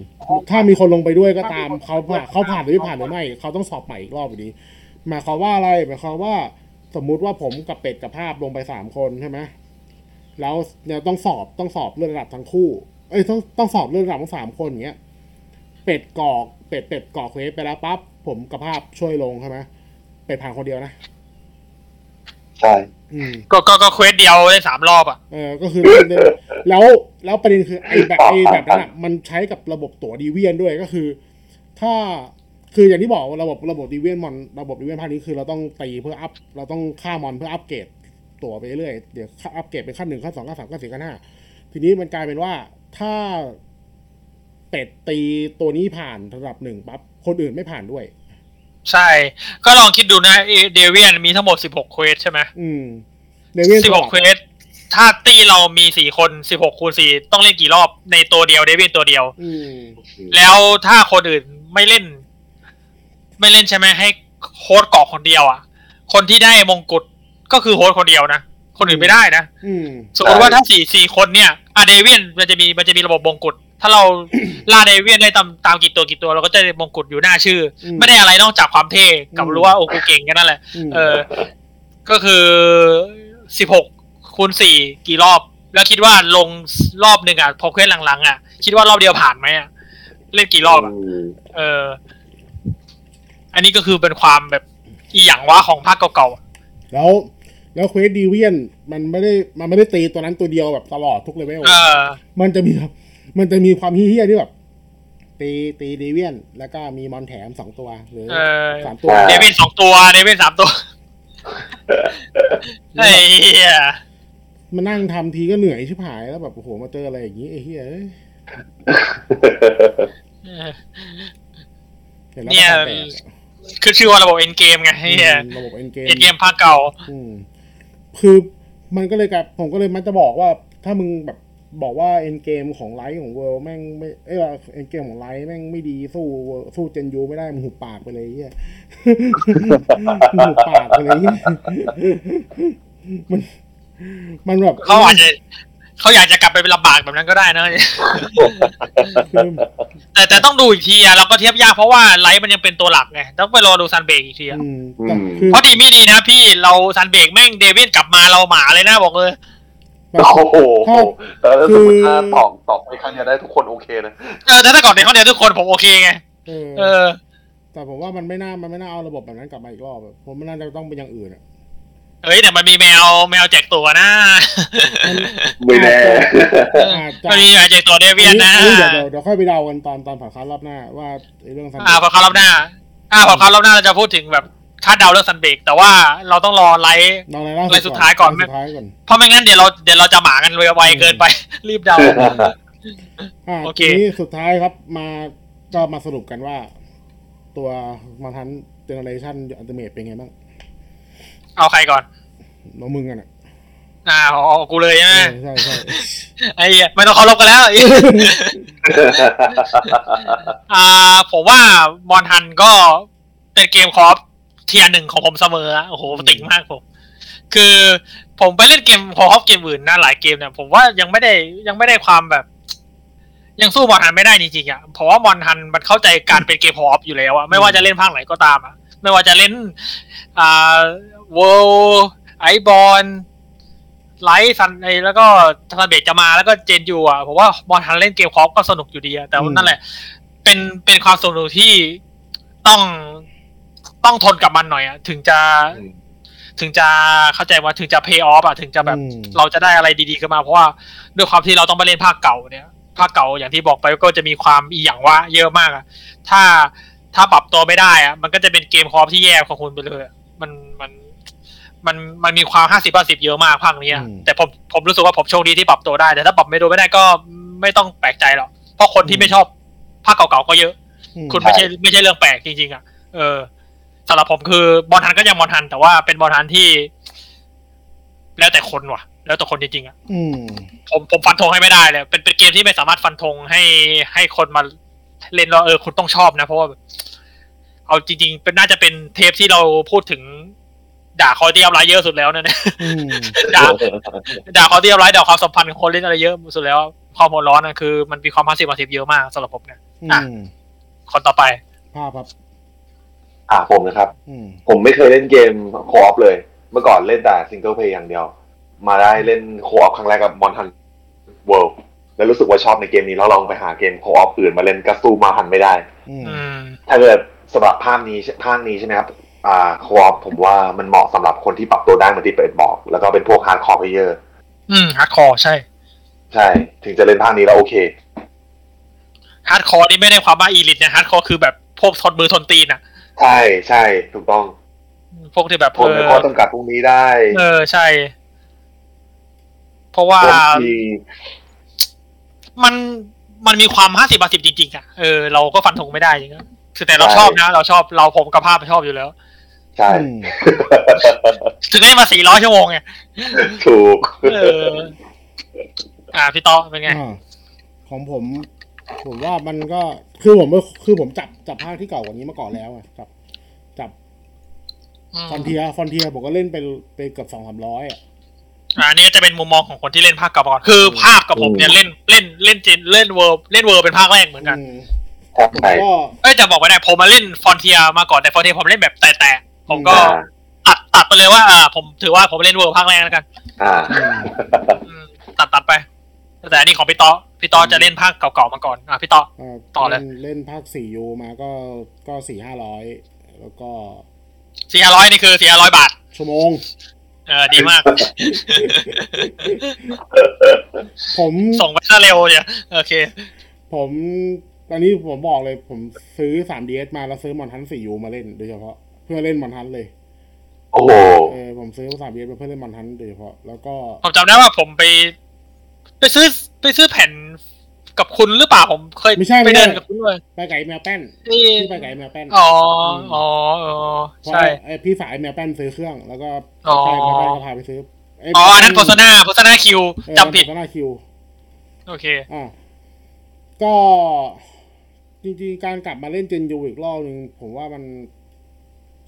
Speaker 1: ถ้ามีคนลงไปด้วยก็ตามเขาผ่านเขาผ่านหรือไม่ผ่านหรือไม่เขาต้องสอบใหม่อีกรอบอยู่ดี หมายความว่าอะไรหมายความว่าสมมุติว่าผมกับเป็ดกับภาพลงไปสามคนใช่ไหมแล้วเนี่ยต้องสอบต้องสอบเลื่อนระดับทั้งคู่ เอ้ยต้องต้องสอบเลื่อนระดับทั้งสามคนอย่างเงี้ยเป็ดกรอกเป็ดเป็ดกรอกเควสไปแล้วปั๊บผมกับภาพช่วยลงใช่ไหมเป็ดผ่านคนเดียวนะ
Speaker 4: ใช่
Speaker 1: อืม
Speaker 2: ก็ก็ก็เควสเดียวได้สามรอบอะ
Speaker 1: เออ ก็คือ แล้ว แล้วประเด็นคือไอ้แบบไอ้แบบนั้นอ่ะ มันใช้กับระบบตั๋วดีเวียนด้วยก็คือ ถ้า คืออย่างที่บอกว่าระบบระบบดีเวียนมอน ระบบดีเวียนภาคนี้คือเราต้องตีเพื่ออัพ เราต้องฆ่ามอนเพื่ออัพเกรดตั๋วไปเรื่อย เดี๋ยวอัพเกรดเป็นขั้นหนึ่งขั้นสองขั้นสามขั้นสี่ขั้นห้า ทีนี้มันกลายเป็นว่าถ้าเป็ดตีตัวนี้ผ่านระดับหนึ่งปั๊บ คนอื่นไม่ผ่านด้วย
Speaker 2: ใช่ ก็ลองคิดดูนะเดวิดมีทั้งหมดสิบหกเควสใช่ไหม
Speaker 1: อืมในเวียน
Speaker 2: สิบหกเควสถ้าตีเรามีสี่คนสิบหกคูณสี่ต้องเล่นกี่รอบในตัวเดียวเดวิดตัวเดียว
Speaker 1: อืม
Speaker 2: แล้วถ้าคนอื่นไม่เล่น ไม่เล่นใช่ไหมให้โค้ดกรอกคนเดียวอ่ะ คนที่ได้มงกุฎก็คือโค้ดคนเดียวนะ คนอื่นไม่ได้นะ
Speaker 1: อืม
Speaker 2: สมมติว่าถ้าสี่สี่คนเนี่ยอะเดเวียนมันจะมีมันจะมีระบบมงกุฎ
Speaker 1: [COUGHS]
Speaker 2: ถ้าเรา ล่าเดเวียนได้ตามตามกี่ตัวกี่ตัวเราก็จะได้มงกุฎอยู่หน้าชื่ออ
Speaker 1: ม
Speaker 2: ไม่ได้อะไรนอกจากความเท่กับ
Speaker 1: อืม
Speaker 2: รู้ว่าโอกูเก่งแค่นั้นแหละ
Speaker 1: ม
Speaker 2: เออ ก็คือสิบหกคูณสี่กี่รอบ แล้วคิดว่าลงรอบหนึ่งอ่ะพอเควสหลังๆอ่ะคิดว่ารอบเดียวผ่านไหมอ่ะเล่นกี่รอบอ่ะ เออ อันนี้ก็คือเป็นความแบบอีหยังวะของภาคเก่าๆอะ
Speaker 1: แล้วแล้วเควสดีเวียนมันไม่ได้มันไม่ได้ตีตัวนั้นตัวเดียวแบบตลอดทุกเลเวล
Speaker 2: เออ
Speaker 1: มันจะมีแบบมันจะมีความเฮี้ยๆที่แบบ ตีตีดีเวียน แล้วก็มีมอนแถมสองตัว หรือ
Speaker 2: เออ
Speaker 1: สามตัว
Speaker 2: เดวินสองตัวเดวินสาม
Speaker 1: [LAUGHS]
Speaker 2: ตัวไอ้เหี้ย
Speaker 1: มานั่งทำทีก็เหนื่อยชิบหายแล้วแบบโอ้โหมาเจออะไรอย่างนี้ไอ้เหี้ยเอ้ย
Speaker 2: เออ
Speaker 1: เห็นแล้วก็
Speaker 2: เนี่ย
Speaker 1: แปลกๆอะ
Speaker 2: คือชื่อว่าระบบเอ็นเกมไงไอ้เหี้ย
Speaker 1: อืมระบบเอ็นเกม
Speaker 2: เอ็นเกมภาคเก่า
Speaker 1: อืมคือมันก็เลยกับผมก็เลยมันจะบอกว่า ถ้ามึงแบบบอกว่าเอ็นเกมของไลท์ของเวิร์แม่งไม่เอ้ยเอ็นเกมของไลท์แม่งไม่ดีสู้ World สู้เจนยูไม่ได้มึงหุบปากไปเลยไอ้เฮีย มึงหุบปากไปเลยไอ้เหี้ยมันมันแบบ
Speaker 2: เขาอาจจะเขาอยากจะกลับไปเป็นลำบากแบบนั้นก็ได้นะ
Speaker 1: คือ
Speaker 2: แต่แต่ต้องดูอีกทีอ่ะเราก็เทียบยากเพราะว่าไลท์มันยังเป็นตัวหลักไงต้องไปรอดูซันเบกอีกทีอะ
Speaker 1: อืมแต่คื
Speaker 2: เพราะดีไม่ดีนะพี่เราซันเบกแม่งเดวินกลับมาเราหมาเลยนะบอกเลย
Speaker 1: แบบ
Speaker 4: โอ้โหแต่ถ้าสมมติถ้า
Speaker 1: คือ
Speaker 4: ตอบตอบไปครั้งเดียวได้ทุกคนโอเคนะ
Speaker 2: เออถ้าแต่ก่อนในข้อเดียวทุกคนผมโอเคไง
Speaker 1: เอ
Speaker 2: เอ
Speaker 1: อ
Speaker 2: อ
Speaker 1: แต่ผมว่ามันไม่น่ามันไม่น่าเอาระบบแบบนั้นกลับมาอีกรอบอะผมมันน่าจะต้องเป็นอย่างอื่นอะ
Speaker 2: เฮ้ยแต่มันมีแมวแมวแจกตัวนะ
Speaker 4: ไม่แน่
Speaker 1: อาจจะ
Speaker 2: มันมีแมวแจกตัวเดวินนะ
Speaker 1: อัเดี๋ยวเดี๋ยวเดี๋ยวค่อยไปเดากันตอนตอนผ่าคัดรอบหน้าว่าไอ้เรื่องสัน
Speaker 2: อ่าพอเขารอบหน้า อ่าพอเขารอบหน้าเราจะพูดถึงแบบคาดเดาเรื่องซันเบกแต่ว่าเราต้องรอไลท์
Speaker 1: ลองอะไรล่า
Speaker 2: ไว้สุดท้ายก่อน
Speaker 1: ไว้สุดท้ายก่อน
Speaker 2: เพราะไม่งั้นเดี๋ยวเราเดี๋ยวเราจะหมากันไวๆเกินไป รีบเดา
Speaker 1: อ่า
Speaker 2: โอเค
Speaker 1: ทีนี้สุดท้ายครับมาก็มาสรุปกันว่า ตัวมาทันเจเนอเรชันอันเ m อร์เมเป็นไงบ้าง
Speaker 2: เอาใครก่อน
Speaker 1: น้องมึงกันอ่ะ
Speaker 2: อ่าเอาเอากูเลยใช่ไหม
Speaker 1: เออใช่ใช่
Speaker 2: ไอ้เหี้ยไม่ต้องเคารพกันแล้ว [LAUGHS] อ่า ผมว่ามอนทันก็เป็นเกมคอฟเทียร์หนึ่งของผมเสมออะโอ้โหติ่งมากผม คือผมไปเล่นเกมคอฟเกมอื่นนะหลายเกมเนี่ยผมว่ายังไม่ได้ยังไม่ได้ความแบบ ยังสู้มอนทันไม่ได้จริงๆอ่ะเพราะว่ามอนทันมันเข้าใจการเป็นเกมคอฟอยู่แล้วอะไม่ว่าจะเล่นภาคไหนก็ตามอะไม่ว่าจะเล่น อ่าเวลไอบอลไลท์ซันไอแล้วก็ทาเบกจะมาแล้วก็เจนยูอ่ะผมว่าบอลทันเล่นเกมคอฟก็สนุกอยู่ดีอะแต่ว่านั่นแหละ เป็นเป็นความสนุกที่ต้องต้องทนกับมันหน่อยอะถึงจะ
Speaker 4: อืม
Speaker 2: ถึงจะเข้าใจว่าถึงจะเพย์ออฟอะถึงจะแบบ
Speaker 1: อืม
Speaker 2: เราจะได้อะไรดีๆกันมา เพราะว่าด้วยความที่เราต้องไปเล่นภาคเก่าเนี่ยภาคเก่าอย่างที่บอกไปก็จะมีความอีหยังวะเยอะมากอะถ้าถ้าปรับตัวไม่ได้อะมันก็จะเป็นเกมคอร์ที่แย่ของคุณไปเลยอะมันมันมันมันมีความห้าสิบห้าสิบเยอะมากภาคเนี้ย
Speaker 1: อืม
Speaker 2: แต่ผมผมรู้สึกว่าผมโชคดีที่ปรับตัวได้ แต่ถ้าปรับไม่โดนไม่ได้ก็ไม่ต้องแปลกใจหรอกเพราะคนที่ไม่ชอบภาคเก่าๆก็เยอะ
Speaker 1: อืม
Speaker 2: [LAUGHS] คุณไม่ใช่ไม่ใช่เรื่องแปลกจริงๆอ่ะ เออสำหรับผมคือบอลทันก็ยังบอลทัน แต่ว่าเป็นบอลทันที่ แล้วแต่คนว่ะ แล้วแต่คนจริงๆอ่ะ
Speaker 1: อืม
Speaker 2: ผมผมฟันธงให้ไม่ได้เลยเป็นเป็นเกมที่ไม่สามารถฟันธงให้ให้คนมาเล่นแล้วเออคุณต้องชอบนะ เพราะว่าแบบเอาจริง ๆ เป็นน่าจะเป็นเทปที่เราพูดถึง ด่าคอเทียมไรเยอะสุดแล้วนะ [LAUGHS] เนี่ย
Speaker 1: อืม
Speaker 2: ด่า ด่าเขาที่ทำร้ายด่าความสัมพันธ์ของคนเล่นอะไรเยอะสุดแล้วความหัวร้อนนะคือมันมีความพาสิฟาสิฟเยอะมากสำหรับผมเนี่ย
Speaker 1: อืม
Speaker 2: คนต่อไป
Speaker 1: ภาพครับ
Speaker 4: อ่าผมนะครับ
Speaker 1: อืม
Speaker 4: ผมไม่เคยเล่นเกมโคออฟเลย เมื่อก่อนเล่นแต่ซิงเกิลเพลย์อย่างเดียว มาได้เล่นโคออฟครั้งแรกกับมอนทันเวิลด์แล้วรู้สึกว่าชอบในเกมนี้แล้วลองไปหาเกมโคออฟอื่นมาเล่นก็สู้มาหันไม่ได้
Speaker 1: อืม
Speaker 2: อืม
Speaker 4: ถ้าเกิดสำหรับภาคนี้ภาคนี้ใช่ไหมครับ อ่าโคออฟผมว่ามันเหมาะสำหรับคนที่ปรับตัวได้เหมือนที่เป็ดบอก แล้วก็เป็นพวกฮาร์ดคอร์เพเยอร์
Speaker 2: อืมฮาร์ดคอร์ใช่
Speaker 4: ใช่ ถึงจะเล่นภาคนี้แล้วโอเค
Speaker 2: ฮาร์ดคอร์นี่ไม่ได้ความว่าอีลิทนะฮาร์ดคอร์คือแบบพวกทนมือทนตีนอ่ะ
Speaker 4: ใช่ใช่ถูกต้อง
Speaker 2: พวกที่แบบ
Speaker 4: ทนในข้อจำกัดพวกนี้ได้
Speaker 2: เออใช่ เพราะว่า
Speaker 4: บางที
Speaker 2: มันมันมีความห้าสิบาสิบจริงๆอ่ะเออเราก็ฟันธงไม่ได้จริงๆคือแต่เราชอบนะ เราชอบเราผมกับภาพชอบอยู่แล้ว
Speaker 4: ใช่
Speaker 1: อืม
Speaker 2: ถึงเล่นมาสี่ร้อยชั่วโมงไง
Speaker 4: ถูก
Speaker 2: เออ อ่าพี่ต้อเป็นไง
Speaker 1: อ่าของผม ผมว่ามันก็คือผมก็คือผมจับจับภาคที่เก่ากว่านี้มาก่อนแล้วอะจับจับ
Speaker 2: อืม
Speaker 1: ฟอนเทียฟอนเทียผมก็เล่นไปไปเกือบสองสามร้อยอ่ะ
Speaker 2: อ่าอันนี้จะเป็นมุมมองของคนที่เล่นภาคเก่ามาก่อนคือภาคกับผมเนี่ยเล่นเล่นเล่นเจนเล่นเวิร์เล่นเวิร์เป็นภาคแรกเหมือนกัน
Speaker 1: อืมผม
Speaker 4: ใช่
Speaker 1: ก็
Speaker 2: เอ้ยแต่บอกไว้หน่อยผมมาเล่นฟอนเทียมาก่อนแต่ฟอนเทียผมเล่นแบบแต่แต่ๆผมก็
Speaker 4: อ่า
Speaker 2: ตัดตัดไปเลยว่าอ่าผมถือว่าผมเล่นเวิร์ภาคแรกแล้วกัน
Speaker 4: อ่า
Speaker 2: อืมตัดตัดไป แต่อันนี้ของพี่ต๊อพี่ต๊อจะเล่นภาคเก่าๆมาก่อนอ่ะพี่ต๊อ
Speaker 1: เอ่อ
Speaker 2: ต่อเลย
Speaker 1: นเล่นภาคสี่ยูมาก็ก็สี่ห้าร้อยแล้วก็
Speaker 2: สี่ร้อยนี่คือสี่ร้อยบาท
Speaker 1: ชั่วโมง
Speaker 2: เออดี
Speaker 1: [LAUGHS]
Speaker 2: มาก
Speaker 1: ผม
Speaker 2: ส่งไปซะเร็วเนี่ยโอเค
Speaker 1: ผม ตอนนี้ผมบอกเลยผมซื้อ 3DS มาแล้วซื้อมอนทันสี่ยูมาเล่นโดยเฉพาะเพื่อเล่นมอนทันเลย
Speaker 4: โอ้โห
Speaker 1: เออผมซื้อ 3DS มาเพื่อเล่นมอนทันโดยเฉพาะแล้วก็
Speaker 2: ผมจำได้ว่าผมไป ไปซื้อไปซื้อแผ่นกับคุณหรือเปล่าผมเคย
Speaker 1: ไม่ใช่ไม่
Speaker 2: ไป
Speaker 1: ใช่
Speaker 2: เดินกับคุณเลย
Speaker 1: ไปไก่แมวแป้น
Speaker 2: นี่
Speaker 1: พี่ไปไก่แมวแป้น
Speaker 2: อ๋ออ๋ออ๋อ
Speaker 1: เพราะ
Speaker 2: ใช่
Speaker 1: ไอ้พี่สายแมวแป้นซื้อเครื่อง แล้วก็
Speaker 2: อ๋อ
Speaker 1: ใช่แมวแป้นก็พาไปซื้อไ
Speaker 2: อ๋ออันนั้นโฆษณาโฆษณาคิว
Speaker 1: เออ
Speaker 2: จำผิด
Speaker 1: โฆษณาคิว
Speaker 2: โอเค
Speaker 1: อ่ะก็จริงๆ การกลับมาเล่นเจนยูอีกรอบหนึ่งผมว่ามัน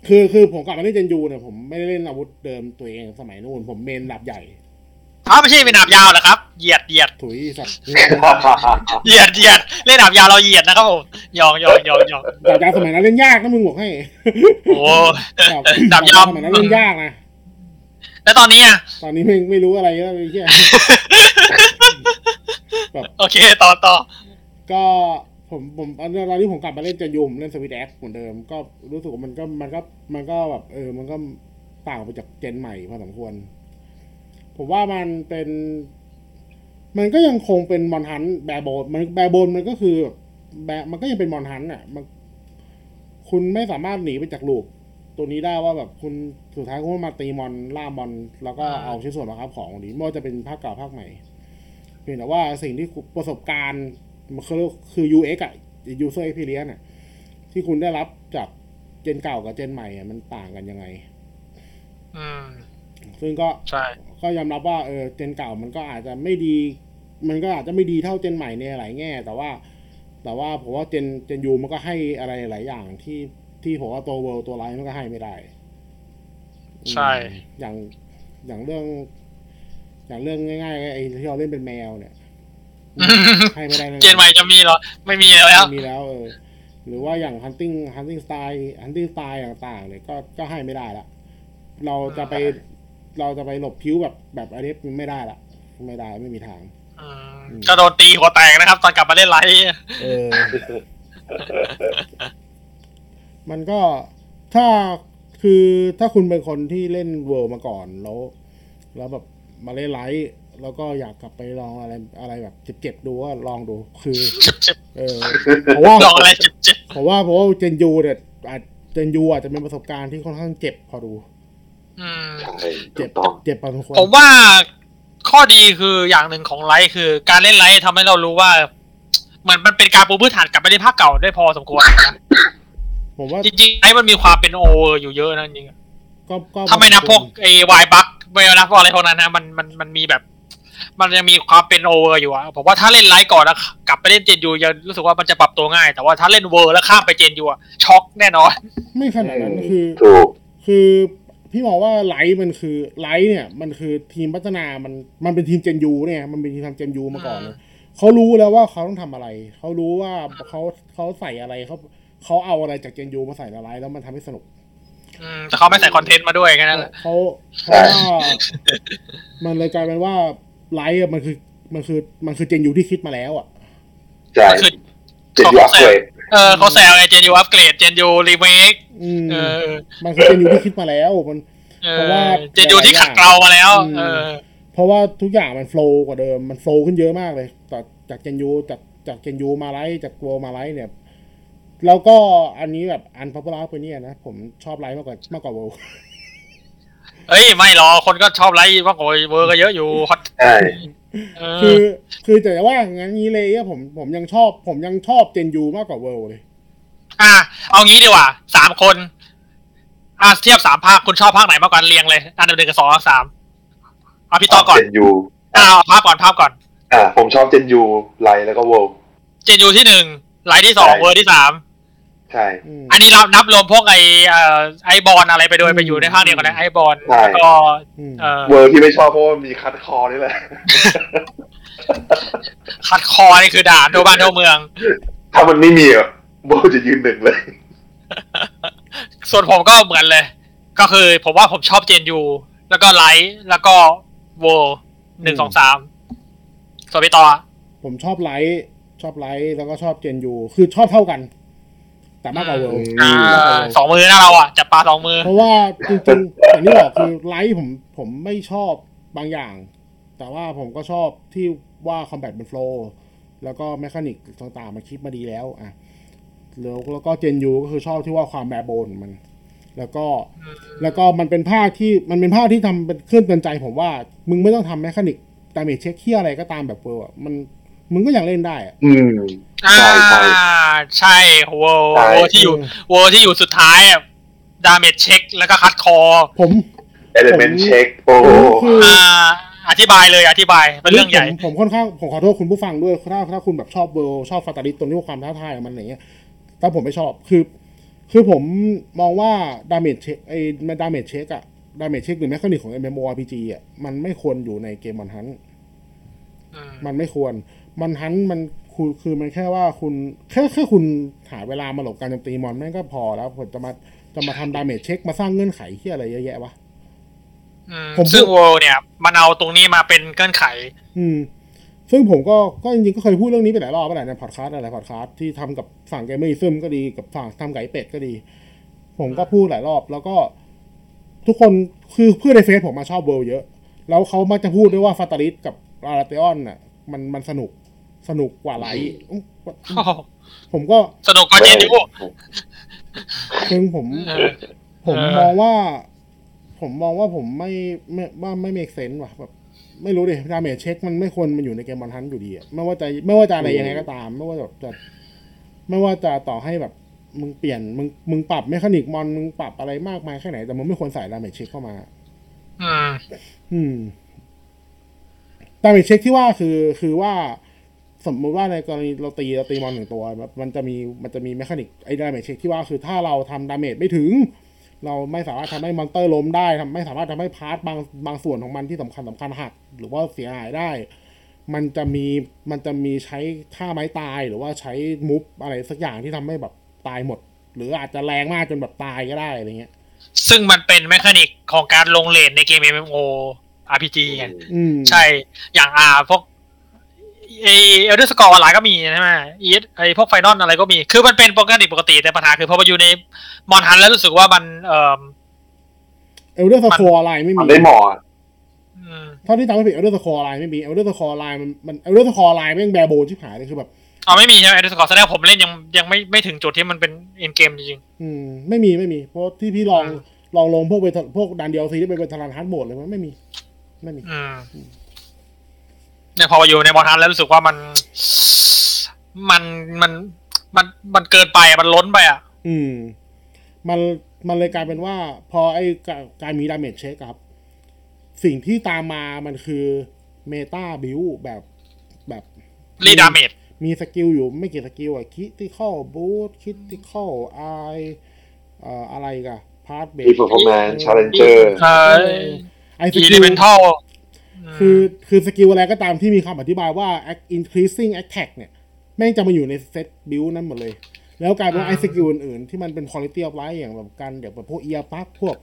Speaker 1: คือคือผมกลับมาเล่นเจนยูเนี่ยผมไม่ได้เล่นอาวุธเดิมตัวเองสมัยนู้นผมเมนดาบใหญ่
Speaker 2: อ้าวไม่ใช่เป็นดาบยาวเหรอครับ เหยียดเหยียด
Speaker 1: ถุยสัตว์
Speaker 2: เหยียดเหยียดเล่นดาบยาวเราเหยียดนะครับผมหยองหยองหยองหยอง
Speaker 1: ดาบยาวสมัยนั้นเล่นยากนะมึงบอกให้
Speaker 2: โอ้
Speaker 1: [LAUGHS] ดาบ
Speaker 2: [LAUGHS] ดาบยาว
Speaker 1: สมัยนั้นเล่นยากนะ
Speaker 2: แล้วตอนนี้อ่ะ
Speaker 1: ตอนนี้ไม่ไม่รู้อะไรแล้วไอ้เหี้ย
Speaker 2: โอเคต่อต่อ
Speaker 1: ก็ผมผมตอนตอนนี้ผมกลับมาเล่นเจนยูผมเล่นสวิตแอคเหมือนเดิม ก็รู้สึกว่ามันก็มันก็มันก็แบบเออ มันก็ต่างไปจากเจนใหม่พอสมควร ผมว่ามันเป็น มันก็ยังคงเป็นมอนฮันต์แบร์โบนมันแบร์โบนมันก็คือแบร์มันก็ยังเป็นมอนฮันต์อ่ะมันคุณไม่สามารถหนีไปจากลูปตัวนี้ได้ว่าแบบคุณสุดท้ายคุณก็มาตีมอนล่ามอน แล้วก็เอาชิ้นส่วนมาครับของนี้ไม่ว่าจะเป็นภาคเก่าภาคใหม่ เพียงแต่ว่าสิ่งที่คุณประสบการณ์มันคือคือ UX อะ User Experience อะที่คุณได้รับจากเจนเก่ากับเจนใหม่อะมันต่างกันยังไง
Speaker 2: อืม
Speaker 1: ซึ่งก็
Speaker 2: ใช่
Speaker 1: ก็ยอมรับว่าเออเจนเก่ามันก็อาจจะไม่ดี มันก็อาจจะไม่ดีเท่าเจนใหม่ในหลายแง่ แต่ว่า แต่ว่าผมว่าเจนเจนยูมันก็ให้อะไรหลายอย่างที่ที่ผมว่าตัวเวิร์ตัวไลน์มันก็ให้ไม่ได้
Speaker 2: ใช่
Speaker 1: อย่างอย่างเรื่อง อย่างเรื่องง่ายๆไอ้ที่เราเล่นเป็นแมวเนี่ยให้ไม่ได้ลย
Speaker 2: เจนใหม่จะมีเหรอ ไม่มีแล้ว
Speaker 1: มีแล้วเออหรือว่าอย่าง hunting hunting style hunting style ต่างๆเนี่ยก็ก็ให้ไม่ได้ละเราจะไปเราจะไปหลบผิวแบบแบบอะไรไม่ได้ละไม่ได้ไม่มีทาง
Speaker 2: อืมก็โดนตีหัวแตกนะครับ ตอนกลับมาเล่นไลฟ์ [LAUGHS]
Speaker 1: เออ มันก็ถ้าคือถ้าคุณเป็นคนที่เล่นเวิร์มาก่อนแล้ว แล้วแบบมาเล่นไลท์แล้วก็อยากกลับไปลองอะไรอะไรแบบเจ็บๆดูว่าลองดูคือ
Speaker 2: เจ็บเจ็บ
Speaker 1: เออ
Speaker 2: [LAUGHS]
Speaker 1: เพราะว่า
Speaker 2: ลองอะไร [LAUGHS] เจ็บเจ็บ
Speaker 1: ผมว่าผมว่าเจนยูเนี่ยอาจเจนยูอาจจะเป็นประสบการณ์ที่ค่อนข้างเจ็บพอดู
Speaker 2: อืม
Speaker 4: ใช่ถู
Speaker 1: เจ็บ
Speaker 4: กต้อง
Speaker 1: เจ็บพอสมควร
Speaker 2: ผมว่าข้อดีคืออย่างหนึ่งของไลฟ์คือ การเล่นไลฟ์ทำให้เรารู้ว่าเหมือนมันเป็นการปูพื้นฐานกลับไปในภาคเก่าได้พอสมควรนะ
Speaker 1: ผมว่า
Speaker 2: จริงๆไลฟ์มันมีความเป็นโอเวอร์อยู่เยอะนะจริงๆ
Speaker 1: ก็ก็
Speaker 2: ถ้าไม่นับพวกไอ้วายบัคไม่นับพวกอะไรพวกนั้นนะมันมันมันมีแบบ มันยังมีความเป็นโอเวอร์อยู่อะผมว่าถ้าเล่นไลท์ก่อนแล้วกลับไปเล่นเจนยูยังรู้สึกว่ามันจะปรับตัวง่าย แต่ว่าถ้าเล่นเวอร์แล้วข้ามไปเจนยูอะช็อกแน่นอน
Speaker 1: ไม่ขนาดนั้นคือ
Speaker 4: ถูก
Speaker 1: คือพี่มองว่าไลท์มันคือไลท์เนี่ย มันคือทีมพัฒนามันมันเป็นทีมเจนยูเนี่ยมันเป็นทีมทำเจนยูมาก่อนเลยเขารู้แล้วว่าเขาต้องทำอะไร เขารู้ว่าเขาเขาใส่อะไรเขาเขาเอาอะไรจากเจนยูมาใส่ในไลท์แล้วมันทำให้สนุก
Speaker 2: อืมแต่เขาไม่ใส่คอนเทนต์มาด้วยแค่นั้นแหละ
Speaker 1: เขาเขาว่ามันเลยกลายเป็นว่าไลท์อะมันคือมันคือมันคือเจนยูที่คิดมาแล้วอ่ะ
Speaker 4: ใช่
Speaker 2: ก็คือ
Speaker 4: เจ็ดยอดเลย
Speaker 2: เออเขาแซวไงเจนยูอัปเกรดเจนยูรีเมค
Speaker 1: อืม
Speaker 2: เออ
Speaker 1: มันคือเจนยูที่คิดมาแล้วมัน
Speaker 2: เอ
Speaker 1: เพราะว่า
Speaker 2: อเจนยูที่ขัดเกลามาแล้ว
Speaker 1: อืม
Speaker 2: เออ
Speaker 1: เพราะว่าทุกอย่างมันโฟล์กว่าเดิม มันโฟล์ขึ้นเยอะมากเลย จากจากเจนยูจากจากเจนยูมาไลท์จากโวมาไลท์เนี่ย แล้วก็อันนี้แบบอันพับลาไปเนี่ยนะ ผมชอบไลท์มากกว่ามากกว่าโว
Speaker 2: เอ้ยไม่หรอกคนก็ชอบไลท์ว่างโอยเวอร์ก็เยอะอยู่ฮอต
Speaker 4: ใช่
Speaker 2: เอ
Speaker 1: คือ อ คือแต่ว่างั้นนี้เลยอะผมผมยังชอบ ผมยังชอบเจนยูมากกว่าเวลเลย
Speaker 2: อ่ะเอางี้ดีกว่าสามคนอ่ะเทียบสามภาคคุณชอบภาคไหนมากกว่าเรียงเลย อันดับหนึ่งกับสองกับสามเอาพี่ต่อก่อน
Speaker 4: เจนยู
Speaker 2: อ่ะเอาภาคก่อนภาคก่อน
Speaker 4: อ่าผมชอบเจนยูไลท์แล้วก็เวิลด์
Speaker 2: เจนยูที่หนึ่งไลท์ที่สองเวอร์ที่สาม
Speaker 4: ใช่
Speaker 1: อืม
Speaker 2: อันนี้รับนับรวมพวกไอเอ่อไอบอลอะไรไปด้วย
Speaker 1: อืม
Speaker 2: ไปอยู่ในภาคเดียวกันนะไอบอล
Speaker 4: ใช่
Speaker 2: แล้วก็
Speaker 1: ม
Speaker 2: เอ่ [LAUGHS] อ
Speaker 4: เวิลด์ที่ไม่ชอบเพราะว่ามีคัดคอนี่
Speaker 2: [LAUGHS]
Speaker 4: แหละ
Speaker 2: คัดคอนี่คือด่าโดบ้านโดเมือง
Speaker 4: ถ้ามันไม่มีอะเวิลด์จะยืนหนึ่งเลย
Speaker 2: ส่วนผมก็เหมือนเลย ก็คือผมว่าผมชอบเจนยูแล้วก็ไลท์แล้วก็เวอร์หนึ่งสองสามส่วนพี่ต่อ
Speaker 1: ผมชอบไลท์ชอบไลท์แล้วก็ชอบเจนยูคือชอบเท่ากัน แต่มากกว่าเวล
Speaker 4: อ่า
Speaker 2: สองมือนะเราอ่ะจับปลาสองมือ
Speaker 1: เพราะว่าจริงๆอย่างที่บอกคือไลฟ์ผมผมไม่ชอบบางอย่าง แต่ว่าผมก็ชอบที่ว่าคอมแบทเป็นโฟล์ แล้วก็แมคานิกต่างๆมันคิดมาดีแล้วอ่ะแล้วแล้วก็เจนยูก็คือชอบที่ว่าความแบโบนมัน แล้วก็ แล้วก็มันเป็นภาคที่มันเป็นภาคที่ทำเป็นเครื่องเตือนใจผมว่า มึงไม่ต้องทำแมคานิกดาเมจเช็คเคียอะไรก็ตามแบบเวอร์อะมันมึงก็ยังเล่นได้อะ
Speaker 4: อืม
Speaker 2: อ่า
Speaker 4: ใช่
Speaker 2: ใช่โว
Speaker 4: ใช่
Speaker 2: โวที่อยู่โวที่อยู่สุดท้ายอะดาเมจเช็คแล้วก็คัดคอ
Speaker 1: ผม
Speaker 4: เอลิเมนต์เช็คโอ้โห
Speaker 1: คือ
Speaker 2: อ่าอธิบายเลยอธิบายเป็นเรื่องใหญ่
Speaker 1: ผมผมค่อนข้างผมขอโทษคุณผู้ฟังด้วยถ้าถ้าคุณแบบชอบเบลชอบฟาตาลิสตรงที่ว่าความท้าทายของมันอะไรเงี้ยแต่ผมไม่ชอบคือ คือผมมองว่าดาเมจเช็คไอ้ดาเมจเช็คอะดาเมจเช็คหรือแมคานิกของ MMORPG อะมันไม่ควรอยู่ในเกมมอนทัน
Speaker 2: อืม
Speaker 1: มันไม่ควร มันทันต์มันคือคือมันแค่ว่าคุณแค่แค่คุณหาเวลามาหลบการโจมตีมอนแม่งก็พอแล้วผมจะมาจะมาทำดาเมจเช็คมาสร้างเงื่อนไขที่อะไรเยอะแยะวะ
Speaker 2: อืม
Speaker 1: ผม
Speaker 2: ซึ่ง
Speaker 1: พูด
Speaker 2: โวเนี่ย มันเอาตรงนี้มาเป็นเงื่อนไข
Speaker 1: อืม ซึ่งผมก็ ก็จริงๆ ก็เคยพูดเรื่องนี้ไปหลายรอบแล้วแหละในพอดคาสต์หลายพอดคาสต์ที่ทำกับฝั่งเกมเมอร์ซึมก็ดี กับฝั่งทำไก่เป็ดก็ดี ผมก็พูดหลายรอบ แล้วก็ทุกคน คือเพื่อนในเฟซผมมาชอบเวิลด์เยอะ แล้วเขามักจะพูดด้วยว่าฟาตาลิสกับอาราเตออนน่ะ มันมันสนุก สนุกกว่าไลท์อุ๊ยผมก็
Speaker 2: สนุกก็เจนยู
Speaker 1: ซึ่งผม
Speaker 2: เออ
Speaker 1: ผมม
Speaker 2: เออ
Speaker 1: องว่า ผมมองว่าผมไม่ไม่ว่าไม่เมกเซนว่ะแบบไม่รู้ดิดาเมจเช็ค มันไม่ควรมันอยู่ในเกมบอลทันอยู่ดีอะไม่ว่าจะไม่ว่าจะอะไรยังไงก็ตาม ไม่ว่าจะจะไม่ว่าจะต่อให้แบบ มึงเปลี่ยนมึงมึงปรับเมคานิกมอนมึงปรับอะไรมากมายแค่ไหนแต่มึงไม่ควรใส่ดาเมจเช็คเข้ามา
Speaker 2: อืม
Speaker 1: อืมดาเมจเช็คที่ว่าคือคือว่า สมมุติว่าในกรณีเราตีเราตีมอนหนึ่งตัวแบบมันจะมีมันจะมีแมคานิกไอ้ดาเมจเช็คที่ว่าคือถ้าเราทำดาเมจไม่ถึง เราไม่สามารถทำให้มอนเตอร์ล้มได้ทำไม่สามารถทำให้พาร์ทบางบางส่วนของมันที่สำคัญสำคัญหัก หรือว่าเสียหายได้ มันจะมีมันจะมีใช้ท่าไม้ตายหรือว่าใช้มุฟอะไรสักอย่างที่ทำให้แบบตายหมด หรืออาจจะแรงมากจนแบบตายก็ได้อะไรเงี้ย
Speaker 2: ซึ่งมันเป็นแมคานิกของการลงเลนในเกม MMO RPG ไง
Speaker 1: อืม
Speaker 2: ใช่ อย่างอ่าพวกไอเอลเดอร์สกอร์อะไรก็มีใช่ไหมอีไอพวกไฟนอลอะไรก็มี คือมันเป็นปกติปกติแต่ปัญหาคือพอมาอยู่ในมอนฮันแล้วรู้สึกว่ามันเอ่อ
Speaker 1: เอลเดอร์สโคอะไรไม่มี
Speaker 4: ทำได้เหมอ
Speaker 2: [LAUGHS] อืม
Speaker 1: เท่าที่จำไม่ผิดเอลเดอร์สคอร์ไลน์ไม่มีเอลเดอร์สคอร์ไลน์มันมันเอลเดอร์สคอร์ไลน์แม่งแบร์โบนชิบหายเลยคือแบบ
Speaker 2: เอาไม่มีใช่ไหมเอลเดอร์สกอร์แสดงว่าผมเล่นยังยังไม่ไม่ถึงจุดที่มันเป็นเอ็นเกมจริง
Speaker 1: อืม ไม่มีไม่มี เพราะที่พี่ลอง
Speaker 2: อ่า
Speaker 1: ลองลงพวกเวทพวกดันเดียวซีที่เป็นเวทลานฮาร์ดโหมดเลยมันไม่มี ไม่มี
Speaker 2: ๆอืมเนี่ยพอมาอยู่ในมอนฮันแล้วรู้สึกว่ามัน มันมันมันมันเกินไปอะมันล้นไปอ่ะ
Speaker 1: อืม มันมันเลยกลายเป็นว่า พอไอ้กาการมีดาเมจเช็คครับ สิ่งที่ตามมามันคือเมตาบิวแบบแบบ
Speaker 2: รีดาเมจ
Speaker 1: มีสกิลอยู่ไม่กี่สกิลอะคิติคอลบูทคิติคอลไอเอ่ออะไรกะพาร์ทเบ
Speaker 4: อีเพอร์ฟอร์แมนชาเลนเจอร์
Speaker 2: เอ่อ
Speaker 1: ไอ้ส
Speaker 2: อี
Speaker 1: กิ
Speaker 2: เล
Speaker 1: ล
Speaker 2: เมนทัล
Speaker 1: คือคือสกิลอะไรก็ตามที่มีคำอธิบายว่า act- increasing attack เนี่ย แม่งจะมาอยู่ในเซตบิลนั้นหมดเลย แล้วกลายเป็นว่าไอ้สกิลอื่นๆ ที่มันเป็น quality of life อย่างแบบการอย่างแบบพวก ear plug พวก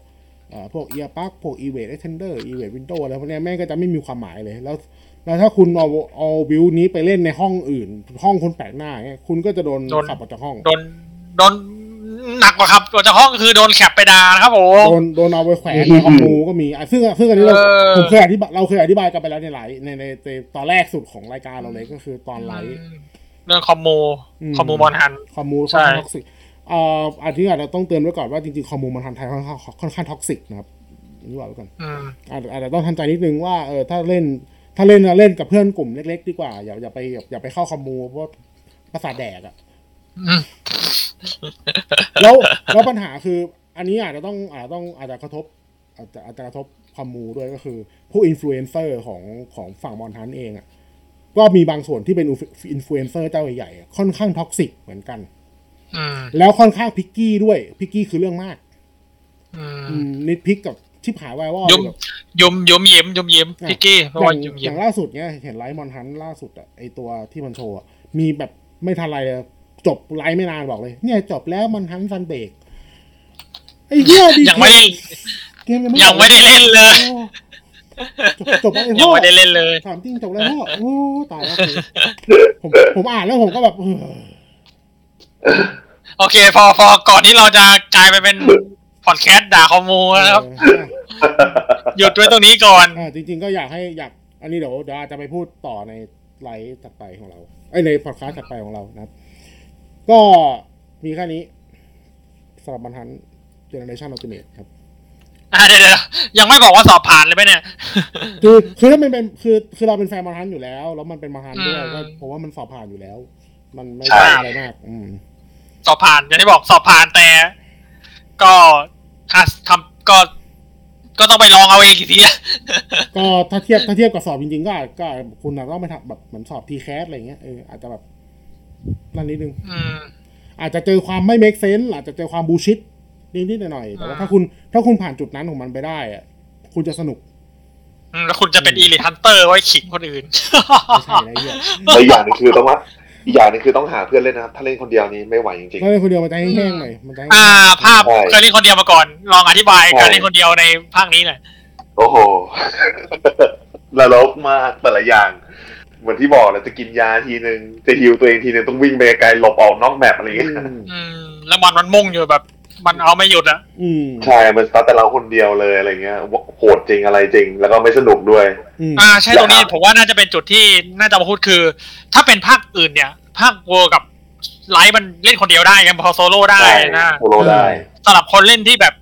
Speaker 1: เอ่อพวก ear plug พวก evade extender evade window อะไรพวกเนี้ยแม่งก็จะไม่มีความหมายเลย แล้ว แล้วถ้าคุณเอาเอาบิลนี้ไปเล่นในห้องอื่น ห้องคนแปลกหน้าเนี่ยคุณก็จะโดนขับออกจากห้อง
Speaker 2: โดนโดนหนักกว่าครับออกจากห้องคือโดนแคปไปดานะครับผม
Speaker 1: โดนโดนเอาไปแขวนในห้องมูก็มีอ่ะซึ่งซึ่งอันนี้เรา
Speaker 2: เออ
Speaker 1: ผมเคยอธิบายเราเคยอธิบายกันไปแล้วในไลฟ์ในในในตอนแรกสุดของรายการเราเลยก็คือตอนไลฟ์
Speaker 2: เรื่องคอมโม
Speaker 1: อืม
Speaker 2: คอมโมมอนฮัน
Speaker 1: คอมมูค่อ
Speaker 2: ใช่
Speaker 1: นข้างท็อกซิกเอ่ออันที่อาจจะต้องเตือนไว้ก่อนว่าจริงๆคอมมูมันทันไทยค่อนข้างค่อนข้างท็อกซิกนะครับนี่ว่าไว้ก่อน
Speaker 2: อืม
Speaker 1: อาจอาจจะต้องทันใจนิดนึงว่าเออถ้าเล่นถ้าเล่นนะเล่นกับเพื่อนกลุ่มเล็ก ๆ ดีกว่าอย่าอย่าไปอย่าอย่าไปเข้าคอมมูเพราะประสาทแดกอะ
Speaker 2: อืม
Speaker 1: แล้วแล้วปัญหาคือ อันนี้อาจจะต้องอาจจะต้องอาจจะกระทบ อาจจะอาจจะกระทบคอมมูด้วยก็คือผู้อินฟลูเอนเซอร์ของของฝั่งมอนทันเองอ่ะก็มีบางส่วนที่เป็นอินฟลูเอนเซอร์เจ้าใหญ่ๆอะค่อนข้างท็อกซิกเหมือนกัน
Speaker 2: อืม
Speaker 1: แล้วค่อนข้างพิกกี้ด้วยพิกกี้คือเรื่องมาก
Speaker 2: อืม
Speaker 1: อืมนิดพิกกับชิบหายวายว่า
Speaker 2: ยุมยุมยุมยิ้มยุมยิ้มพิกกี้เพราะว่ายุม
Speaker 1: อ
Speaker 2: ยิ้ม
Speaker 1: ย่างล่าสุดเนี้ยเห็นไลฟ์มอนทันล่าสุดอ่ะไอตัวที่มันโชว์อะมีแบบไม่ทันไรเลยจบไลฟ์ไม่นานบอกเลย เนี่ยจบแล้วมอนทันซันเบรกไอ้เหี้ยดี
Speaker 2: ยังไม่ได้
Speaker 1: เกมยังไม่
Speaker 2: ยังไม่ได้เล่นเลย
Speaker 1: โอ้จบจบแล้วไอ้
Speaker 2: ยั
Speaker 1: พ่
Speaker 2: ง
Speaker 1: อ
Speaker 2: ไม่ได้เล่นเลย
Speaker 1: ถามจริงจบแล้วพ่อโอ้ตายแล้วผมผมอ่านแล้วผมก็แบบเออ
Speaker 2: โอเค พอพอก่อนที่เราจะกลายไปเป็นพอดแคสต์ด่าคอมโมูนะครับ
Speaker 1: เออ
Speaker 2: หยุดไว้ตรงนี้ก่อน
Speaker 1: อ่ะจริง ๆ ก็อยากให้อยาก อันนี้เดี๋ยวเดี๋ยวอาจจะไปพูดต่อใน ไลท์ถัดไปของเราไอยในพอดคาสต์ถัดไปของเรานะครับ ก็มีแค่นี้สำหรับบันทันเจเนอเรชันอัลติเมทครับ
Speaker 2: อ่ะเดี๋ยวเดี๋ยวยังไม่บอกว่าสอบผ่านเลยไหมเนี่ย
Speaker 1: คือคือถ้ามันเป็นคือคือเราเป็นแฟนมาทันอยู่แล้ว แล้วมันเป็นมาทันด้วย
Speaker 2: อืม
Speaker 1: ก็ผมว่ามันสอบผ่านอยู่แล้ว มันไม่
Speaker 2: ใช่
Speaker 1: ใช่อะไรมาก อืม
Speaker 2: สอบผ่านอย่างที่บอกสอบผ่านแต่ ก็ถ้าทำก็ ก็ต้องไปลองเอาเองอีกที [LAUGHS] อะ
Speaker 1: ก็ถ้าเทียบถ้าเทียบกับสอบจริงๆก็อาจก็คุณอาจต้องไปทำแบบเหมือนสอบทีแคสอะไรเงี้ยเอออาจจะแบบนั่นนิดนึง
Speaker 2: อืม
Speaker 1: อาจจะเจอความไม่ make sense อาจจะเจอความบูชิดนิดๆหน่อยๆแต่ว่า
Speaker 2: อ่า
Speaker 1: ถ้าคุณถ้าคุณผ่านจุดนั้นของมันไปได้อะคุณจะสนุก
Speaker 2: อืมแล้วคุณจะเป็นอีลิทันเตอร์ไว้ขิงคนอื่น
Speaker 1: ไม่ใช่อะไรเงี้ย
Speaker 4: และอีกอย่างหนึงคือต้องว่าอีกอย่างหนึงคือต้องหาเพื่อนเล่นนะครับ ถ้าเล่นคนเดียวนี้ไม่ไหวจริง
Speaker 1: ถ้าเป็นคนเดียวมันจะแห้งๆหน่อยมันจะแห้งๆ
Speaker 2: [LAUGHS] อ่า ภาพ
Speaker 4: ใช่
Speaker 2: เคยเล่นคนเดียวมาก่อน ลองอธิบาย
Speaker 4: ใช่
Speaker 2: การเล่นคนเดียวในภาคนี้หน่อย
Speaker 4: ๆ โอ้โห [LAUGHS] ระลบมากแต่ละอย่าง เหมือนที่บอกแหละจะกินยาทีนึง จะฮิวตัวเองทีนึงต้องวิ่งไปไกลหลบออกนอกแมปอะไรอย่างเงี้ย
Speaker 1: อืม
Speaker 2: อืม แล้วมันมันมุ่งอยู่แบบ มันเอาไม่หยุดอะ
Speaker 1: อืม
Speaker 4: ใช่มันสตาร์ทแต่เราคนเดียวเลยอะไรเงี้ยโหดจริงอะไรจริง แล้วก็ไม่สนุกด้วย
Speaker 1: อืม
Speaker 2: อ่า ใช่ต
Speaker 4: แล้
Speaker 2: ร
Speaker 4: ว
Speaker 2: งนี้
Speaker 4: ครับ
Speaker 2: ผมว่าน่าจะเป็นจุดที่น่าจะมาพูดคือ ถ้าเป็นภาคอื่นเนี่ย ภาคเวอร์กับไลท์มันเล่นคนเดียวได้กันพอโซโล่ได้นะ
Speaker 4: โซโลได้
Speaker 2: สำหรับคนเล่นที่แบบ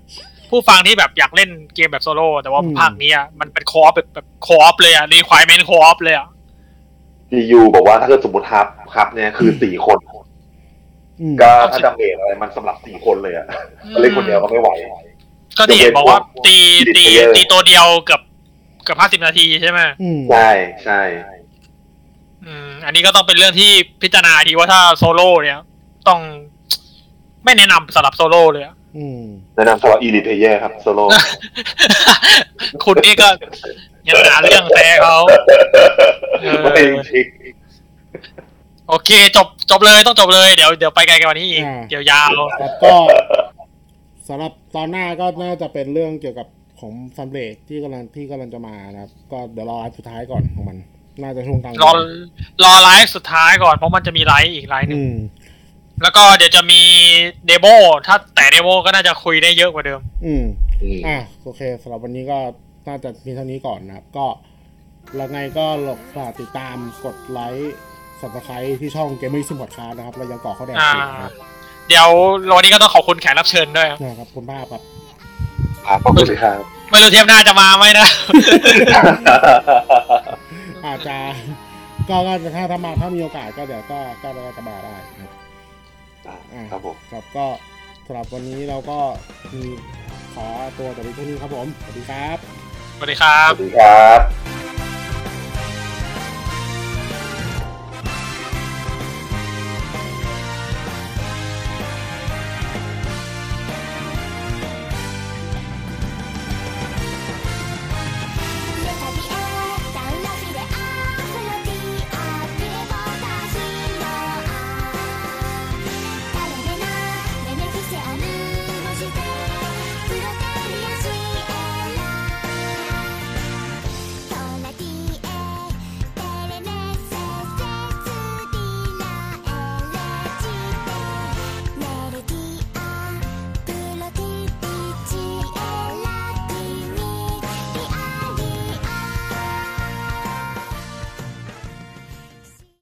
Speaker 2: ผู้ฟังที่แบบอยากเล่นเกมแบบโซโล่แต่ว่าภาคนี้อะมันเป็นคออฟแบบแบบคออฟเลยอ่ะรีควายเมนคออฟเลยอ่ะ
Speaker 4: GU บอกว่าถ้าเกิดสมมติฮับฮับเนี่ยคือสี่คน
Speaker 1: อืม
Speaker 4: ก็ถ้าดาเมจอะไรมันสำหรับสี่คนเลยอะเล่นคนเดียวก็ไม่ไหว
Speaker 2: ก็ที่เห็นบอกว่าตีตี
Speaker 4: เดี๋ยวเว้น
Speaker 2: ตีตัวเดียวเกือบเกือบห้าสิบนาทีใช่ไหม
Speaker 1: อืม
Speaker 4: ใช่ใช่
Speaker 2: อืมอันนี้ก็ต้องเป็นเรื่องที่พิจารณาทีว่าถ้าโซโล่เนี่ยต้องไม่แนะนำสำหรับโซโล่เลยอะ [LAUGHS]
Speaker 1: อืม
Speaker 4: แนะนำสำหรับ Elite Player ครับโซโล่
Speaker 2: คุณนี่ก็ยังหาเรื่องแพ้เขา
Speaker 4: ไม่จริง
Speaker 2: โอเค จบจบเลยต้องจบเลยเดี๋ยวเดี๋ยวไปไกลกันกว่านี้อีกเดี๋ยวยาว
Speaker 1: ครับก็สำหรับตอนหน้าก็น่าจะเป็นเรื่องเกี่ยวกับของซัมเบรดที่กำลังที่กำลังจะมานะครับ ก็เดี๋ยวรออันสุดท้ายก่อนของมัน น่าจะช่วงกลาง
Speaker 2: รอรอไลฟ์สุดท้ายก่อนเพราะมันจะมีไลฟ์อีกไลฟ์หนึ่
Speaker 1: อื
Speaker 2: ง
Speaker 1: ม
Speaker 2: แล้วก็เดี๋ยวจะมีเดโมถ้าแต่เดโมก็น่าจะคุยได้เยอะกว่าเดิม
Speaker 1: อืม
Speaker 4: อืม
Speaker 1: อ่ะโอเคสำหรับวันนี้ก็น่าจะมีเท่านี้ก่อนนะครับ ก็แล้วไงก็หลบฝากติดตามกดไลค์สับสไครที่ช่อง g a m e r ซิมพอดคานะครับ เรายังต่อเข้าแดง
Speaker 2: อ่า
Speaker 1: อยู่นะครับ
Speaker 2: เดี๋ยววันนี้ก็ต้องขอบคุณแขกรับเชิญด้วยครับ
Speaker 1: นะครับขอบคุณมากครับ
Speaker 4: ครับขอบคุณครับ
Speaker 2: ไม่รู้เทปหน้าจะมาไหมนะ
Speaker 1: อาจจะก็ก็ถ้าถ้ามาถ้ามีโอกาสก็เดี๋ยวก็ก็ก็จะมาได้นะครับอ่ะ
Speaker 4: ครับผม
Speaker 1: ครับก็สำหรับวันนี้เราก็มีขอตัวแต่เพียงเท่านี้ครับผมสวัสดีครับ
Speaker 2: สวัสดีครั
Speaker 4: ส
Speaker 2: บ
Speaker 4: วัสดีครับ